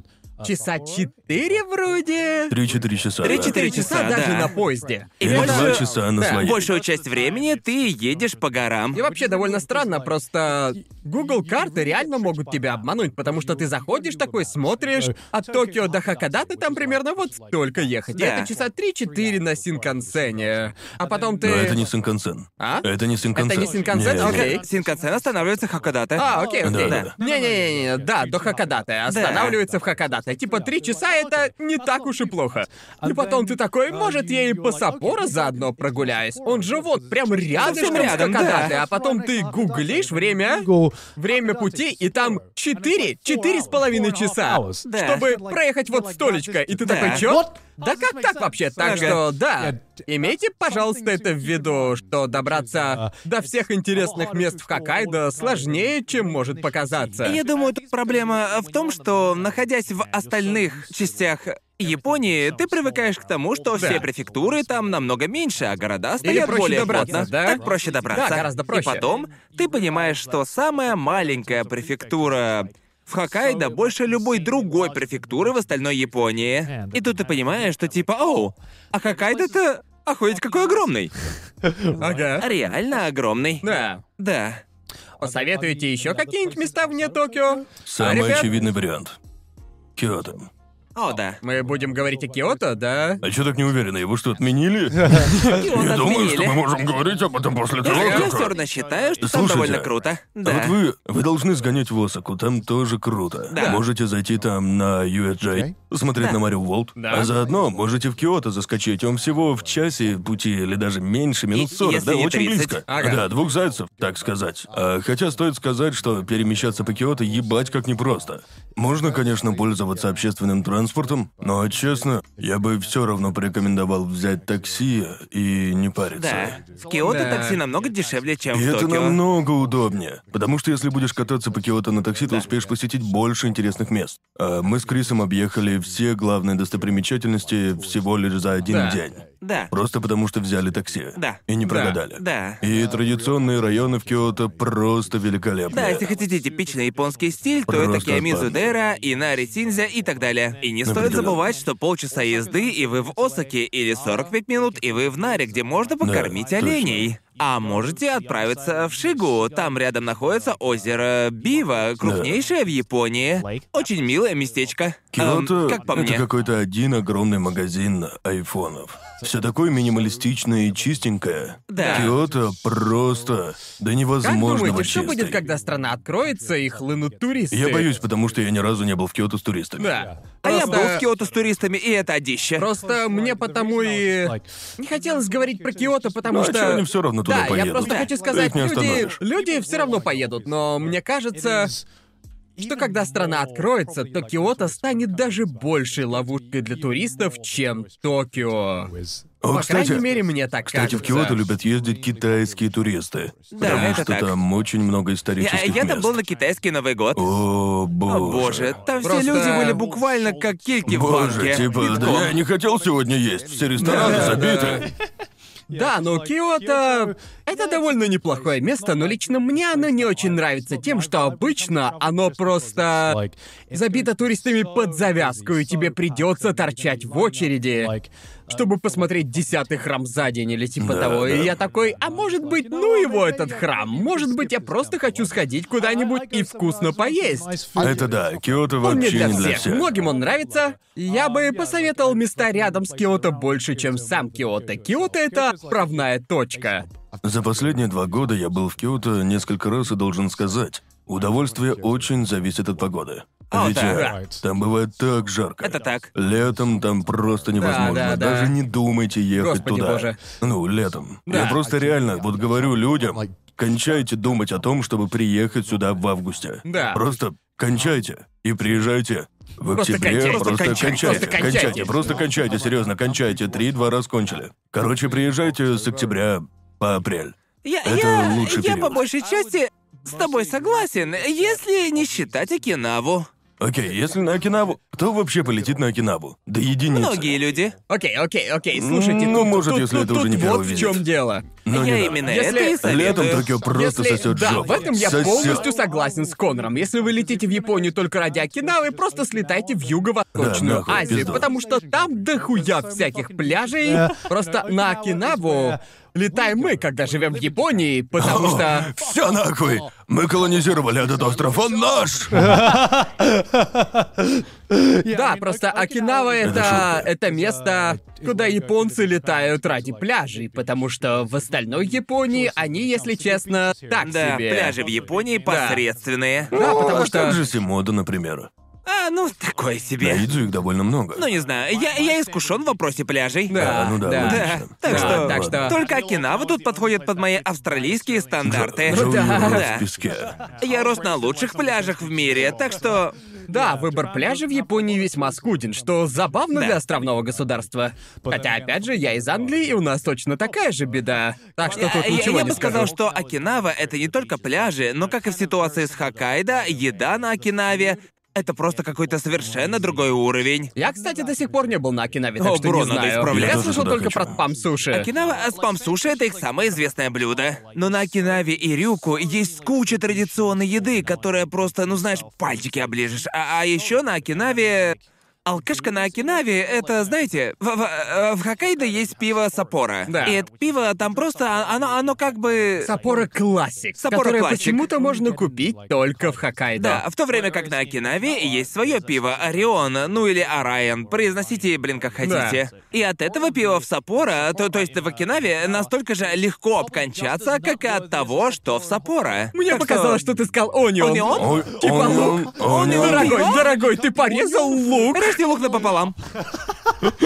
C: часа четыре вроде.
B: Три-четыре часа. да.
D: Три-четыре часа,
C: даже
D: да.
C: на поезде.
D: И
B: Или
D: больше-
B: два часа на
C: Да,
B: своей.
D: Большую часть времени ты едешь по горам.
C: И вообще довольно странно, просто Google карты реально могут тебя обмануть, потому что ты заходишь такой, смотришь, от Токио до Хакадаты там примерно вот столько ехать. И
D: Да.
C: это часа 3-4 на Синкансене. А потом ты...
B: Но это не Синкансен.
C: А?
B: Это не Синкансен.
C: Это не Синкансен?
B: Не-не-не.
C: Окей.
D: Синкансен останавливается Хакодате.
C: А, окей, окей.
B: Да-да-да.
C: Не-не-не, да, до Хакадаты. Останавливается в Хакадате. Типа три часа это не так уж и плохо. И потом ты такой, может, я и по Саппоро заодно прогуляюсь. Он же вот прям рядышком
D: рядом,
C: с Хакадате,
D: да.
C: а потом ты гуглишь время, время пути, и там 4, четыре с половиной часа,
D: Да.
C: чтобы проехать вот столечко. И ты
D: Да.
C: такой, чё? Да как так вообще? Так
D: Ага.
C: что, да, имейте, пожалуйста, это в виду, что добраться до всех интересных мест в Хоккайдо сложнее, чем может показаться.
D: Я думаю, тут проблема в том, что, находясь в остальных частях Японии, ты привыкаешь к тому, что
C: Да.
D: все префектуры там намного меньше, а города стоят
C: проще
D: более
C: добраться,
D: плотно.
C: да?
D: Так проще добраться.
C: Да, гораздо
D: И
C: проще.
D: потом ты понимаешь, что самая маленькая префектура в Хоккайдо больше любой другой префектуры в остальной
C: Э,
D: Японии. И тут ты понимаешь, что типа, оу, а Хоккайдо-то... Охуеть, какой огромный!
C: Ага.
D: Реально огромный.
C: Да.
D: Да.
C: Посоветуете еще какие-нибудь места вне Токио?
B: Самый
C: А, ребят?
B: очевидный вариант. Киото.
D: О, да.
C: Мы будем говорить о Киото, да?
B: А чё так не уверены? Его что, отменили? Я думаю, что мы можем говорить об этом после того,
D: Я
B: как...
D: все равно считаю, что там
B: Слушайте,
D: довольно круто.
B: А
D: Да.
B: вот вы, вы должны сгонять в Осаку, там тоже круто.
D: Да.
B: Можете зайти там на USJ, смотреть на Марио Волт,
C: Да.
B: а заодно можете в Киото заскочить. Он всего в часе пути или даже меньше, минут
D: И-
B: 40,
D: если
B: да,
D: не
B: очень
D: 30.
B: близко.
C: Ага.
B: Да, двух зайцев, так сказать. А, хотя стоит сказать, что перемещаться по Киото ебать как непросто. Можно, конечно, пользоваться общественным транспортом, но, честно, я бы все равно порекомендовал взять такси и не париться.
D: Да. В Киото
C: Да.
D: такси намного дешевле, чем
B: И
D: в
B: это
D: Токио.
B: намного удобнее. Потому что если будешь кататься по Киото на такси, ты успеешь посетить больше интересных мест. А мы с Крисом объехали все главные достопримечательности всего лишь за один
C: Да.
B: день.
D: Да.
B: Просто потому что взяли такси.
D: Да.
B: И не
C: Да.
B: прогадали.
D: Да.
B: И традиционные районы в Киото просто великолепны.
D: Да, если хотите типичный японский стиль, то
B: Просто
D: это Киамизу
B: отвали.
D: Дэра, Инари Синзя и так далее. И не стоит
B: Определенно.
D: забывать, что полчаса езды, и вы в Осаке, или 45 минут, и вы в Наре, где можно покормить
B: точно.
D: оленей. А можете отправиться в Шигу. Там рядом находится озеро Бива, крупнейшее в Японии. Очень милое местечко. Эм,
B: Киото
D: как по
B: это
D: мне.
B: какой-то один огромный магазин айфонов. Все такое минималистичное и чистенькое.
D: Да.
B: Киото просто до
C: Как
B: невозможного
C: думаете, что
B: чистой.
C: будет, когда страна откроется и хлынут туристы?
B: Я боюсь, потому что я ни разу не был в Киото с туристами.
C: Да.
D: А я был
C: Просто-
D: в Киото с туристами, и это одище.
C: Просто мне потому и... Не хотелось говорить про Киото, потому
B: Ну, а
C: что...
B: чё они все равно туда
C: да,
B: поедут?
C: я просто
D: Да.
C: хочу сказать,
B: Их не
C: люди,
B: остановишь.
C: люди все равно поедут, но мне кажется, что когда страна откроется, то Киото станет даже большей ловушкой для туристов, чем Токио.
B: О,
C: По
B: кстати,
C: крайней мере, мне так
B: Кстати,
C: кажется.
B: в Киото любят ездить китайские туристы. потому
D: это
B: что
D: так.
B: там очень много
D: Я,
B: исторических
D: я
B: мест.
D: там был на китайский Новый год.
B: О, боже.
D: О боже, там
C: Просто-
D: все люди были буквально как кильки в
B: Боже,
D: банке.
B: типа,
D: Битком.
B: да я не хотел сегодня есть, все рестораны
C: Да,
B: забиты.
C: Да, но Киото... Это довольно неплохое место, но лично мне оно не очень нравится тем, что обычно оно просто забито туристами под завязку, и тебе придется торчать в очереди, чтобы посмотреть десятый храм за день или типа
B: Да,
C: того.
B: да.
C: И я такой, а может быть, ну его этот храм? Может быть, я просто хочу сходить куда-нибудь и вкусно поесть.
B: Это да, Киото
C: Он не
B: вообще
C: для всех. Многим он нравится. Я бы посоветовал места рядом с Киото больше, чем сам Киото. Киото — это отправная точка.
B: За последние два года я был в Киото несколько раз и должен сказать, удовольствие очень зависит от погоды.
D: О,
B: Ведь
D: да.
B: э, там бывает так жарко.
D: Это так.
B: Летом там просто невозможно.
C: да, да.
B: Даже не думайте ехать
C: Господи
B: туда.
C: боже.
B: Ну, летом.
C: Да.
B: Я просто реально вот говорю людям, Кончайте думать о том, чтобы приехать сюда в августе.
C: Да.
B: Просто кончайте и приезжайте. В
C: Просто
B: октябре
C: кончайте,
B: просто,
C: просто кончайте,
B: кончайте,
C: просто кончайте.
B: кончайте, просто кончайте, серьезно, кончайте. Три-два раз кончили. Короче, приезжайте с октября по апрель.
D: Я,
B: Это
D: я,
B: лучший
D: я по
B: период.
D: большей части с тобой согласен, если не считать Окинаву.
B: Окей, если на Окинаву, кто вообще полетит на Окинаву? Да единицы.
D: Многие люди.
C: Окей, окей, окей, слушайте,
B: Ну,
C: тут-
B: может,
C: тут-
B: если
C: тут-
B: это уже
C: тут
B: не
C: вот
B: первый
C: в
B: визит.
C: чем дело.
B: Но
D: я
B: не
D: именно
B: надо.
D: это и
C: Если-
D: советую.
B: Ну, Летом Токио просто
C: Если-
B: сосет
C: да,
B: жопу.
C: в этом я
B: Сосёт.
C: полностью согласен с Конором. Если вы летите в Японию только ради Окинавы, просто слетайте в
B: Да,
C: юго-восточную
B: нахуй,
C: Азию,
B: пизду.
C: потому что там дохуя всяких пляжей. Просто на Окинаву летаем мы, когда живем в Японии, потому что...
B: Все нахуй! Мы колонизировали этот остров, он наш!
C: Да, просто Окинава это,
B: шутка.
C: это место, куда японцы летают ради пляжей, потому что в остальной Японии они, если честно, так
D: Да,
C: себе.
D: пляжи в Японии
C: Да.
D: посредственные.
C: Да, потому
B: А как
C: что...
B: же Симода, например?
D: А, ну, такое
B: На
D: себе.
B: Идзу их довольно много.
D: Ну, не знаю, я, я искушен в вопросе пляжей.
C: Да,
B: А, ну да,
C: да.
B: логично.
D: Да, так
B: Да,
D: что-
B: ладно.
C: так что-
D: Только Окинава тут подходит под мои австралийские стандарты.
B: Джо- Джо
C: Ну да. Типа
B: умер
D: Да.
B: в песке.
D: Я рос на лучших пляжах в мире, так что...
C: Да, выбор пляжа в Японии весьма скуден, что забавно для островного государства. Хотя, опять же, я из Англии, и у нас точно такая же беда. Так что
D: Я,
C: тут
D: я-
C: ничего
D: я
C: не
D: бы сказал,
C: скажу.
D: что Окинава — это не только пляжи, но как и в ситуации с Хоккайдо, еда на Окинаве — это просто какой-то совершенно другой уровень.
C: Я, кстати, до сих пор не был на Окинаве, так
D: О,
C: что не
D: бро, надо
C: знаю.
D: исправлять.
C: Я
B: Я
C: слышал
B: тоже
C: только
B: туда
C: про
B: хочу.
C: пам-суши.
D: Окинава а спам-суши — это их самое известное блюдо. Но на Окинаве и Рюку есть куча традиционной еды, которая просто, ну знаешь, пальчики оближешь. А, а еще на Окинаве... Алкашка на Окинаве — это, знаете, в, в- э, в Хоккайдо есть пиво Саппоро.
C: Да.
D: И это пиво там просто, а- оно, оно как бы...
C: Саппоро классик,
D: Саппоро
C: которое
D: классик.
C: почему-то можно купить только в Хоккайдо.
D: Да, в то время как на Окинаве есть свое пиво Орион, ну или Орайон, произносите, блин, как хотите. И от этого пива в Саппоро, то, то есть в Окинаве, настолько же легко обкончаться, как и от того, что в Саппоро.
C: Мне
D: Так
C: показалось, что... ты сказал онион.
D: Онион?
B: Ой,
C: Типа
B: он-
C: лук.
B: он- он-
C: Дорогой, дорогой, ты порезал лук.
D: Режьте лук напополам.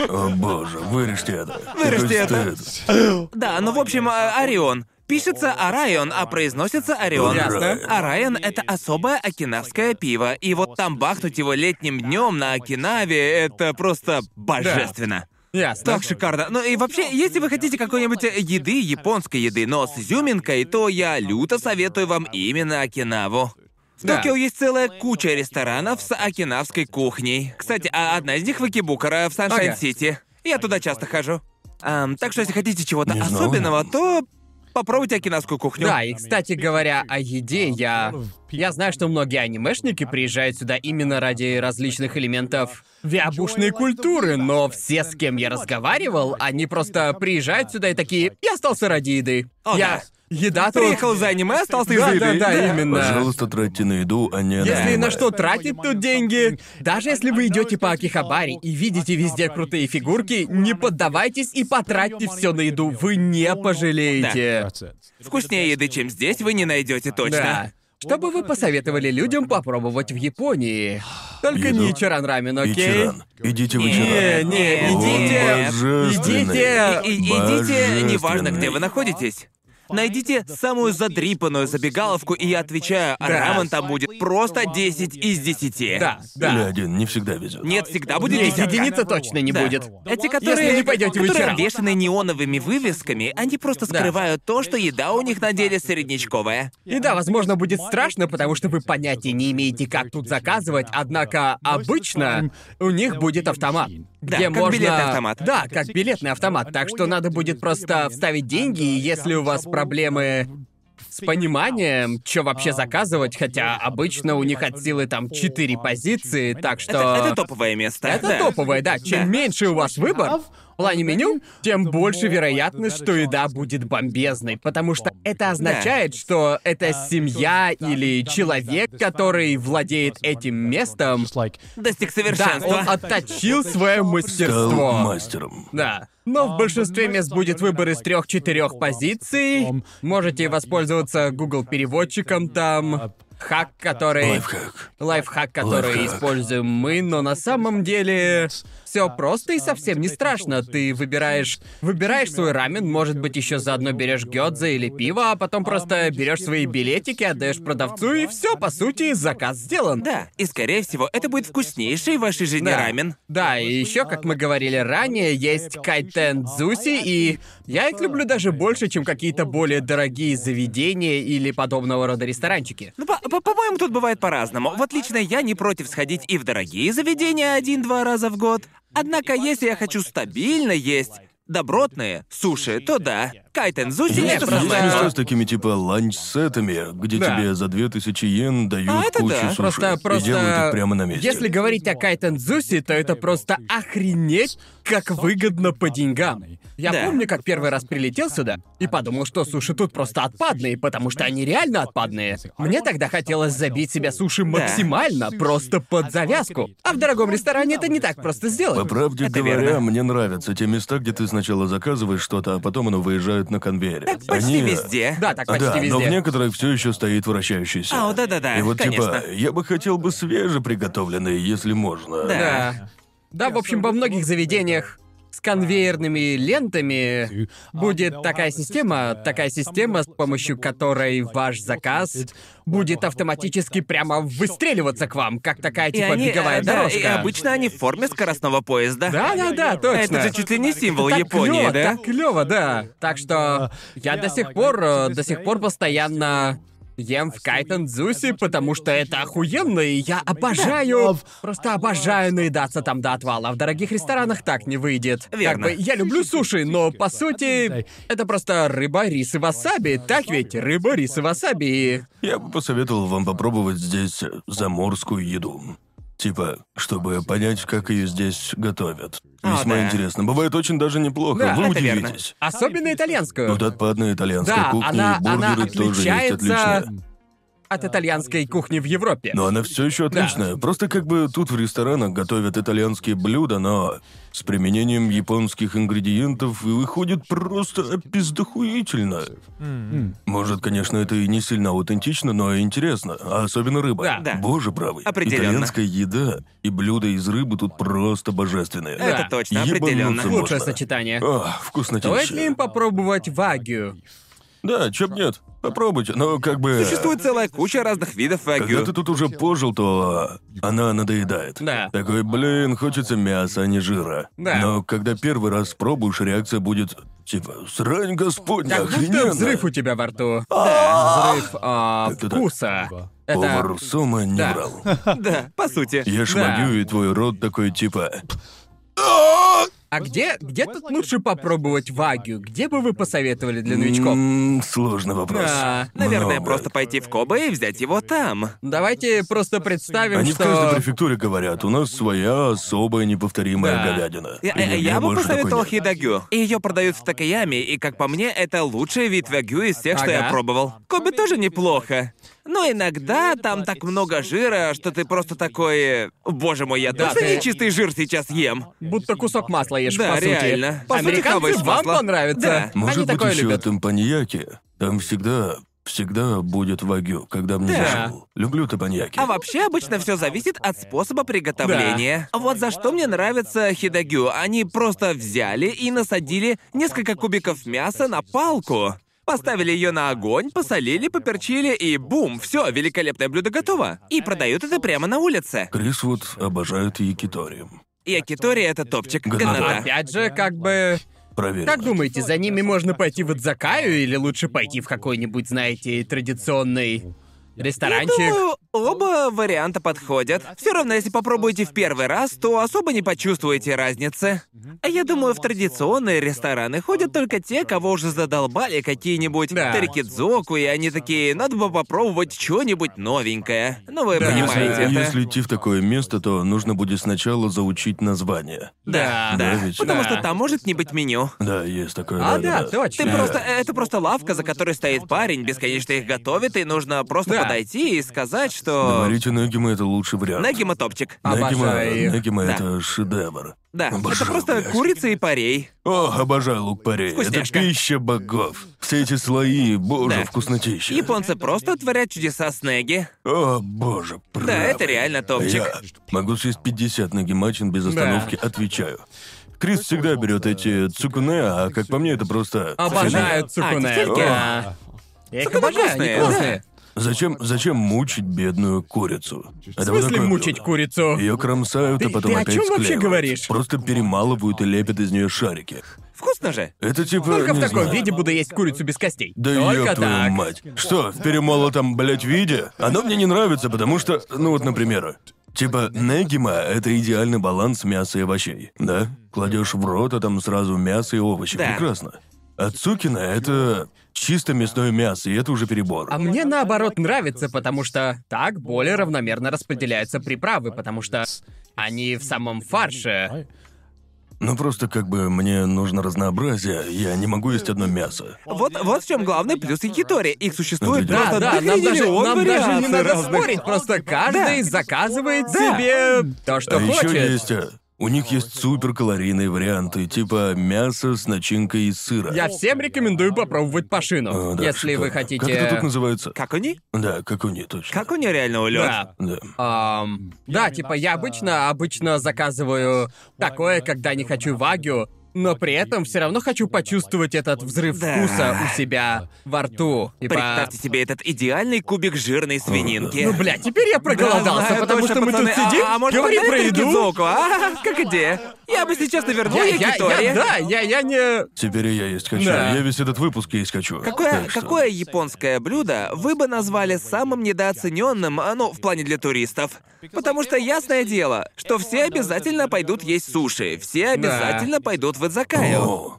B: О боже, вырежьте это.
D: Вырежьте
B: Какой
D: это.
B: стыд.
D: Да, ну в общем, э, Орион. Пишется Орайон, а произносится Орион.
B: Ясно.
D: Орайон — это особое окинавское пиво, и вот там бахнуть его летним днем на Окинаве — это просто божественно.
C: Ясно.
D: Так шикарно. Ну и вообще, если вы хотите какой-нибудь э, еды, японской еды, но с изюминкой, то я люто советую вам именно Окинаву. В
C: Да.
D: Токио есть целая куча ресторанов с окинавской кухней. Кстати, а одна из них в Икебукара в
C: Ага.
D: Саншайн-Сити. Я туда часто хожу. Ам, так что если хотите чего-то
B: Не знал.
D: особенного, то попробуйте окинавскую кухню.
C: Да, и кстати говоря о еде, я. Я знаю, что многие анимешники приезжают сюда именно ради различных элементов вябушной культуры, но все, с кем я разговаривал, они просто приезжают сюда и такие, я остался ради еды.
D: О,
C: я.
D: да.
C: Еда тут».
D: Приехал за аниме, остался из-за
C: Да, да,
D: еды.
C: да, именно.
B: Пожалуйста, тратьте на еду, а не на
C: Если
B: аниме.
C: на что тратить тут деньги, даже если вы идете по Акихабаре и видите везде крутые фигурки, не поддавайтесь и потратьте все на еду, вы не пожалеете.
D: Вкуснее еды, чем здесь, вы не найдете точно.
C: Да. Что бы вы посоветовали людям попробовать в Японии? Только
B: Еду.
C: не Ичиран рамен, окей?
B: Ичиран. Идите в
D: Не,
B: Ичиран.
C: не,
B: Он
D: идите,
B: божественный.
C: идите.
D: И- и- идите, неважно,
B: Божественный.
D: где вы находитесь. Найдите самую задрипанную забегаловку, и я отвечаю, а
C: Да.
D: рамен там будет просто 10 из 10.
C: Да,
B: Или
C: да.
B: один, не всегда везет.
D: Нет, всегда будет
C: Нет,
D: десятка.
C: единица точно не
D: Да.
C: будет.
D: Эти, которые,
C: Если не пойдете в
D: которые
C: Ичиран.
D: обвешаны неоновыми вывесками, они просто
C: Да.
D: скрывают то, что еда у них на деле среднячковая.
C: И да, возможно, будет страшно, потому что вы понятия не имеете, как тут заказывать, однако обычно у них будет автомат.
D: Да,
C: где
D: как
C: можно...
D: билетный автомат.
C: Да, как билетный автомат. Так что надо будет просто вставить деньги, и если у вас проблемы с пониманием, что вообще заказывать, хотя обычно у них от силы там 4 позиции, так что...
D: Это, это топовое место.
C: Это
D: да.
C: топовое, да. Чем
D: Да.
C: меньше у вас выбор в плане меню, тем больше вероятность, что еда будет бомбезной, потому что это означает, что это семья или человек, который владеет этим местом,
D: Достиг
C: да,
D: совершенства.
C: он отточил свое
B: Стал
C: мастерство.
B: мастером.
C: Да. Но в большинстве мест будет выбор из трех-четырех позиций. Можете воспользоваться Google переводчиком там. Хак, который
B: Лайфхак.
C: лайфхак, который
B: Лайфхак.
C: используем мы, но на самом деле Все просто и совсем не страшно. Ты выбираешь, выбираешь свой рамен, может быть, еще заодно берешь гёдзе или пиво, а потом просто берешь свои билетики, отдаешь продавцу и все, по сути, заказ сделан.
D: Да, и скорее всего, это будет вкуснейший в вашей жизни
C: Да.
D: рамен.
C: Да, и еще, как мы говорили ранее, есть кайтен дзуси, и я их люблю даже больше, чем какие-то более дорогие заведения или подобного рода ресторанчики.
D: Ну, по- по- по-моему, тут бывает по-разному. Вот лично я не против сходить и в дорогие заведения один-два раза в год. Однако, если я хочу стабильно есть добротные суши, то да. Кайтен Зуси
B: Есть,
D: не
B: есть
D: то самое.
B: места с такими типа ланч-сетами, где
C: Да.
B: тебе за 2000 йен дают
D: А, это
B: кучу
D: да.
B: суши.
C: Просто-
B: И
C: просто-
B: делают их прямо на месте.
C: Если говорить о кайтен дзуси, то это просто охренеть, как выгодно по деньгам. Я
D: Да.
C: помню, как первый раз прилетел сюда и подумал, что суши тут просто отпадные, потому что они реально отпадные. Мне тогда хотелось забить себя суши максимально, просто под завязку. А в дорогом ресторане это не так просто сделать.
B: По правде
D: Это
B: говоря,
D: верно.
B: мне нравятся те места, где ты сначала заказываешь что-то, а потом оно выезжает на конвейере.
D: Почти
B: Они-
D: везде.
C: Да, так
B: А,
C: почти
B: да,
C: везде.
B: но в некоторых все еще стоит вращающийся.
D: А, да-да-да,
B: И вот
D: конечно.
B: типа, я бы хотел бы свежеприготовленные, если можно.
C: Да. Да, в общем, во многих заведениях с конвейерными лентами будет такая система, такая система, с помощью которой ваш заказ будет автоматически прямо выстреливаться к вам, как такая
D: И
C: типа
D: они, э,
C: беговая
D: да,
C: дорожка.
D: и обычно они в форме скоростного поезда.
C: Да, да, да, точно.
D: Это же чуть ли не символ
C: так
D: Японии,
C: клёво,
D: да?
C: Так клево, да. Так что я до сих пор, э, до сих пор постоянно ем в кайтен дзуси, потому что это охуенно, и я обожаю, просто обожаю наедаться там до отвала. В дорогих ресторанах так не выйдет. Как
D: Верно.
C: бы я люблю суши, но по сути это просто рыба, рис и васаби, так ведь? Рыба, рис и васаби. и-
B: Я бы посоветовал вам попробовать здесь заморскую еду. Типа, чтобы понять, как ее здесь готовят.
D: А,
B: Весьма
D: да.
B: интересно. Бывает очень даже неплохо.
C: Да,
B: Вы
D: это верно.
B: удивитесь. Ну
C: Особенно итальянскую.
B: Вот отпадная итальянская
C: Да,
B: кухня
C: она-
B: и бургеры
C: она
B: тоже есть
C: отличается-
B: отличная. Ну,
C: От итальянской кухни в Европе.
B: Но она все еще
C: Да.
B: отличная. Просто как бы тут в ресторанах готовят итальянские блюда, но с применением японских ингредиентов и выходит просто пиздохуительно. Может, конечно, это и не сильно аутентично, но интересно. А особенно рыба.
C: Да.
D: Да.
B: Боже правый.
D: Определенно.
B: Итальянская еда и блюда из рыбы тут просто божественные.
D: Это
C: Да.
D: точно,
B: Ебануться
D: определенно.
B: можно.
C: Лучшее сочетание.
B: Ох, вкуснотища.
C: Стоит ли им попробовать вагию?
B: Да, чё б нет. Попробуйте, но как бы...
D: Существует целая куча разных видов
B: Когда
C: ну
D: вагю.
B: ты тут уже пожил, то она надоедает.
C: Да.
B: Такой, блин, хочется мяса, а не жира.
C: Да.
B: Но когда первый раз пробуешь, реакция будет типа «Срань господня,
C: Как будто
B: охрененно!»
C: взрыв у тебя во рту. Взрыв а,
B: Это да.
C: вкуса. Это...
B: Повар Сома не
C: Да.
B: врал.
D: Да, по сути.
B: Я шмагю, и твой рот такой типа
C: А где, где тут лучше попробовать вагю? Где бы вы посоветовали для новичков?
B: «М, Сложный вопрос.
C: Да.
D: Наверное,
B: Много.
D: просто пойти в Кобе и взять его там.
C: Давайте просто представим,
B: Они в каждой
C: что...
B: префектуре говорят, у нас своя особая неповторимая
C: Да.
B: говядина.
D: Я, я-
B: И у меня
D: Э, я бы
B: больше такой
D: посоветовал
B: нет.
D: хидагю. И ее продают в Такаяме, и, как по мне, это лучший вид вагю из тех, что я
C: Ага.
D: пробовал. Кобе тоже неплохо. Но иногда там так много жира, что ты просто такой... э, Боже мой, я
C: Да,
D: точно
C: ты-
D: не чистый жир сейчас ем.
C: Будто кусок масла ешь,
D: Да,
C: по сути.
D: реально. По сути,
C: Американцы
D: хаваешь
C: вам
D: масло.
C: понравится.
D: Да.
B: Может
C: Они
B: быть,
C: такое
B: еще
C: любят.
B: тампаньяки. Там всегда, всегда будет вагю, когда мне
D: Да.
B: зашел. Люблю тампаньяки.
D: А вообще обычно все зависит от способа приготовления. Вот за что мне нравится хидагю. Они просто взяли и насадили несколько кубиков мяса на палку. Поставили ее на огонь, посолили, поперчили и бум, все, великолепное блюдо готово. И продают это прямо на улице.
B: Крис вот обожает якитори.
D: Якитори это топчик.
B: Годнота.
D: Годнота.
C: Опять же, как бы...
B: Проверено.
C: Как думаете, за ними можно пойти в Адзакаю или лучше пойти в какой-нибудь, знаете, традиционный ресторанчик?
D: Думаю, оба варианта подходят. Все равно, если попробуете в первый раз, то особо не почувствуете разницы. А я думаю, в традиционные рестораны ходят только те, кого уже задолбали какие-нибудь
C: Да.
D: тарикидзоку, и они такие, надо бы попробовать что-нибудь новенькое. Ну вы
C: Да.
B: Если,
D: понимаете это.
B: если идти в такое место, то нужно будет сначала заучить название.
D: Да,
B: Да,
D: да.
B: ведь-
D: Потому
C: Да.
D: что там может не быть меню.
B: Да, есть такое.
C: А,
B: да,
C: да, точно.
D: Ты просто. Это просто лавка, за которой стоит парень, бесконечно их готовит, и нужно просто
C: Да.
D: подойти и сказать, что.
B: Говорите, Нагима это лучший вариант.
D: Нагима топчик.
B: Нагима,
C: Обожаю их.
B: Нагима
D: Да.
B: это шедевр.
D: Да.
B: Обожаю,
D: это просто
B: блядь.
D: курица и парей.
B: О, обожаю лук парей. Это
D: Вкусняшка.
B: пища богов. Все эти слои, боже,
D: Да.
B: вкуснотища.
D: Японцы просто творят чудеса с неги.
B: О, боже, правда.
D: Да, это реально топчик.
B: Я могу съесть 50 нагимачин без остановки, отвечаю. Крис всегда берет эти цукуне, а как по мне, это просто...
C: Обожаю
B: фигня.
C: цукуне.
D: А, тефтельки?
C: Да. Я их
D: Цукуне
C: обожаю, они
D: вкусные,
C: классные.
B: Зачем, зачем мучить бедную курицу? Это
C: В смысле мучить курицу?
B: Ее кромсают, а
C: Ты-
B: потом
C: ты о
B: опять
C: чём вообще
B: склеивают.
C: говоришь?
B: Просто перемалывают и лепят из нее шарики.
D: Вкусно же.
B: Это типа,
C: Только в
B: не
C: таком
B: знаю.
C: виде буду есть курицу без костей.
B: Да
C: Только
B: ёб твою
C: так.
B: мать. Что, в перемолотом, блядь, виде? Оно мне не нравится, потому что, ну вот, например, типа негима — это идеальный баланс мяса и овощей, да? Кладешь в рот, а там сразу мясо и овощи.
D: Да.
B: Прекрасно. А цукина — это чисто мясное мясо, и это уже перебор.
C: А мне наоборот нравится, потому что так более равномерно распределяются приправы, потому что они в самом фарше.
B: Ну просто как бы мне нужно разнообразие, я не могу есть одно мясо.
D: Вот, вот в чем главный плюс Якитори. Их существует
B: Ну, да,
D: просто
C: Да, да,
D: до
C: нам даже,
D: триллион
C: нам даже не
D: вариаций
C: надо
D: разных.
C: спорить, просто каждый заказывает себе то, что
B: а
C: хочет.
B: еще есть... а, У них есть суперкалорийные варианты, типа мясо с начинкой из сыра.
C: Я всем рекомендую попробовать пашину,
B: А, да,
C: если вы
B: шикарно. Как это тут
C: хотите.
B: называется?
D: Как они?
B: Да, как у нее точно.
D: Как у нее реально улет?
C: Да.
B: Да.
C: Ам, да, типа
D: э,
C: я обычно обычно заказываю такое, когда не хочу вагю, но при этом все равно хочу почувствовать этот взрыв
D: Да.
C: вкуса у себя во рту. Типа-
D: Представьте себе этот идеальный кубик жирной свининки.
C: Ну, бля, теперь я проголодался,
D: знаю,
C: потому
D: точно,
C: что мы тут
D: пацаны. А-
C: сидим,
D: а, может,
C: говорим
D: подарим
C: про
D: им
C: еду.
D: кидзоку, а? Как идея? Я бы сейчас навернул
C: Я, я,
D: якитори.
C: я, да, я, я не...
B: Теперь и я есть хочу.
C: Да.
B: Я весь этот выпуск есть хочу.
D: Какое,
B: Так что-
D: какое японское блюдо вы бы назвали самым недооцененным, а, ну, в плане для туристов? Потому что ясное дело, что все обязательно пойдут есть суши, все обязательно пойдут в идзакаю.
B: О.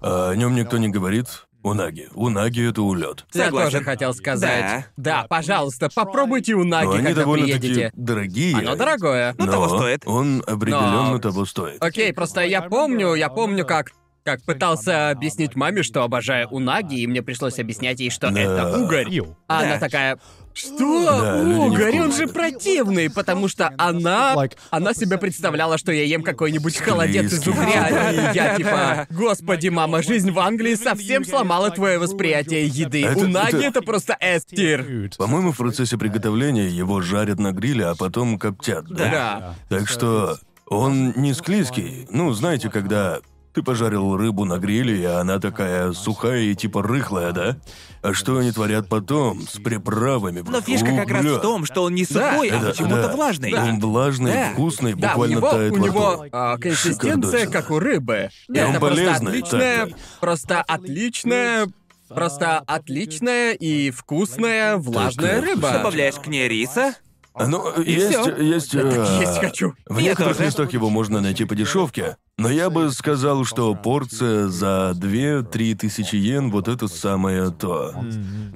B: А о нем никто не говорит. Унаги. Унаги это улет.
C: Я
D: Согласен.
C: тоже хотел сказать. Да, пожалуйста, попробуйте
D: Ну,
C: унаги,
B: Но они
C: когда
B: довольно-таки
C: приедете.
B: дорогие.
C: Оно дорогое.
B: Но
D: того стоит.
B: Он определенно
C: Но-
B: того стоит.
C: Окей, просто я помню, я помню, как как пытался объяснить маме, что обожаю унаги, и мне пришлось объяснять ей, что
B: Да.
C: это угорь. А она
D: Да.
C: такая, что?
B: Да, люди не
C: угорь, он
B: вкусные.
C: же противный, потому что она... Она себе представляла, что я ем какой-нибудь холодец из
B: Склизкий.
C: угря, и я типа... Господи,
B: oh
C: мама, жизнь в Англии совсем сломала твое восприятие еды.
B: Это-
C: Унаги —
B: это-
C: это просто эстир.
B: По-моему, в процессе приготовления его жарят на гриле, а потом коптят. Да.
C: Да.
B: Так что он не склизкий. Ну, знаете, когда ты пожарил рыбу на гриле, и она такая сухая и типа рыхлая, да? А что они творят потом с приправами?
D: Но фишка как раз в том, что он не сухой, а
B: Да,
D: почему-то
B: да.
D: влажный.
B: Он влажный,
D: Да.
B: вкусный,
C: Да, у
B: буквально
C: него,
B: тает
C: у
B: во
C: него
B: рту.
C: а, консистенция,
B: Шикардосина.
C: как у рыбы.
B: Да, он
C: это просто
B: полезный,
C: отличная,
B: так-то.
C: просто отличная, просто отличная и вкусная влажная
B: Так,
C: рыба.
D: Добавляешь к ней риса.
B: А, Ну, есть,
D: всё.
B: есть. э,
C: Есть хочу.
B: В
D: Я
B: некоторых
D: тоже.
B: местах его можно найти по дешевке, но я бы сказал, что порция за 2-3 тысячи йен вот это самое то.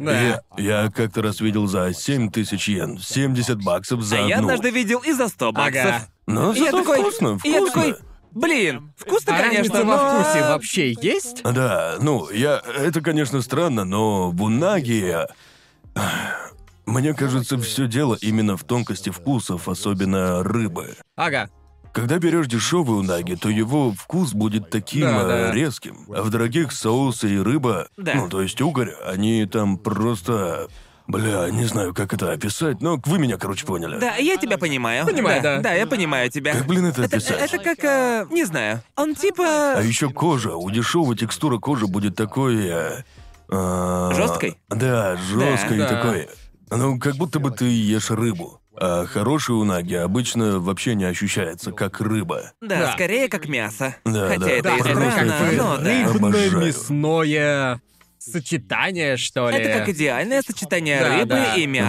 C: Да.
B: И Я, как-то раз видел за 7 тысяч йен, 70 баксов за
D: А я
B: одну.
D: однажды видел и за 100 баксов.
C: Ага. Ну,
B: Но
D: И я
B: зато
D: такой,
B: вкусно,
D: и я
B: вкусно.
D: такой, блин, вкусно,
C: А
D: конечно,
C: разница
D: но...
C: во вкусе вообще есть?
B: Да, ну, я... Это, конечно, странно, но в унаги... Мне кажется, все дело именно в тонкости вкусов, особенно рыбы.
C: Ага.
B: Когда берешь дешевую унаги, то его вкус будет таким
C: Да,
B: э,
C: да.
B: резким. А в дорогих соусы и рыба,
D: Да.
B: ну то есть угорь, они там просто... Бля, не знаю, как это описать, но вы меня, короче, поняли.
D: Да, я тебя понимаю.
C: Понимаю, да.
D: Да, я понимаю тебя.
B: Как, блин, это
D: Это,
B: описать?
D: это как, э, не знаю. Он типа...
B: А еще кожа. У дешевого текстура кожи будет такой... э, э,
D: Жёсткой?
B: Да, жесткой
C: Да.
B: такой. Ну, как будто бы ты ешь рыбу. А хорошие унаги обычно вообще не ощущается, как рыба.
D: Да,
C: Да.
D: скорее как мясо.
B: Да,
D: Хотя
B: да,
D: это
C: Да,
D: и
C: это
B: просто
D: странно,
C: как бы
D: но да.
B: Обожаю.
C: рыбно-мясное сочетание, что ли.
D: Это как идеальное сочетание
C: Да,
D: рыбы
C: да.
D: и мяса.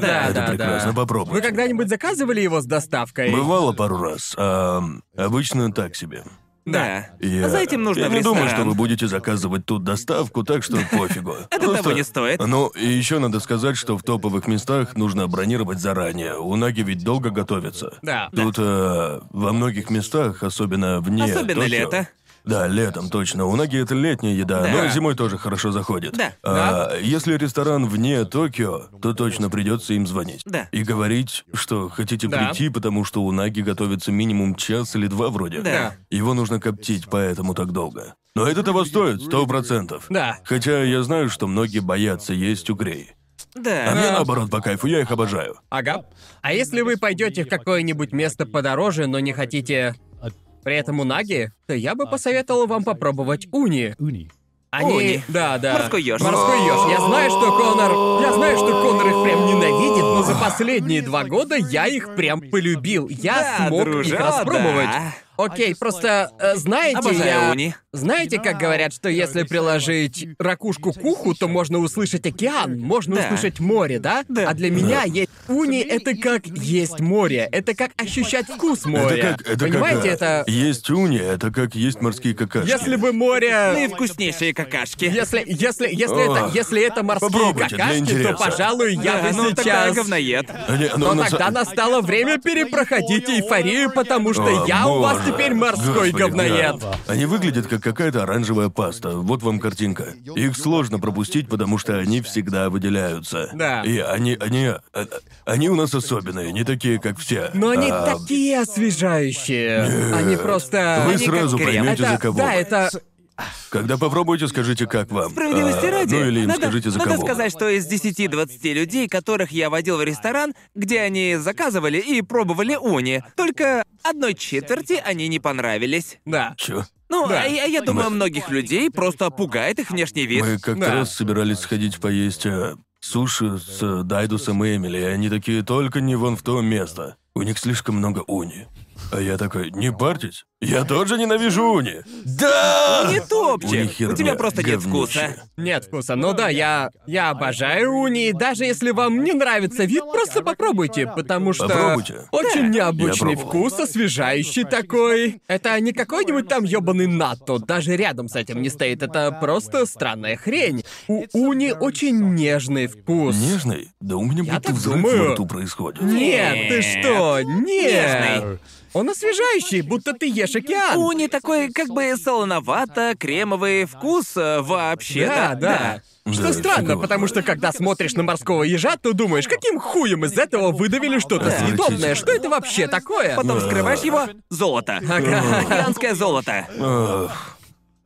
D: Да.
B: Ну, это
C: да, да.
B: прекрасно. Попробуй.
C: Вы когда-нибудь заказывали его с доставкой?
B: Бывало пару раз. а, обычно так себе.
D: Да.
B: Я...
D: А За этим нужно
B: Я
D: в
B: не думаю, что
D: ресторан.
B: вы будете заказывать тут доставку, так что пофигу. Это
D: того не стоит.
B: Ну, и еще надо сказать, что в топовых местах нужно бронировать заранее. У Наги ведь долго готовятся.
C: Да.
B: Тут э, во многих местах, особенно вне
D: Особенно
B: Токио,
D: лето.
B: Да, летом точно. У Наги это летняя еда,
D: Да.
B: но зимой тоже хорошо заходит.
D: Да.
B: А, Если ресторан вне Токио, то точно придется им звонить.
D: Да.
B: И говорить, что хотите
C: Да.
B: прийти, потому что у Наги готовится минимум час или два вроде.
D: Да.
B: Его нужно коптить, поэтому так долго. Но это того стоит, сто процентов.
C: Да.
B: Хотя я знаю, что многие боятся есть угрей. А
D: Да.
B: мне наоборот по кайфу, я их обожаю.
C: Ага. А если вы пойдете в какое-нибудь место подороже, но не хотите при этом унаги, то я бы посоветовал вам попробовать уни.
F: Уни.
C: Они...
D: Уни.
C: Да, да.
D: Морской ёж.
C: Морской ёж. Я знаю, что Конор... Я знаю, что Конор их прям ненавидит, но за последние два года я их прям полюбил. Я
D: Да,
C: смог их
D: дружа,
C: распробовать.
D: да.
C: Окей, просто э, знаете,
D: Обожаю
C: я...
D: уни.
C: Знаете, как говорят, что если приложить ракушку к уху, то можно услышать океан, можно
D: Да.
C: услышать море, да?
D: Да.
C: А для меня есть уни это как есть море, это как ощущать вкус
B: Это
C: моря.
B: как, это как,
C: Понимаете,
B: э,
C: это
B: Есть уни, это как есть морские какашки.
C: если бы море
D: Наивкуснейшие какашки.
C: если, если, если
B: О.
C: это, если это морские
B: Попробуйте, для
C: какашки, то,
B: интереса.
C: пожалуй, я
D: Да,
C: бы
D: ну тогда
C: сейчас...
D: говноед.
B: А не, ну,
C: Но
B: на са-
C: тогда настало время перепроходить эйфорию, потому что
B: О,
C: я у вас
B: боже.
C: теперь морской
B: Господи,
C: говноед.
B: да. Они выглядят как какая-то оранжевая паста. Вот вам картинка. Их сложно пропустить, потому что они всегда выделяются.
C: Да.
B: И они, они, э, они у нас особенные, не такие, как все.
C: Но они
B: А,
C: такие освежающие. Они просто...
B: Вы
C: Они как
B: сразу
D: крем.
B: поймете
C: Это-
B: за кого.
C: Да,
B: вы.
C: это...
B: Когда попробуйте, скажите, как вам.
D: Справедливости
B: А,
D: ради,
B: Ну или им
D: надо,
B: скажите, за
D: надо
B: кого. вы.
D: сказать, что из 10-20 людей, которых я водил в ресторан, где они заказывали и пробовали уни, только одной четверти они не понравились.
C: Да.
B: Чё?
D: Ну,
C: Да.
D: а я, я думаю, многих людей просто пугает их внешний вид.
B: Мы как-то
C: Да.
B: раз собирались сходить поесть э, суши с э, Дайдусом и Эмили, и они такие только не вон в то место. У них слишком много уни. А я такой, не парьтесь, я тоже ненавижу уни. Да!
D: Не
B: У них
D: топчик! У тебя
B: херня
D: просто нет
B: говнище.
D: вкуса.
C: Нет вкуса. Ну да, я... Я обожаю уни, и даже если вам не нравится вид, просто попробуйте, потому что...
B: Попробуйте.
C: Очень необычный
B: Я пробовал.
C: вкус, освежающий такой. Это не какой-нибудь там ёбаный натто, даже рядом с этим не стоит. Это просто странная хрень. У уни очень нежный вкус.
B: Нежный? Да у меня
C: Я
B: будто
C: так
B: взрыв
C: думаю.
B: во рту происходит.
C: Нет, ты
D: Нет.
C: что? Нет.
D: Нежный.
C: Он освежающий, будто ты ешь океан.
D: Уни А, такой как бы солоновато, кремовый вкус э, вообще.
C: Да, да. Что
B: Да,
C: странно,
B: фигово.
C: потому что когда смотришь на морского ежа, то думаешь, каким хуем из этого выдавили что-то
B: Отвратительно.
C: съедобное? Что это вообще такое?
D: Потом вскрываешь его — золото. Океанское золото.
B: Ах.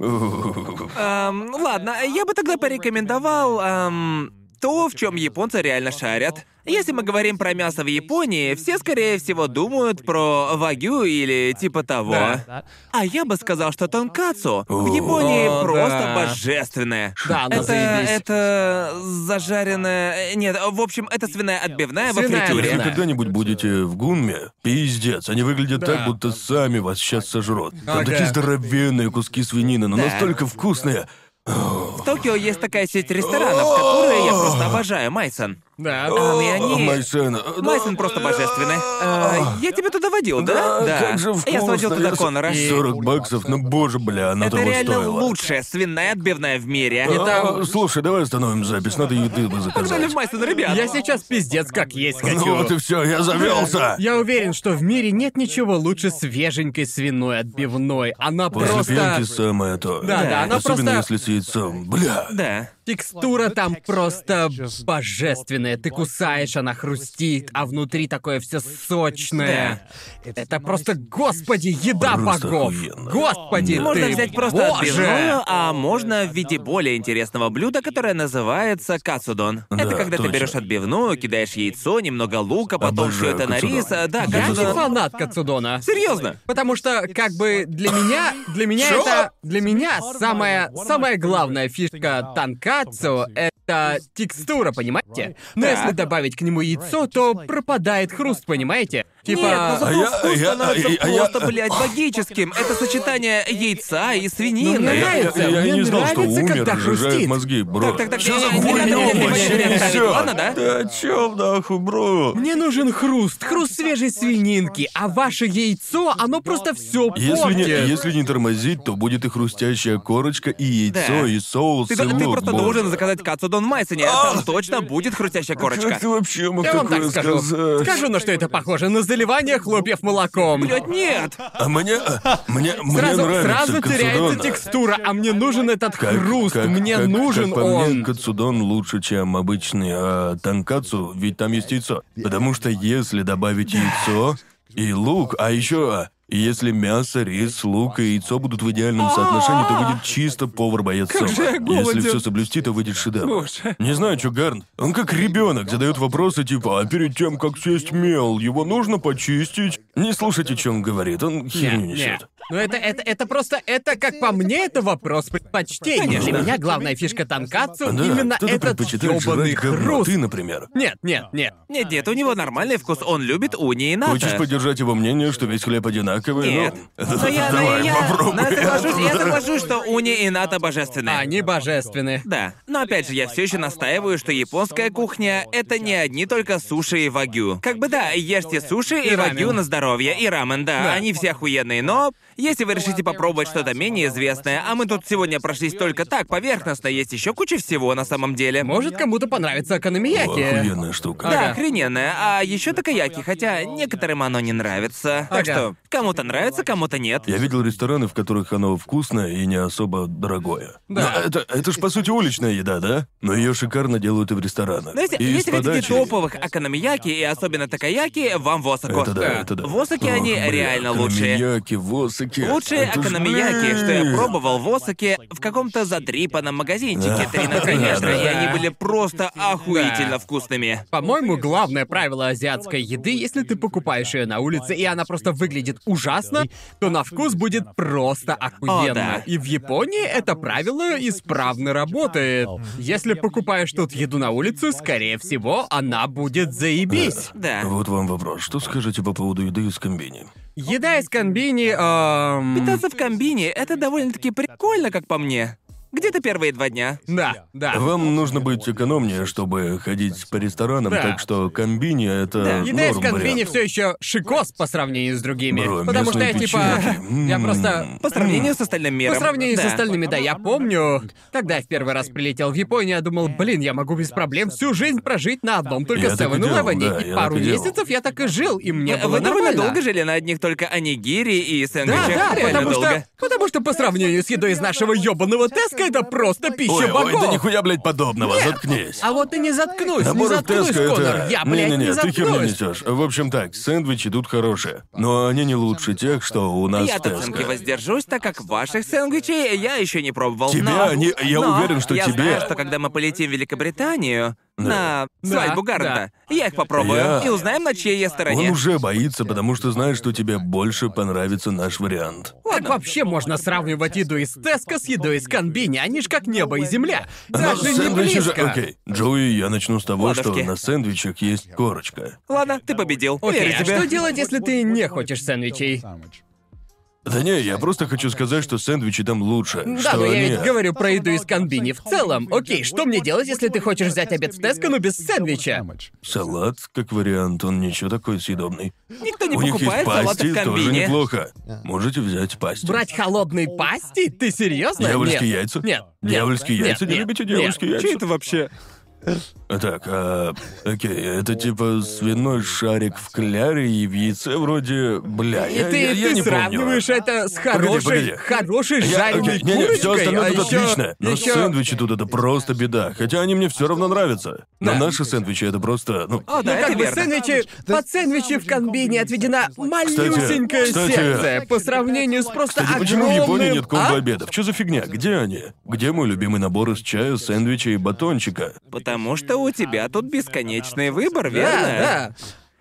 B: Ух.
D: Эм, ладно, я бы тогда порекомендовал эм, то, в чем японцы реально шарят. Если мы говорим про мясо в Японии, все, скорее всего, думают про вагю или типа того.
F: That.
D: А я бы сказал, что тонкацу в
B: О.
D: Японии
C: О,
D: просто
C: да.
D: божественное.
C: Да, она
D: это,
C: заебись.
D: это зажаренное... Нет, в общем, это свиная отбивная
C: Свиная
D: во
B: Если
D: фритюре.
C: отбивная.
B: когда-нибудь будете в Гунме, пиздец, они выглядят так, будто сами вас сейчас сожрут. Там
C: Ага.
B: такие здоровенные куски свинины, но настолько вкусные.
D: В Токио есть такая сеть ресторанов, которые я просто обожаю, Майсон.
C: Да.
D: Эм, и
B: О,
D: они-
B: Майсен.
D: Майсон просто божественный. А, я тебя туда водил, да?
B: Э, как же вкусно.
D: Я сводил туда
B: с-
D: Конора.
B: 40 баксов, ну боже, бля, она
D: Это
B: того
D: реально
B: стоила.
D: лучшая свиная отбивная в мире.
B: А, Слушай, давай остановим запись, надо еды бы
D: Погнали
B: заказать.
D: в Майсон, ребят.
C: Я сейчас пиздец как есть
B: Ну
C: хочу.
B: вот и все, я завелся.
C: Я уверен, что в мире нет ничего лучше свеженькой свиной отбивной. Она
B: После
C: просто...
B: пенки самое то.
C: Да, да, она
B: Особенно
C: просто-
B: если с яйцом. Бля.
D: Да.
C: Текстура там просто божественная. Ты кусаешь, она хрустит, а внутри такое все сочное. Это просто, господи, еда
B: Просто
C: богов.
B: охуенно.
C: Господи,
B: Да.
D: Можно
C: ты-
D: взять просто
C: Боже!
D: отбивную, а можно в виде более интересного блюда, которое называется кацудон. это
B: Да,
D: когда
B: точно.
D: ты берешь отбивную, кидаешь яйцо, немного лука, потом все
B: Обожаю
D: это на рис.
B: кацудон.
D: а, Да,
C: Я не
B: Безусловно.
D: кацудон.
C: фанат Кацудона.
D: Серьезно?
C: Потому что, как бы, для меня, для меня это, для меня самая, самая главная фишка танкацу — это текстура, понимаете? Но
D: Да.
C: если добавить к нему яйцо, то пропадает хруст, понимаете? Типа...
D: Нет, ну
B: А
D: зато
B: я- а
D: вкус
B: я-
D: становится
B: а я- а я-
D: просто, блядь, богическим. Это сочетание яйца и свинины.
C: Ну,
B: Я- я-
C: нравится,
B: Я,
C: мне
B: не знал, что
C: нравится,
B: умер,
C: когда
B: разжижает
C: хрустит.
B: мозги, бро.
D: Так, так, так,
B: Чё
D: не-
B: за
D: не- не надо, не
B: хуйню
D: надо, не надо,
B: вообще?
D: не надо, не надо,
B: Всё.
D: ладно, да?
B: Да о чём нахуй, бро?
C: Мне нужен хруст, хруст свежей свининки, а ваше яйцо, оно просто все
B: Если не,
C: портит.
B: если не тормозить, то будет и хрустящая корочка, и яйцо,
D: Да.
B: и соус,
D: Ты,
B: и
D: ты
B: лук,
D: просто
B: боже. А!
D: должен заказать кацудон Бостон Майсоне, там точно будет хрустящая корочка.
B: Как ты вообще мог
C: Я вам так
B: такое
C: скажу.
B: сказать?
C: Скажу, на что это похоже. На заливание хлопьев молоком.
D: Блять, нет!
B: А мне... а, Мне, мне
C: Сразу,
B: нравится
C: сразу теряется
B: кацудона.
C: текстура, а мне нужен этот хруст,
B: как-
C: мне
B: как-
C: нужен
B: как по
C: он.
B: Мне, кацудон лучше, чем обычный, а танкацу, ведь там есть яйцо. Потому что если добавить яйцо и лук, а еще если мясо, рис, лук и яйцо будут в идеальном соотношении, то будет чисто повар-боец
C: Как же я
B: сома. Если
C: голоден.
B: все соблюсти, то выйдет шедевр. Не знаю, что Гарн. Он как ребенок задает вопросы типа, а перед тем, как съесть мел, его нужно почистить? Не слушайте, что он говорит, он херню несет.
C: Ну это, это, это просто, это, как по мне, это вопрос предпочтения. Для меня главная фишка танкацу
B: Да,
C: именно
B: кто-то
C: этот
B: предпочитает жрать
C: ёбаный
B: говно.
C: хруст.
B: Ты, например.
C: Нет, нет, нет.
D: Нет, нет, у него нормальный вкус, он любит уни и нато.
B: Хочешь поддержать его мнение, что весь хлеб одинаковый?
D: Э. Нет.
B: Ну,
D: Но я, но
B: давай,
D: я,
B: попробуй.
D: но я соглашусь, я соглашусь, что уни и нато
B: А,
D: божественные.
C: Они божественны.
D: Да. Но опять же, я все еще настаиваю, что японская кухня — это не одни только суши и вагю. Как бы да, ешьте суши и,
C: И рамен.
D: вагю на здоровье, и рамен, да,
C: Да.
D: они все охуенные, но если вы решите попробовать что-то менее известное, а мы тут сегодня прошлись только так, поверхностно, есть еще куча всего на самом деле.
C: Может, кому-то понравится экономияки.
B: Охуенная штука.
D: Да,
C: Ага.
D: охрененная. А еще такаяки, хотя некоторым оно не нравится. Так
C: Ага.
D: что, кому-то нравится, кому-то нет.
B: Я видел рестораны, в которых оно вкусное и не особо дорогое.
C: Да.
B: Но это, это ж по сути уличная еда, да? Но ее шикарно делают и в ресторанах.
D: Но если,
B: и из
D: если вы хотите
B: подачи.
D: топовых акономияки и особенно такаяки, вам в Осаку.
B: Это да, это да.
D: В Осаке
B: Ох,
D: они
B: бля,
D: реально лучшие.
B: Экономияки, восаки.
D: Лучшие
B: Это ж,
D: акономияки, что я
B: блин.
D: пробовал в Осаке в каком-то задрипанном магазинчике
B: Да.
D: 3 на 3 метра, и
C: Да.
D: они были просто
C: Да.
D: охуительно вкусными.
C: По-моему, главное правило азиатской еды, если ты покупаешь ее на улице, и она просто выглядит ужасно, то на вкус будет просто охуенно.
D: О, да.
C: И в Японии это правило исправно работает. Если покупаешь тут еду на улицу, скорее всего, она будет заебись.
D: Да.
B: Вот вам вопрос. Что скажете по поводу еды из комбини?
C: Еда из комбини... эм,
D: Питаться в комбине — это довольно-таки прикольно, как по мне. Где-то первые два дня.
C: Да,
D: А.
C: да.
B: Вам нужно быть экономнее, чтобы ходить по ресторанам,
C: Да.
B: так что комбини это
D: Да.
C: Еда из
B: норм
C: комбини
B: вариант.
C: все еще шикос по сравнению с другими.
B: Бро,
C: потому что я
B: местные
C: типа.
B: печеньки.
C: Я
B: М.
C: просто
D: По сравнению с остальным миром.
C: По сравнению с
D: Да.
C: остальными, да, я помню, когда я в первый раз прилетел в Японию, я думал, блин, я могу без проблем всю жизнь прожить на одном только
B: Я так и делал,
C: 7-Eleven.
B: да,
C: и
B: я
C: пару
B: так и делал.
C: месяцев я так и жил, и мне
D: Вы-
C: было
D: Вы довольно
C: нормально.
D: долго жили на одних только анигири и
C: Да,
D: сэндвичах.
C: да,
D: довольно
C: потому
D: долго.
C: что, потому что по сравнению с едой из нашего ёбаного Теска, это просто пища
B: Ой, ой,
C: богов.
B: да нихуя, блядь, подобного, заткнись.
C: А вот и не заткнусь, не
B: Наборов
C: заткнусь,
B: Теска
C: Конор,
B: это...
C: я, блядь,
B: Не-не-не,
C: не
B: ты херню
C: заткнусь.
B: несешь. В общем так, сэндвичи тут хорошие. Но они не лучше тех, что у нас
D: Я от
B: в
D: оценки
B: Теско.
D: воздержусь, так как ваших сэндвичей я еще не пробовал.
B: Тебя
D: но-
B: они- я
D: но
B: уверен, что
D: я
B: тебе-
D: знаю, что когда мы полетим в Великобританию на
C: Да,
D: свадьбу
C: да.
D: Гарнта, я их попробую
B: Я-
D: и узнаем, на чьей я стороне.
B: Он уже боится, потому что знает, что тебе больше понравится наш вариант.
C: Как вообще можно сравнивать еду из Теска с едой из комбини? Они ж как небо и земля. Даже не
B: Ну, сэндвичи же...
C: близко.
B: Окей, Джоуи, я начну с того, что
D: Ладушки.
B: на сэндвичах есть корочка.
D: Ладно, ты победил.
C: Окей,
D: Верю
C: а
D: тебе.
C: что делать, если ты не хочешь сэндвичей?
B: Да не, я просто хочу сказать, что сэндвичи там лучше.
C: Да,
B: что
C: но я
B: они-
C: ведь говорю про еду из комбини в целом. Окей, что мне делать, если ты хочешь взять обед в Теско, но без сэндвича?
B: Салат, как вариант, он ничего такой съедобный.
D: Никто не
B: У них есть
D: покупает салаты
B: пасти,
D: в
B: тоже
D: комбине.
B: неплохо. Можете взять пасти.
C: Брать холодные пасти? Ты серьезно?
B: Дьявольские
C: Нет.
B: яйца?
C: Нет. Нет.
B: Дьявольские
C: Нет,
B: яйца? Не
C: нет,
B: любите
C: нет.
B: дьявольские яйца?
D: вообще?
B: Так, а, окей, это типа свиной шарик в кляре и в яйце вроде... Бля,
C: И
B: я,
C: ты,
B: я- я
C: ты
B: не помню.
C: сравниваешь это с хорошей,
B: погоди.
C: хорошей
B: Я-
C: жареной
B: окей, не-не, всё
C: курочкой,
B: остальное
C: а
B: тут
C: ещё-
B: отлично. Ну, Но
C: ещё-
B: сэндвичи тут это просто беда. Хотя они мне все равно нравятся. Но
C: Да.
B: наши сэндвичи это просто, ну...
D: О, А, да,
C: Ну,
D: это
C: как бы
D: верно.
C: сэндвичи, под сэндвичи в комбине отведена малюсенькое
B: кстати-
C: сердце по сравнению с просто
B: Кстати, почему в
C: огромным...
B: Японии нет комбо
C: А?
B: обедов? Что за фигня? Где они? Где мой любимый набор из чая, сэндвича и батончика?
D: Потому что у тебя тут бесконечный выбор, верно?
C: Да, да.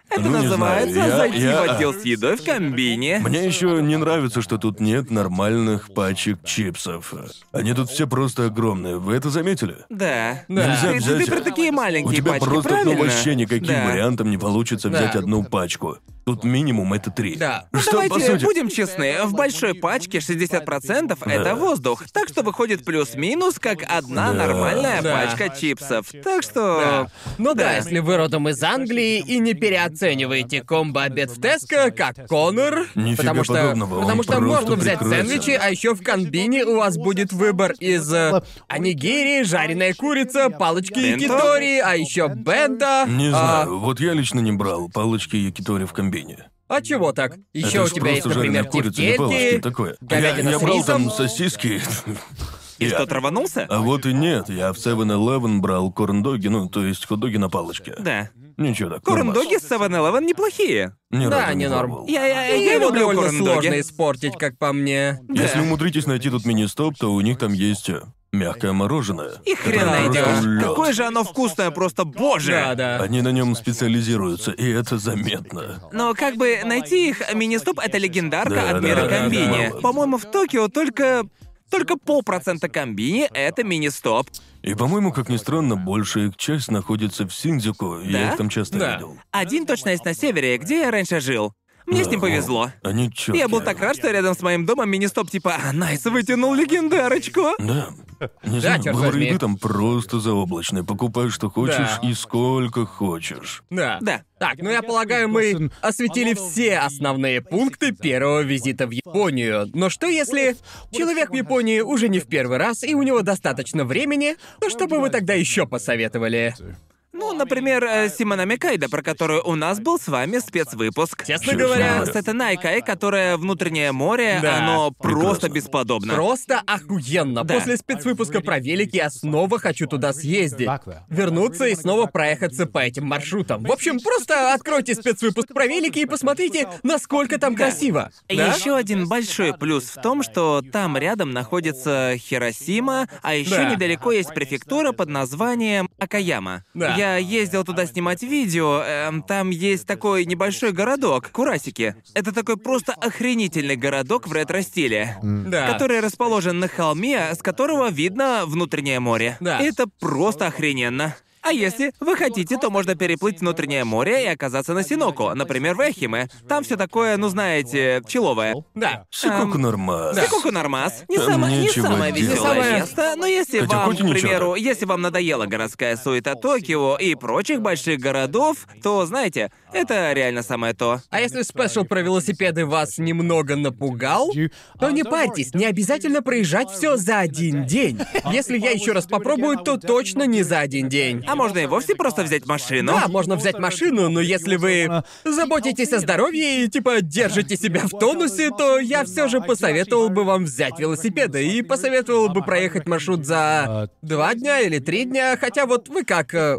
D: Это
B: Ну, не
D: называется
B: знаю, я-
D: зайти
B: я-
D: в отдел с едой в комбине.
B: Мне еще не нравится, что тут нет нормальных пачек чипсов. Они тут все просто огромные. Вы это заметили?
D: Да.
C: Да.
B: Нельзя
D: Ты, ты
B: взять.
D: про такие
B: У
D: маленькие
B: тебя
D: пачки,
B: просто ну,
D: правильно?
B: вообще никаким
D: Да.
B: вариантом не получится взять
C: Да.
B: одну пачку. Тут минимум это три.
C: Да.
D: Ну,
B: Что,
D: давайте
B: по сути...
D: будем честны, в большой пачке 60% это воздух, так что выходит плюс-минус как одна
B: Да.
D: нормальная
C: Да.
D: пачка чипсов. Так что...
C: Ну да,
D: Да.
C: если вы родом из Англии и не переоцениваете комбо-обед в Теско, как Конор,
B: Нифига
C: потому что,
B: подобного, он
C: потому что
B: просто
C: можно взять
B: прекрасен.
C: сэндвичи, а еще в комбине у вас будет выбор из э, анигири, жареная курица, палочки
D: Бенто?
C: якитори, а еще бента.
B: Не
C: а,
B: знаю, вот я лично не брал палочки якитори в комбине.
C: А чего так? Еще
B: это
C: у
B: ж
C: тебя есть,
B: просто жареная
C: например,
B: курица, не палочки,
C: тефтельки.
B: такое. Я,
C: говядина
B: я
C: с
B: брал
C: рисом.
B: там сосиски.
D: И
B: Я-
D: кто-то рванулся?
B: А вот и нет, я в 7-Eleven брал корн-доги, ну, то есть хот-доги на палочке.
D: Да.
B: Ничего так.
D: Корн-доги с 7-Eleven неплохие.
B: Не
C: Да, не норм.
D: Я, я,
C: И
D: я
C: его
D: люблю
C: довольно
D: корн-доги.
C: сложно испортить, как по мне.
B: Если умудритесь найти тут мини-стоп, то у них там есть э, мягкое мороженое.
D: И
B: которое
D: хрен
B: просто
D: найдешь.
B: лёд.
D: Какое же оно вкусное, просто боже!
C: Да, да.
B: Они на нем специализируются, и это заметно.
D: Но как бы найти их мини-стоп это легендарка
B: Да,
D: от мира
B: да, да,
D: комбини.
B: да.
D: По-моему, в Токио только только полпроцента комбини это мини-стоп.
B: И, по-моему, как ни странно, большая их часть находится в Синдзюку. Я
D: Да?
B: их там часто
C: Да.
B: видел.
D: Один точно есть на севере, где я раньше жил. Мне с ним повезло.
B: Они чёртые.
D: Я был так рад, что рядом с моим домом мини-стоп типа «А, Найс вытянул легендарочку.
B: Да. Не знаю,
C: чёрт
B: выбор
C: возьми.
B: еды там просто заоблачный. Покупай, что хочешь
C: Да.
B: и сколько хочешь.
C: Да.
D: Да.
C: Так, ну я полагаю, мы осветили все основные пункты первого визита в Японию. Но что если человек в Японии уже не в первый раз, и у него достаточно времени, то что бы вы тогда еще посоветовали?
D: Ну, например, э, Симонами Кайда, про которую у нас был с вами спецвыпуск.
C: Честно
B: Честно
C: говоря,
B: говоря.
D: С это Найкай, которое внутреннее море,
C: Да.
D: оно просто
B: Прекрасно.
D: бесподобно.
C: Просто охуенно.
D: Да.
C: После спецвыпуска про велики я снова хочу туда съездить. Вернуться и снова проехаться по этим маршрутам. В общем, просто откройте спецвыпуск про велики и посмотрите, насколько там красиво. Да?
D: Еще один большой плюс в том, что там рядом находится Хиросима, а еще
C: Да.
D: недалеко есть префектура под названием Акаяма.
C: Да.
D: Я ездил туда снимать видео. эм, там есть такой небольшой городок Курасики. Это такой просто охренительный городок в ретро-стиле.
C: Да.
D: Который расположен на холме, с которого видно внутреннее море.
C: Да.
D: Это просто охрененно. А если вы хотите, то можно переплыть внутреннее море и оказаться на Синоку, например, в Эхиме. Там все такое, ну знаете, пчеловое.
C: Да.
B: Сикок
C: Эм,
B: нормально.
D: Сикоку нормас. Не,
B: Там
D: само- не
B: нечего
D: самое
B: делать.
D: веселое
C: Самое-
D: место, но если
B: Хотя
D: вам,
B: хоть и
D: к
B: ничего.
D: примеру, если вам надоела городская суета Токио и прочих больших городов, то, знаете, это реально самое то.
C: А если спешл про велосипеды вас немного напугал, то не парьтесь, не обязательно проезжать все за один день. Если я еще раз попробую, то точно не за один день.
D: А можно и вовсе просто взять машину.
C: Да, можно взять машину, но если вы заботитесь о здоровье и типа держите себя в тонусе, то я все же посоветовал бы вам взять велосипеды и посоветовал бы проехать маршрут за два дня или три дня, хотя вот вы как... э,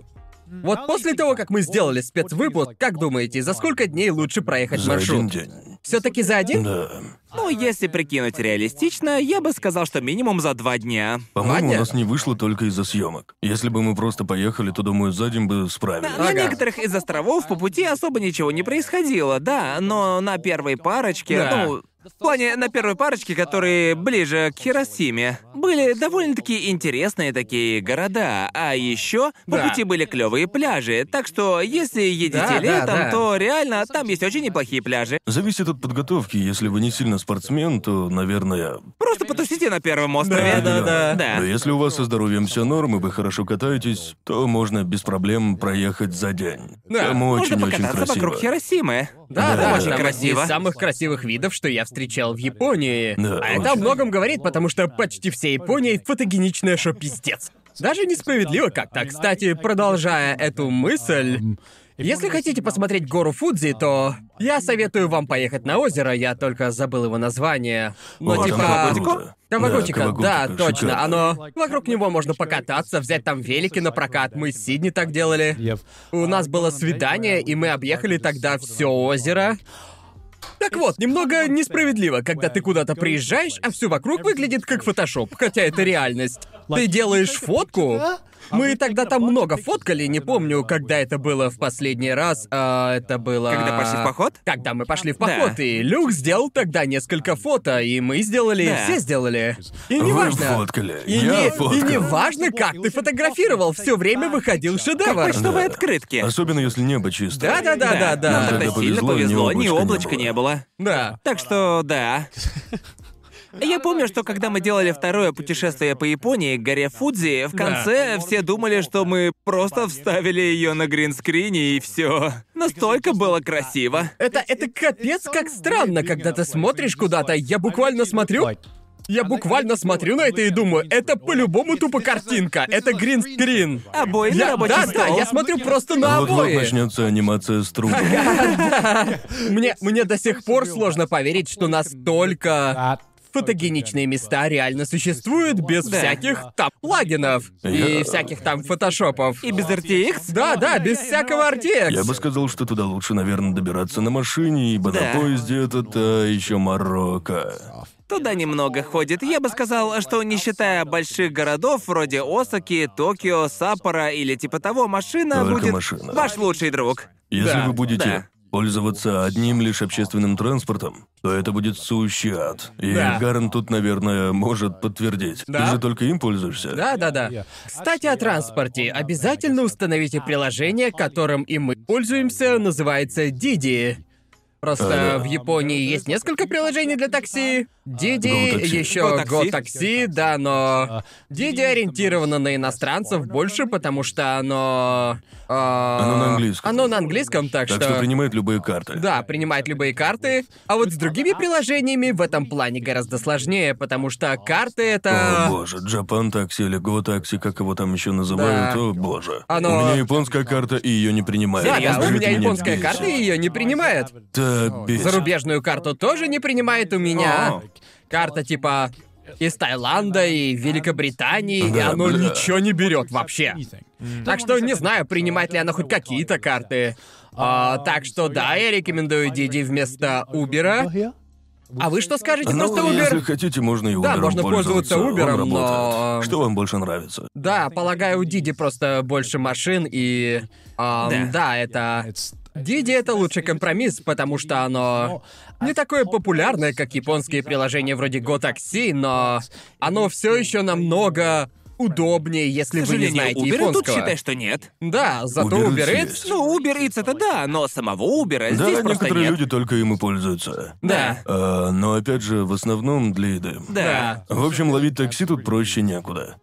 C: Вот после того, как мы сделали спецвыпуск, как думаете, за сколько дней лучше проехать
B: За один
C: маршрут?
B: день.
C: Все-таки за один?
B: Да.
D: Ну, если прикинуть реалистично, я бы сказал, что минимум за два дня.
B: По-моему, у
C: Ладно.
B: нас не вышло только из-за съемок. Если бы мы просто поехали, то, думаю, за день бы справились.
D: На
C: Ага.
D: некоторых из островов по пути особо ничего не происходило, да, но на первой парочке,
C: Да.
D: ну, в плане на первой парочке, которые ближе к Хиросиме, были довольно-таки интересные такие города, а еще по
C: Да.
D: пути были клевые пляжи, так что если едете
C: Да, да,
D: летом,
C: да.
D: то реально там есть очень неплохие пляжи.
B: Зависит от подготовки. Если вы не сильно спортсмен, то, наверное...
D: Просто потусите на первом острове.
C: Да, да, да.
B: Но если у вас со здоровьем все норм и вы хорошо катаетесь, то можно без проблем проехать за день.
C: Да.
B: Там
D: Можно
B: очень-очень
D: покататься
B: красиво.
D: вокруг Хиросимы.
C: Да, да,
B: очень
C: там одни
D: красиво.
C: из самых красивых видов, что я встречал в Японии.
B: Да,
C: а это о
B: очень.
C: многом говорит, потому что почти вся Япония фотогеничная, что пиздец. Даже несправедливо как-то. А, Кстати, продолжая эту мысль, если хотите посмотреть гору Фудзи, то я советую вам поехать на озеро, я только забыл его название. Но
B: О,
C: типа...
B: Кавагутика.
C: Кавагутика,
B: Да,
C: да,
B: Кавагутика,
C: точно.
B: шикарно.
C: Оно... Вокруг него можно покататься, взять там велики на прокат. Мы с Сидни так делали. У нас было свидание, А, ну, и мы объехали тогда все озеро. Так вот, немного несправедливо, когда ты куда-то приезжаешь, а все вокруг выглядит как фотошоп, хотя это реальность. Ты делаешь фотку? Мы тогда там много фоткали, не помню, когда это было в последний раз, а это было...
D: Когда пошли в поход?
C: Когда мы пошли в
D: Да.
C: поход, и Люк сделал тогда несколько фото, и мы сделали,
D: Да.
C: все сделали. И
B: Вы
C: неважно...
B: фоткали,
C: И,
B: я
C: не,
B: фоткал.
C: и не важно, как ты фотографировал, все время выходил
D: Как
C: шедевр.
D: почтовые открытки.
B: Особенно если небо чисто.
C: Да, да, да, да,
B: Нам
D: Нам
C: да.
B: тогда
D: тогда сильно
B: повезло, ни
D: повезло, ни
B: облачка
D: облачка
B: не
D: не было.
C: Да.
D: Так что, да. Я помню, что когда мы делали второе путешествие по Японии к горе Фудзи, в конце все думали, что мы просто вставили ее на гринскрине и все. Настолько было красиво.
C: Это, это капец как странно, когда ты смотришь куда-то. Я буквально смотрю, я буквально смотрю на это и думаю, это по-любому тупо картинка, это гринскрин.
D: Обои на
C: Я,
D: рабочий
C: да, да,
D: стол.
C: я смотрю просто на
B: Вот-вот
C: обои.
B: начнется анимация с трубой.
C: Мне, мне до сих пор сложно поверить, что настолько фотогеничные места реально существуют без
D: Да.
C: всяких там плагинов и
B: Я-
C: всяких там фотошопов.
D: И без RTX.
C: Да, да, без всякого RTX.
B: Я бы сказал, что туда лучше, наверное, добираться на машине, ибо
D: Да.
B: на поезде это та еще Марокко.
D: Туда немного ходит. Я бы сказал, что не считая больших городов вроде Осаки, Токио, Саппоро или типа того, машина
B: Только
D: будет
B: машина.
D: ваш лучший друг.
B: Если
C: Да,
B: вы будете пользоваться одним лишь общественным транспортом, то это будет сущий ад. И
C: Да.
B: Гарн тут, наверное, может подтвердить.
C: Да.
B: Ты же только им пользуешься.
C: Да, да, да. Кстати, о транспорте. Обязательно установите приложение, которым и мы пользуемся, называется Didi. Просто
B: Ага.
C: в Японии есть несколько приложений для такси. Didi,
B: GoTaxi.
C: еще
D: GoTaxi.
C: GoTaxi, да, но Didi ориентировано на иностранцев больше, потому что оно... э,
B: Оно на английском.
C: Оно на английском, так,
B: Так что... принимает любые карты.
C: да, принимает любые карты. А вот с другими приложениями в этом плане гораздо сложнее, потому что карты это...
B: О боже, Джапан такси или Го такси, как его там еще называют,
C: Да.
B: о боже.
C: Оно-
B: У меня японская карта, и ее не принимают.
C: Да, да, у
B: Скажите,
C: меня японская
B: бесит.
C: карта ее не принимает.
B: Да, бесит.
C: Зарубежную карту тоже не принимает у меня.
B: О.
C: Карта типа из Таиланда и Великобритании, и
B: Да,
C: оно
B: бля.
C: ничего не берет вообще. Так что не знаю, принимает ли она хоть какие-то карты. А, так что да, я рекомендую Диди вместо Убера. А вы что скажете?
B: Ну,
C: Просто
B: если
C: Убер.
B: хотите, можно и Uber
C: Да, можно пользоваться Uber'ом,
B: Он работает.
C: но-
B: Что вам больше нравится?
C: Да, полагаю, у Диди просто больше машин и. ам,
D: Да.
C: да, это. Диди это лучший компромисс, потому что оно не такое популярное, как японские приложения вроде GoTaxi, но оно все еще намного удобнее,
D: К
C: если вы не
D: сожалению,
C: знаете
D: Uber и тут
C: японского.
D: считай, что нет.
C: Да, зато
B: Uber
C: Uber
B: Eats
C: Eats-
B: есть.
D: Ну, Uber Eats это да, но самого Uber здесь
B: да,
D: просто
B: некоторые
D: нет.
B: люди только им и пользуются.
C: Да.
B: А, но опять же, в основном для еды.
D: Да.
B: В общем, ловить такси тут проще некуда.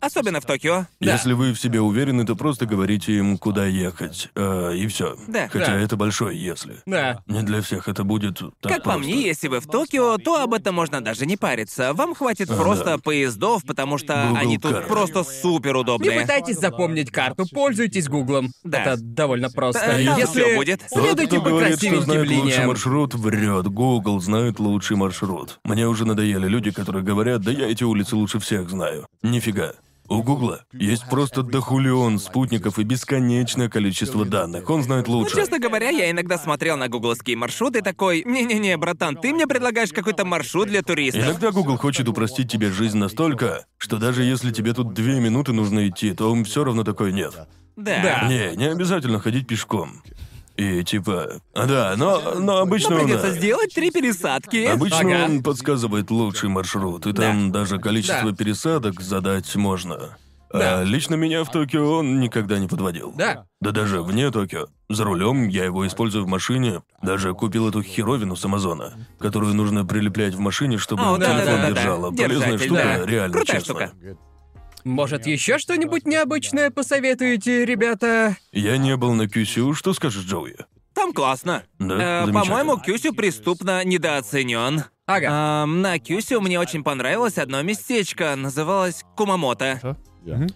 D: Особенно в Токио.
C: Да.
B: Если вы в себе уверены, то просто говорите им, куда ехать. а, и все.
D: Да.
B: Хотя
C: Да.
B: это большое если.
C: Да.
B: Не для всех это будет так
D: Как по
B: просто.
D: мне, если вы в Токио, то об этом можно даже не париться. Вам хватит просто поездов, потому что
B: А, Google
D: они тут
B: Car.
D: просто супер
C: Не
D: удобные.
C: пытайтесь запомнить карту, пользуйтесь Гуглом.
D: Да.
C: Это довольно просто.
D: Да, там всё будет.
B: Тот,
C: Следуйте
B: кто
C: по
B: говорит, что
C: красивеньким
B: знает лучший
C: линиям.
B: маршрут, врет. Google знает лучший маршрут. Мне уже надоели люди, которые говорят, да я эти улицы лучше всех знаю. Нифига. У Гугла есть просто дохулион спутников и бесконечное количество данных. Он знает
D: Ну,
B: лучше.
D: честно говоря, я иногда смотрел на гугловские маршруты и такой, не-не-не, братан, ты мне предлагаешь какой-то маршрут для туристов.
B: Иногда Google хочет упростить тебе жизнь настолько, что даже если тебе тут две минуты нужно идти, то он все равно такой нет.
D: Да.
C: Да.
B: Не, не обязательно ходить пешком. И типа, а, да, но, но обычно
D: Но
B: он,
D: придется
B: а,
D: сделать три пересадки.
B: Обычно
C: Ага.
B: он подсказывает лучший маршрут, и там даже количество
C: Да.
B: пересадок задать можно. А
C: Да.
B: лично меня в Токио он никогда не подводил.
C: Да.
B: Да даже вне Токио. За рулем я его использую в машине. Даже купил эту херовину с Амазона, которую нужно прилеплять в машине, чтобы
D: А, вот
B: телефон
D: да-да-да-да.
B: держала. Полезная
D: Держатель,
B: штука,
D: да.
B: реально
D: Крутая
B: честно.
D: штука.
C: Может, еще что-нибудь необычное посоветуете, ребята?
B: Я не был на Кюсю, что скажешь, Джоуи?
D: Там классно.
B: Да,
D: Э,
B: замечательно.
D: по-моему, Кюсю преступно недооценен.
C: Ага.
D: на Кюсю мне очень понравилось одно местечко, называлось Кумамото.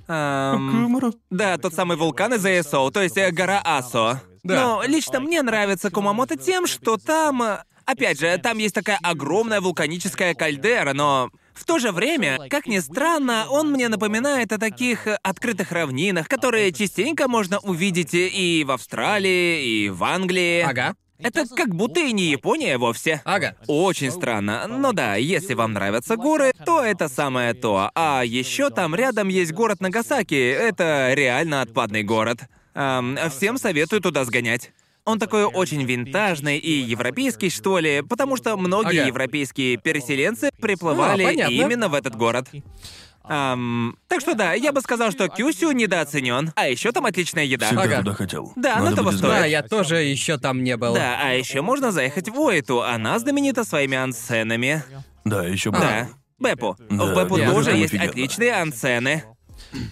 D: Эм, да, тот самый вулкан из АСО, то есть э, гора Асо.
C: Да.
D: Но лично мне нравится Кумамото тем, что там... э, Опять же, там есть такая огромная вулканическая кальдера, но в то же время, как ни странно, он мне напоминает о таких э, открытых равнинах, которые частенько можно увидеть и в Австралии, и в Англии.
C: Ага.
D: Это как будто и не Япония вовсе.
C: Ага.
D: Очень странно. Но да, если вам нравятся горы, то это самое то. А еще там рядом есть город Нагасаки. Это реально отпадный город. Эм, всем советую туда сгонять. Он такой очень винтажный и европейский, что ли, потому что многие
C: Ага.
D: европейские переселенцы приплывали
C: А, понятно.
D: именно в этот город. Эм, так что да, я бы сказал, что Кюсю недооценен. А еще там отличная еда.
B: Всегда
C: Ага.
B: туда хотел.
D: Да, оно
B: Надо
D: того
B: будет
D: стоит.
C: Да,
B: знать.
C: я тоже еще там не был.
D: Да, а еще можно заехать в Уэту, она знаменита своими ансенами.
B: Да, еще бы.
D: Да. Беппу.
B: Да,
D: в Беппу
B: Беппу
D: тоже
B: там
D: есть
B: офигенно.
D: отличные ансены.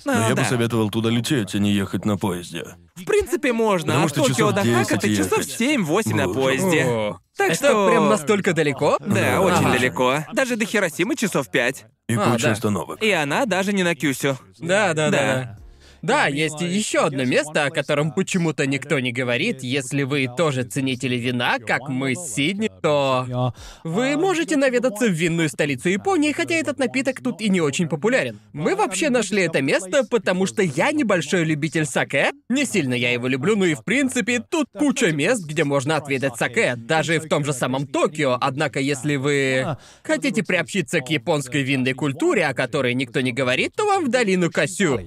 B: Но
D: А,
B: я
D: да.
B: бы советовал туда лететь, а не ехать на поезде.
D: В принципе, можно.
B: Потому
D: От
B: что
D: Токио
B: часов
D: до
B: 10
D: Хакаты часов
B: ехать.
D: 7-8 на
B: Боже.
D: поезде.
C: О,
D: Так
C: это
D: что-
C: прям настолько далеко?
D: Да, очень
C: Ага.
D: далеко. Даже до Хиросимы часов 5.
B: И
C: А,
B: куча
C: да.
B: остановок.
D: И она даже не на Кюсю.
C: Да,
D: Да.
C: да, да. да. Да, есть еще одно место, о котором почему-то никто не говорит. Если вы тоже ценители вина, как мы с Сидни, то вы можете наведаться в винную столицу Японии, хотя этот напиток тут и не очень популярен. Мы вообще нашли это место, потому что я небольшой любитель саке. Не сильно я его люблю, ну и в принципе тут куча мест, где можно отведать саке, даже в том же самом Токио. Однако, если А, вы хотите приобщиться к японской винной культуре, о которой никто не говорит, то вам в долину Касю.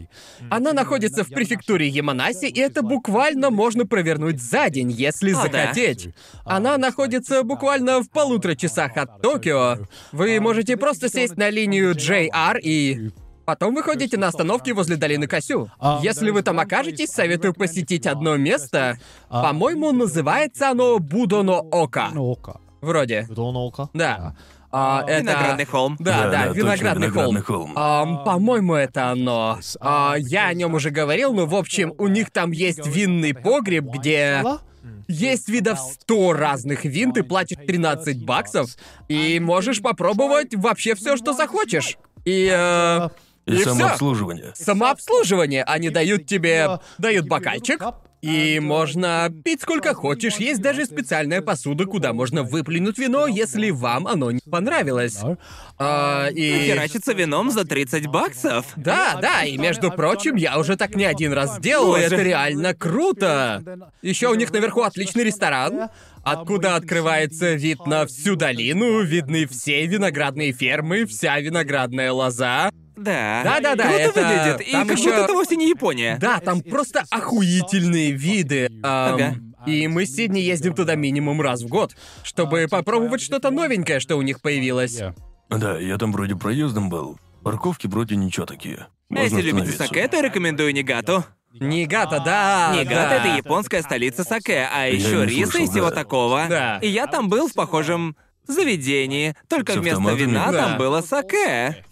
C: Она находится в префектуре Яманаси, и это буквально можно провернуть за день, если
D: да.
C: захотеть. Она находится буквально в полутора часах от Токио. Вы можете просто сесть на линию JR и Потом вы ходите на остановки возле долины Косю. Если вы там окажетесь, советую посетить одно место. По-моему, называется оно Будоно Ока. Вроде. А. Ну, Да. А, это...
D: Виноградный холм.
C: Да, да,
B: точно,
C: виноградный,
B: виноградный
C: холм. А,
B: холм.
C: Ам, по-моему, это оно. А, я о нем уже говорил, но в общем, у них там есть винный погреб, где есть видов 100 разных вин, ты платишь 13 баксов, и можешь попробовать вообще все, что захочешь. И, э,
B: И,
C: и всё.
B: самообслуживание.
C: самообслуживание. Они дают тебе... дают бокальчик, и можно пить сколько хочешь. Есть даже специальная посуда, куда можно выплюнуть вино, если вам оно не понравилось. А, и...
D: Херачится вином за 30 баксов.
C: Да, А, да, и между прочим, я уже так не один раз делал, и
D: Боже.
C: это реально круто. Еще у них наверху отличный ресторан, А откуда открывается вид на всю долину, видны все виноградные фермы, вся виноградная лоза.
D: Э, Да.
C: Да-да-да,
D: Круто
C: это-
D: выглядит. И
C: там
D: как
C: ещё-
D: будто это вовсе не Япония.
C: Да, там просто охуительные виды. Эм,
D: Ага.
C: И мы с Сидней ездим туда минимум раз в год, чтобы попробовать что-то новенькое, что у них появилось.
B: Да, я там вроде проездом был. Парковки вроде ничего такие.
D: А
B: Можно
D: если любите
B: остановиться.
D: саке, то рекомендую Нигату.
C: Нигата, а да.
D: Нигата
C: да.
D: А, это японская столица саке, а еще
B: не
D: риса и
B: слышал,
D: всего
B: да.
D: такого.
C: Да.
D: И я там был в похожем заведении, только
B: С
D: вместо
B: автоматами?
D: вина
C: Да.
D: там было саке.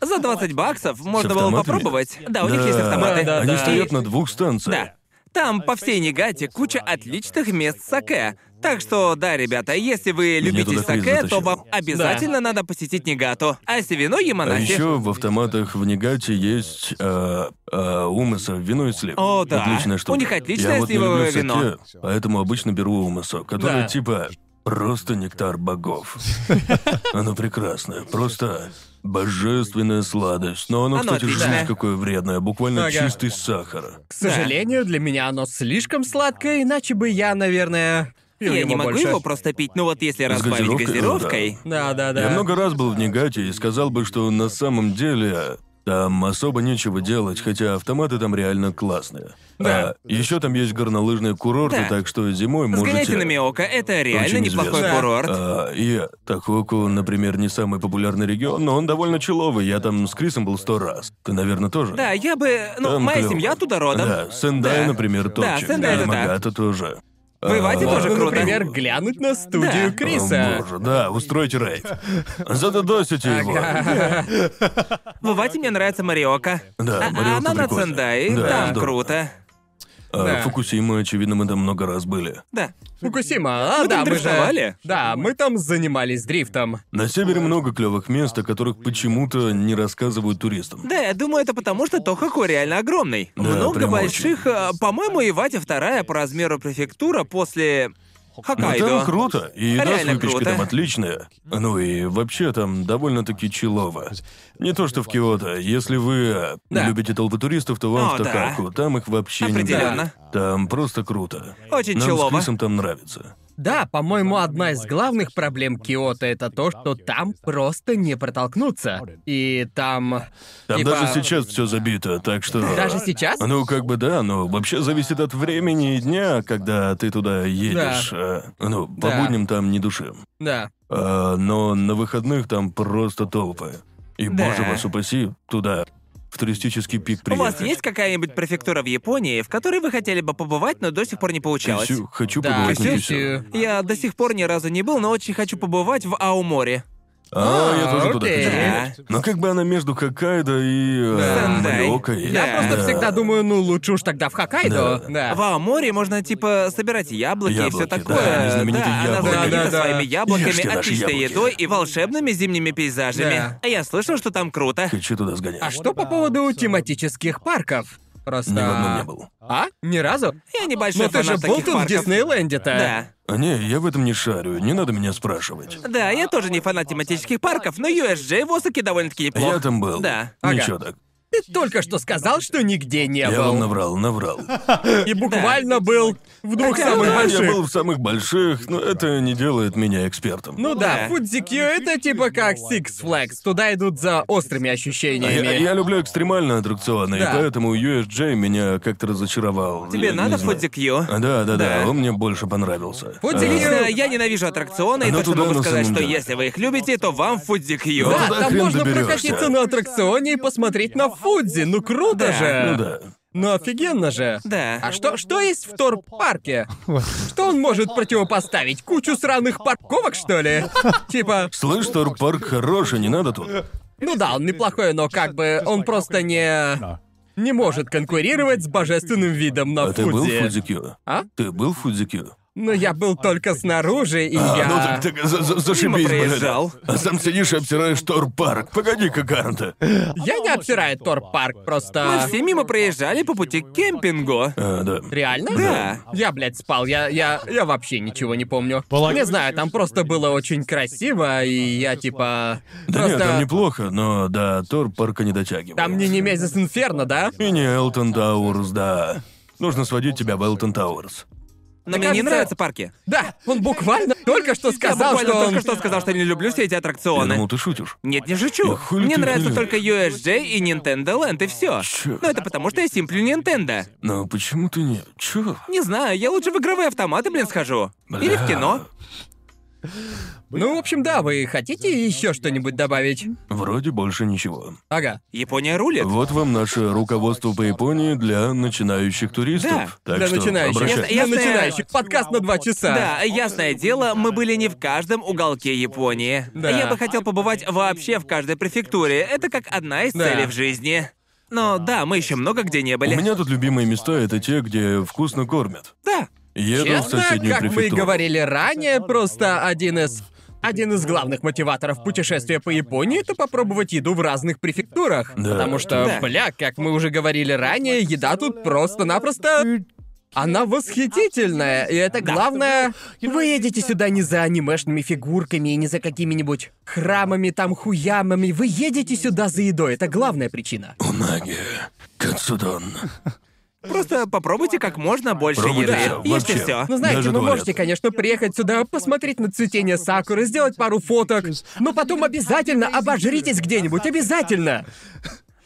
D: За 20 баксов можно было
B: автоматами?
D: попробовать. Да, а у них есть автоматы.
C: Да, да,
B: Они
C: да.
B: стоят
D: И-
B: на двух станциях.
D: Да. Там по всей Нигате куча отличных мест саке. Так что, да, ребята, если вы
B: Меня
D: любите
B: туда Крис
D: саке, то
B: затащил.
D: вам обязательно надо посетить Нигату. А если вино
B: А
D: Яманаси.
B: еще в автоматах в Нигате есть э, э, умысо, вино и слив.
D: О, да.
B: Отличная штука.
D: У них отличное
B: Я вот не люблю
D: сливовое
B: саке,
D: вино.
B: поэтому обычно беру умысо, которое
C: Да.
B: типа просто нектар богов. Оно прекрасное, просто божественная сладость. Но оно,
D: Оно
B: кстати,
D: отличное.
B: жесть какое вредное, буквально
C: Ага.
B: чистый сахар.
C: К сожалению, для меня оно слишком сладкое, иначе бы я, наверное, пил
D: Я
C: его
D: не могу
C: больше.
D: его просто пить, но вот если разбавить
B: газировкой, ну да.
D: газировкой.
C: Да, да, да.
B: Я много раз был в Нигате и сказал бы, что на самом деле там особо нечего делать, хотя автоматы там реально классные.
C: Да.
B: еще там есть горнолыжные курорты,
D: Да.
B: так что зимой
D: Сгоняйте
B: можете.
D: на Миока, это реально
B: э, Очень
D: неплохой
B: известно.
D: курорт.
B: А, и Тахоку, например, не самый популярный регион, но он довольно человый. Я там с Крисом был сто раз. Ты, наверное, тоже.
D: Да, я бы. Ну,
B: Там
D: моя
B: клёво.
D: семья туда родом.
B: Да, Сендай,
D: Да.
B: например, топчик.
D: Сендай это да.
B: Магата тоже.
D: В Ивате
B: А,
D: тоже
C: Можно,
D: круто.
C: например, глянуть на студию
D: Да.
B: О,
C: Криса.
B: боже, да, устройте рейд. Задодосите его.
D: В Ивате мне нравится Мариока.
B: Да,
D: А-
B: Мариока
D: а она на
B: прикольная.
D: Цендае,
B: Да,
D: там
B: здорово.
D: круто.
B: А,
C: Да.
B: Фукусима, очевидно, мы там много раз были.
D: Да.
C: Фукусима, а
D: Мы
C: да,
D: там
C: мы
D: дрифтовали?
C: же... Да, мы там занимались дрифтом.
B: На севере много клевых мест, о которых почему-то не рассказывают туристам.
D: Да, я думаю, это потому, что Тохаку реально огромный.
B: Да,
D: Много
B: прям очень.
D: больших. а, По-моему, Ивате вторая по размеру префектура после
B: Но
D: Хоккайдо.
B: Ну, там круто, и еда с
D: Реально
B: выпечкой
D: круто.
B: там отличная. Ну и вообще там довольно-таки челово. Не то что в Киото. Если вы э,
C: Да.
B: любите толпы туристов, то вам
D: О,
B: в
D: да.
B: Токаку. Там их вообще не
D: Определенно.
B: дают. Там просто круто.
D: Очень
B: Нам с
D: челово.
B: Крисом там нравится.
C: Да, по-моему, одна из главных проблем Киота это то, что там просто не протолкнуться. И там...
B: Там
C: типа,
B: даже сейчас все забито, так что...
C: Даже сейчас?
B: Ну, как бы да, но вообще зависит от времени и дня, когда ты туда едешь. Э, Ну, по
C: Да.
B: будням там не души.
C: Да.
B: А, но на выходных там просто толпы. И,
D: Да.
B: боже вас упаси, туда, в туристический пик
D: У вас
B: приехать.
D: есть какая-нибудь префектура в Японии, в которой вы хотели бы побывать, но до сих пор не получалось?
B: Кисю- хочу
C: Да,
B: побывать на
C: кисю.
B: Кисю.
D: Я до сих пор ни разу не был, но очень хочу побывать в Ауморе.
B: А,
C: А,
B: я тоже туда
C: окей.
B: хочу.
D: Да.
B: Но как бы она между Хоккайдо и э,
D: Да.
B: Мариокой.
D: Да.
C: Я просто
B: Да.
C: всегда думаю, ну лучше уж тогда в Хоккайдо.
B: Да.
C: Да.
D: В Аоморе можно, типа, собирать яблоки, и все
B: Яблоки, да,
D: такое.
B: они знаменитые
D: она
B: яблоки.
D: знаменита
C: Да, да, да.
D: своими
B: Ешьте
D: яблоками,
B: наши
D: отличной
B: яблоки.
D: едой и волшебными зимними пейзажами.
C: Да.
D: А я слышал, что там круто.
B: Хочу туда сгонять.
C: А что по поводу тематических парков? Просто...
B: Ни в одном не был.
C: А? Ни разу?
D: Я небольшой
C: Но ты же
D: фанат
C: был
D: таких
C: тут в
D: парков.
C: Диснейленде-то.
D: Да.
B: А не, я в этом не шарю, не надо меня спрашивать.
D: Да, я тоже не фанат тематических парков, но USJ в Осаке довольно-таки неплох.
B: Я там был.
D: Да.
C: Ага.
B: Ничего так.
C: Ты только что сказал, что нигде не
B: Я, вам
C: был.
B: наврал, наврал.
C: И буквально был в двух самых
B: Да,
C: больших.
B: я был в самых больших, но это не делает меня экспертом.
C: Ну да,
D: Да.
C: Фудзикю это типа как Six Flags. Туда идут за острыми
B: А я,
C: ощущениями.
B: я люблю экстремальные аттракционы,
C: Да.
B: и поэтому USJ меня как-то разочаровал.
D: Тебе
B: Я не
D: надо в
B: знаю.
D: Фудзикью?
B: А, Да, да, да,
D: Да.
B: он мне больше понравился.
C: Фудзи
B: А,
D: Лично я ненавижу аттракционы, и
B: Оно
D: точно
B: ну, туда,
D: могу
B: на
D: сказать,
B: самом
D: что
B: деле.
D: если вы их любите, то вам Фудзикью.
B: Ну
C: Да,
B: туда
C: там
B: хрен
C: можно
B: доберёшься.
C: прокатиться на аттракционе и посмотреть на Фудзи. Ну круто
D: Да.
C: же.
B: Ну да.
C: Ну офигенно же.
D: Да.
C: А что, что есть в Торп-парке? Что он может противопоставить? Кучу сраных парковок, что ли? Типа,
B: Слышь, Торпарк хороший, не надо тут.
C: ну да, он неплохой, но как бы он просто не... А. Не может конкурировать с божественным видом на
B: А ты был в
C: Фудзи.
B: Фудзикю?
C: А?
B: Ты был в Фудзикю?
C: Но я был только снаружи, и
B: А,
C: я...
B: ну так, так за- за- зашибись, блядь.
D: проезжал.
B: А сам сидишь и обсираешь Торпарк. Погоди-ка, Гарнта.
C: Я не обсираю Торп-парк,
D: Мы
C: просто...
D: все мимо проезжали по пути к кемпингу.
B: А, да.
C: Реально?
D: Да.
C: Я, блядь, спал, я, я, я вообще ничего не помню.
F: Была-
C: Не знаю, там просто было очень красиво, и я типа...
B: Да
C: просто...
B: нет, там неплохо, но до Торпарка не дотягивает.
C: Там не Немезис Инферно, да?
B: И не Элтон Тауэрс, да. Нужно сводить тебя в Элтон Тауэрс.
D: Но мне не
C: кажется-
D: нравятся парки.
C: Да, он буквально только что
D: Я
C: сказал,
D: буквально
C: что он...
D: только что сказал, что я не люблю все эти
B: Я
D: аттракционы.
B: думал, ты шутишь.
D: Нет, не шучу.
B: Да хули
D: Мне
B: ты
D: нравится
B: хули.
D: только USJ и Nintendo Land, и все.
B: Чё?
D: Но это потому, что я симплю Nintendo.
B: Но почему ты не... Чё?
D: Не знаю, я лучше в игровые автоматы, блин, схожу. Или в кино.
C: Ну, в общем, да, вы хотите еще что-нибудь добавить?
B: Вроде больше ничего.
C: Ага.
D: Япония рулит.
B: Вот вам наше руководство по Японии для начинающих туристов. Так
C: Для
B: что
C: начинающих.
B: обращайтесь.
D: Я-
C: Для
D: я-
C: начинающих. Подкаст на два часа.
D: Да, ясное дело, мы были не в каждом уголке Японии.
C: Да.
D: Я бы хотел побывать вообще в каждой префектуре. Это как одна из
C: Да.
D: целей в жизни. Но да, мы еще много где не
B: У
D: были.
B: меня тут любимые места — это те, где вкусно кормят.
D: Да.
B: Еду в
C: Честно,
B: соседнюю
C: как мы и
B: префектуру.
C: говорили ранее, просто один из... Один из главных мотиваторов путешествия по Японии — это попробовать еду в разных префектурах.
B: Да.
C: Потому что,
D: Да.
C: бля, как мы уже говорили ранее, еда тут просто-напросто... Она восхитительная, и это главное... Вы едете сюда не за анимешными фигурками и не за какими-нибудь храмами там хуямами. Вы едете сюда за едой, это главная причина.
B: Унаги. Кацудон.
D: Просто попробуйте как можно больше
B: Пробуйте
D: еды.
B: всё,
D: Ешьте
B: вообще.
D: всё.
C: Ну, знаете,
B: Даже
C: вы
B: говорят.
C: можете, конечно, приехать сюда, посмотреть на цветение сакуры, сделать пару фоток, но потом обязательно обожритесь где-нибудь, обязательно!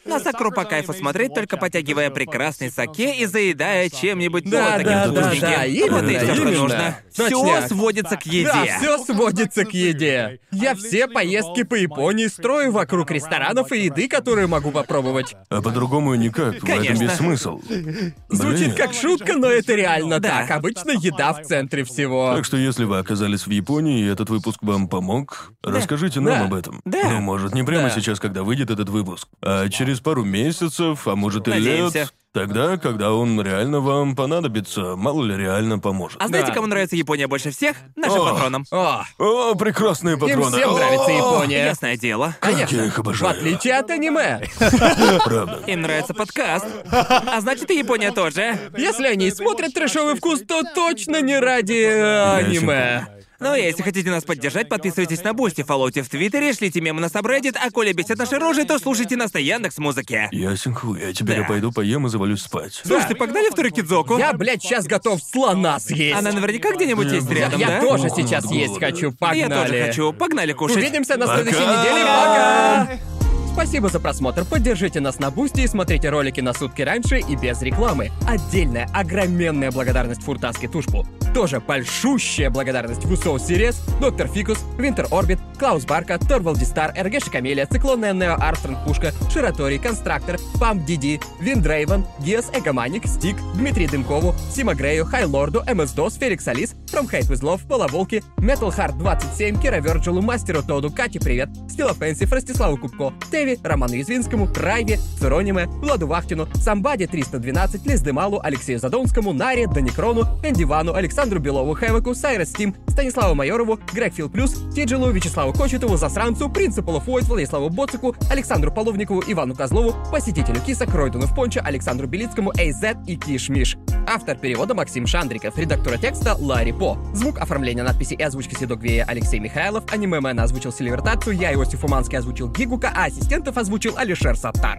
D: На сакру по кайфу смотреть, только потягивая прекрасный саке и заедая чем-нибудь
C: Да,
D: молотым
C: да,
D: в
B: да,
D: тушке.
B: да,
D: Вот и
B: именно,
D: все, что
B: именно.
D: нужно. Все
C: Точняк.
D: сводится к еде.
C: Да, все сводится к еде. Я все поездки по Японии строю вокруг ресторанов и еды, которые могу попробовать.
B: А по-другому никак, в этом
D: Конечно.
B: весь смысл.
C: Звучит
B: Блин.
C: как шутка, но это реально
D: Да.
C: так. Обычно еда в центре всего.
B: Так что, если вы оказались в Японии и этот выпуск вам помог, расскажите нам
C: Да.
B: об этом.
D: Да.
B: Ну, может, не прямо
C: Да.
B: сейчас, когда выйдет этот выпуск, а через пару месяцев, а может и
D: Надеемся.
B: лет. Тогда, когда он реально вам понадобится, мало ли реально поможет.
D: А знаете,
C: Да.
D: кому нравится Япония больше всех? Нашим
B: О.
D: патронам.
C: О,
B: О, прекрасные
C: им
B: патроны!
C: всем нравится
B: О,
C: Япония.
D: Ясное дело.
B: Как я
C: Конечно.
B: их
C: В
B: обожаю.
C: отличие от аниме.
B: Правда.
D: Им нравится подкаст. А значит, и Япония тоже.
C: Если они и смотрят трэшовый вкус, то точно не ради э,
B: Я ещё
C: аниме.
B: помню.
D: Но Ну, а если хотите нас поддержать, подписывайтесь на Бусти, фоллоуте в Твиттере, шлите мемы на Сабреддит, а коли бесит наши рожи, то слушайте нас на Яндекс.Музыке.
B: Ясен хуй, я теперь
D: Да.
B: я пойду поем и завалюсь спать.
D: Слушайте, погнали в Турикидзоку.
C: Я, блядь, сейчас готов слона съесть.
D: Она наверняка где-нибудь есть
C: Я,
D: рядом,
C: я
D: да?
C: тоже сейчас есть хочу. Погнали.
D: Ну, Я тоже хочу. Погнали кушать.
C: Увидимся на
B: Пока.
C: следующей неделе. Пока! Спасибо за просмотр. Поддержите нас на Бусти и смотрите ролики на сутки раньше и без рекламы. Отдельная огроменная благодарность Фуртаске Тушпу. Тоже большущая благодарность Вусоу Сирес, Доктор Фикус, Винтер Орбит, Клаус Барка, Торвалди Стар, Эргеша Камелия, Циклонная Нео Армстронг Пушка, Ширатори, Констрактор, Пам Диди, Вин Дрейвен, Гиас Экоманик, Стик, Дмитрий Дымкову, Сима Грею, Хай Лорду, МС Дос, Феликс Алис, From Hate with Love, Половолки, Metal Hard 27, Кира Верджилу, Мастеру Тоду, Кате Привет, Стила Фэнси, Ростиславу Кубко, Теви, Роману Язвинскому, Райве, Сурониме, Владу Вахтину, Самбаде 312, Лиздемалу, Алексею Задонскому, Наре, Даникрону, Эндивану, Александру Белову, Хэвеку, Сайрес Тим, Станиславу Майорову, Грегфил Плюс, Тиджилу, Вячеславу Кочетову, Засранцу, Принципу Лафуэт, Владиславу Боцику, Александру Половникову, Ивану Козлову, посетителю Киса, Кройдуну в Понче, Александру Белицкому, Эйзет и Киш Миш. Автор перевода Максим Шандриков, редактора текста Ларри По. Звук оформления надписи и озвучки Седогвея Алексей Михайлов, аниме озвучил Селивертацию, я Иосиф Уманский озвучил Гигука, а ассистентов озвучил Алишер Саттар.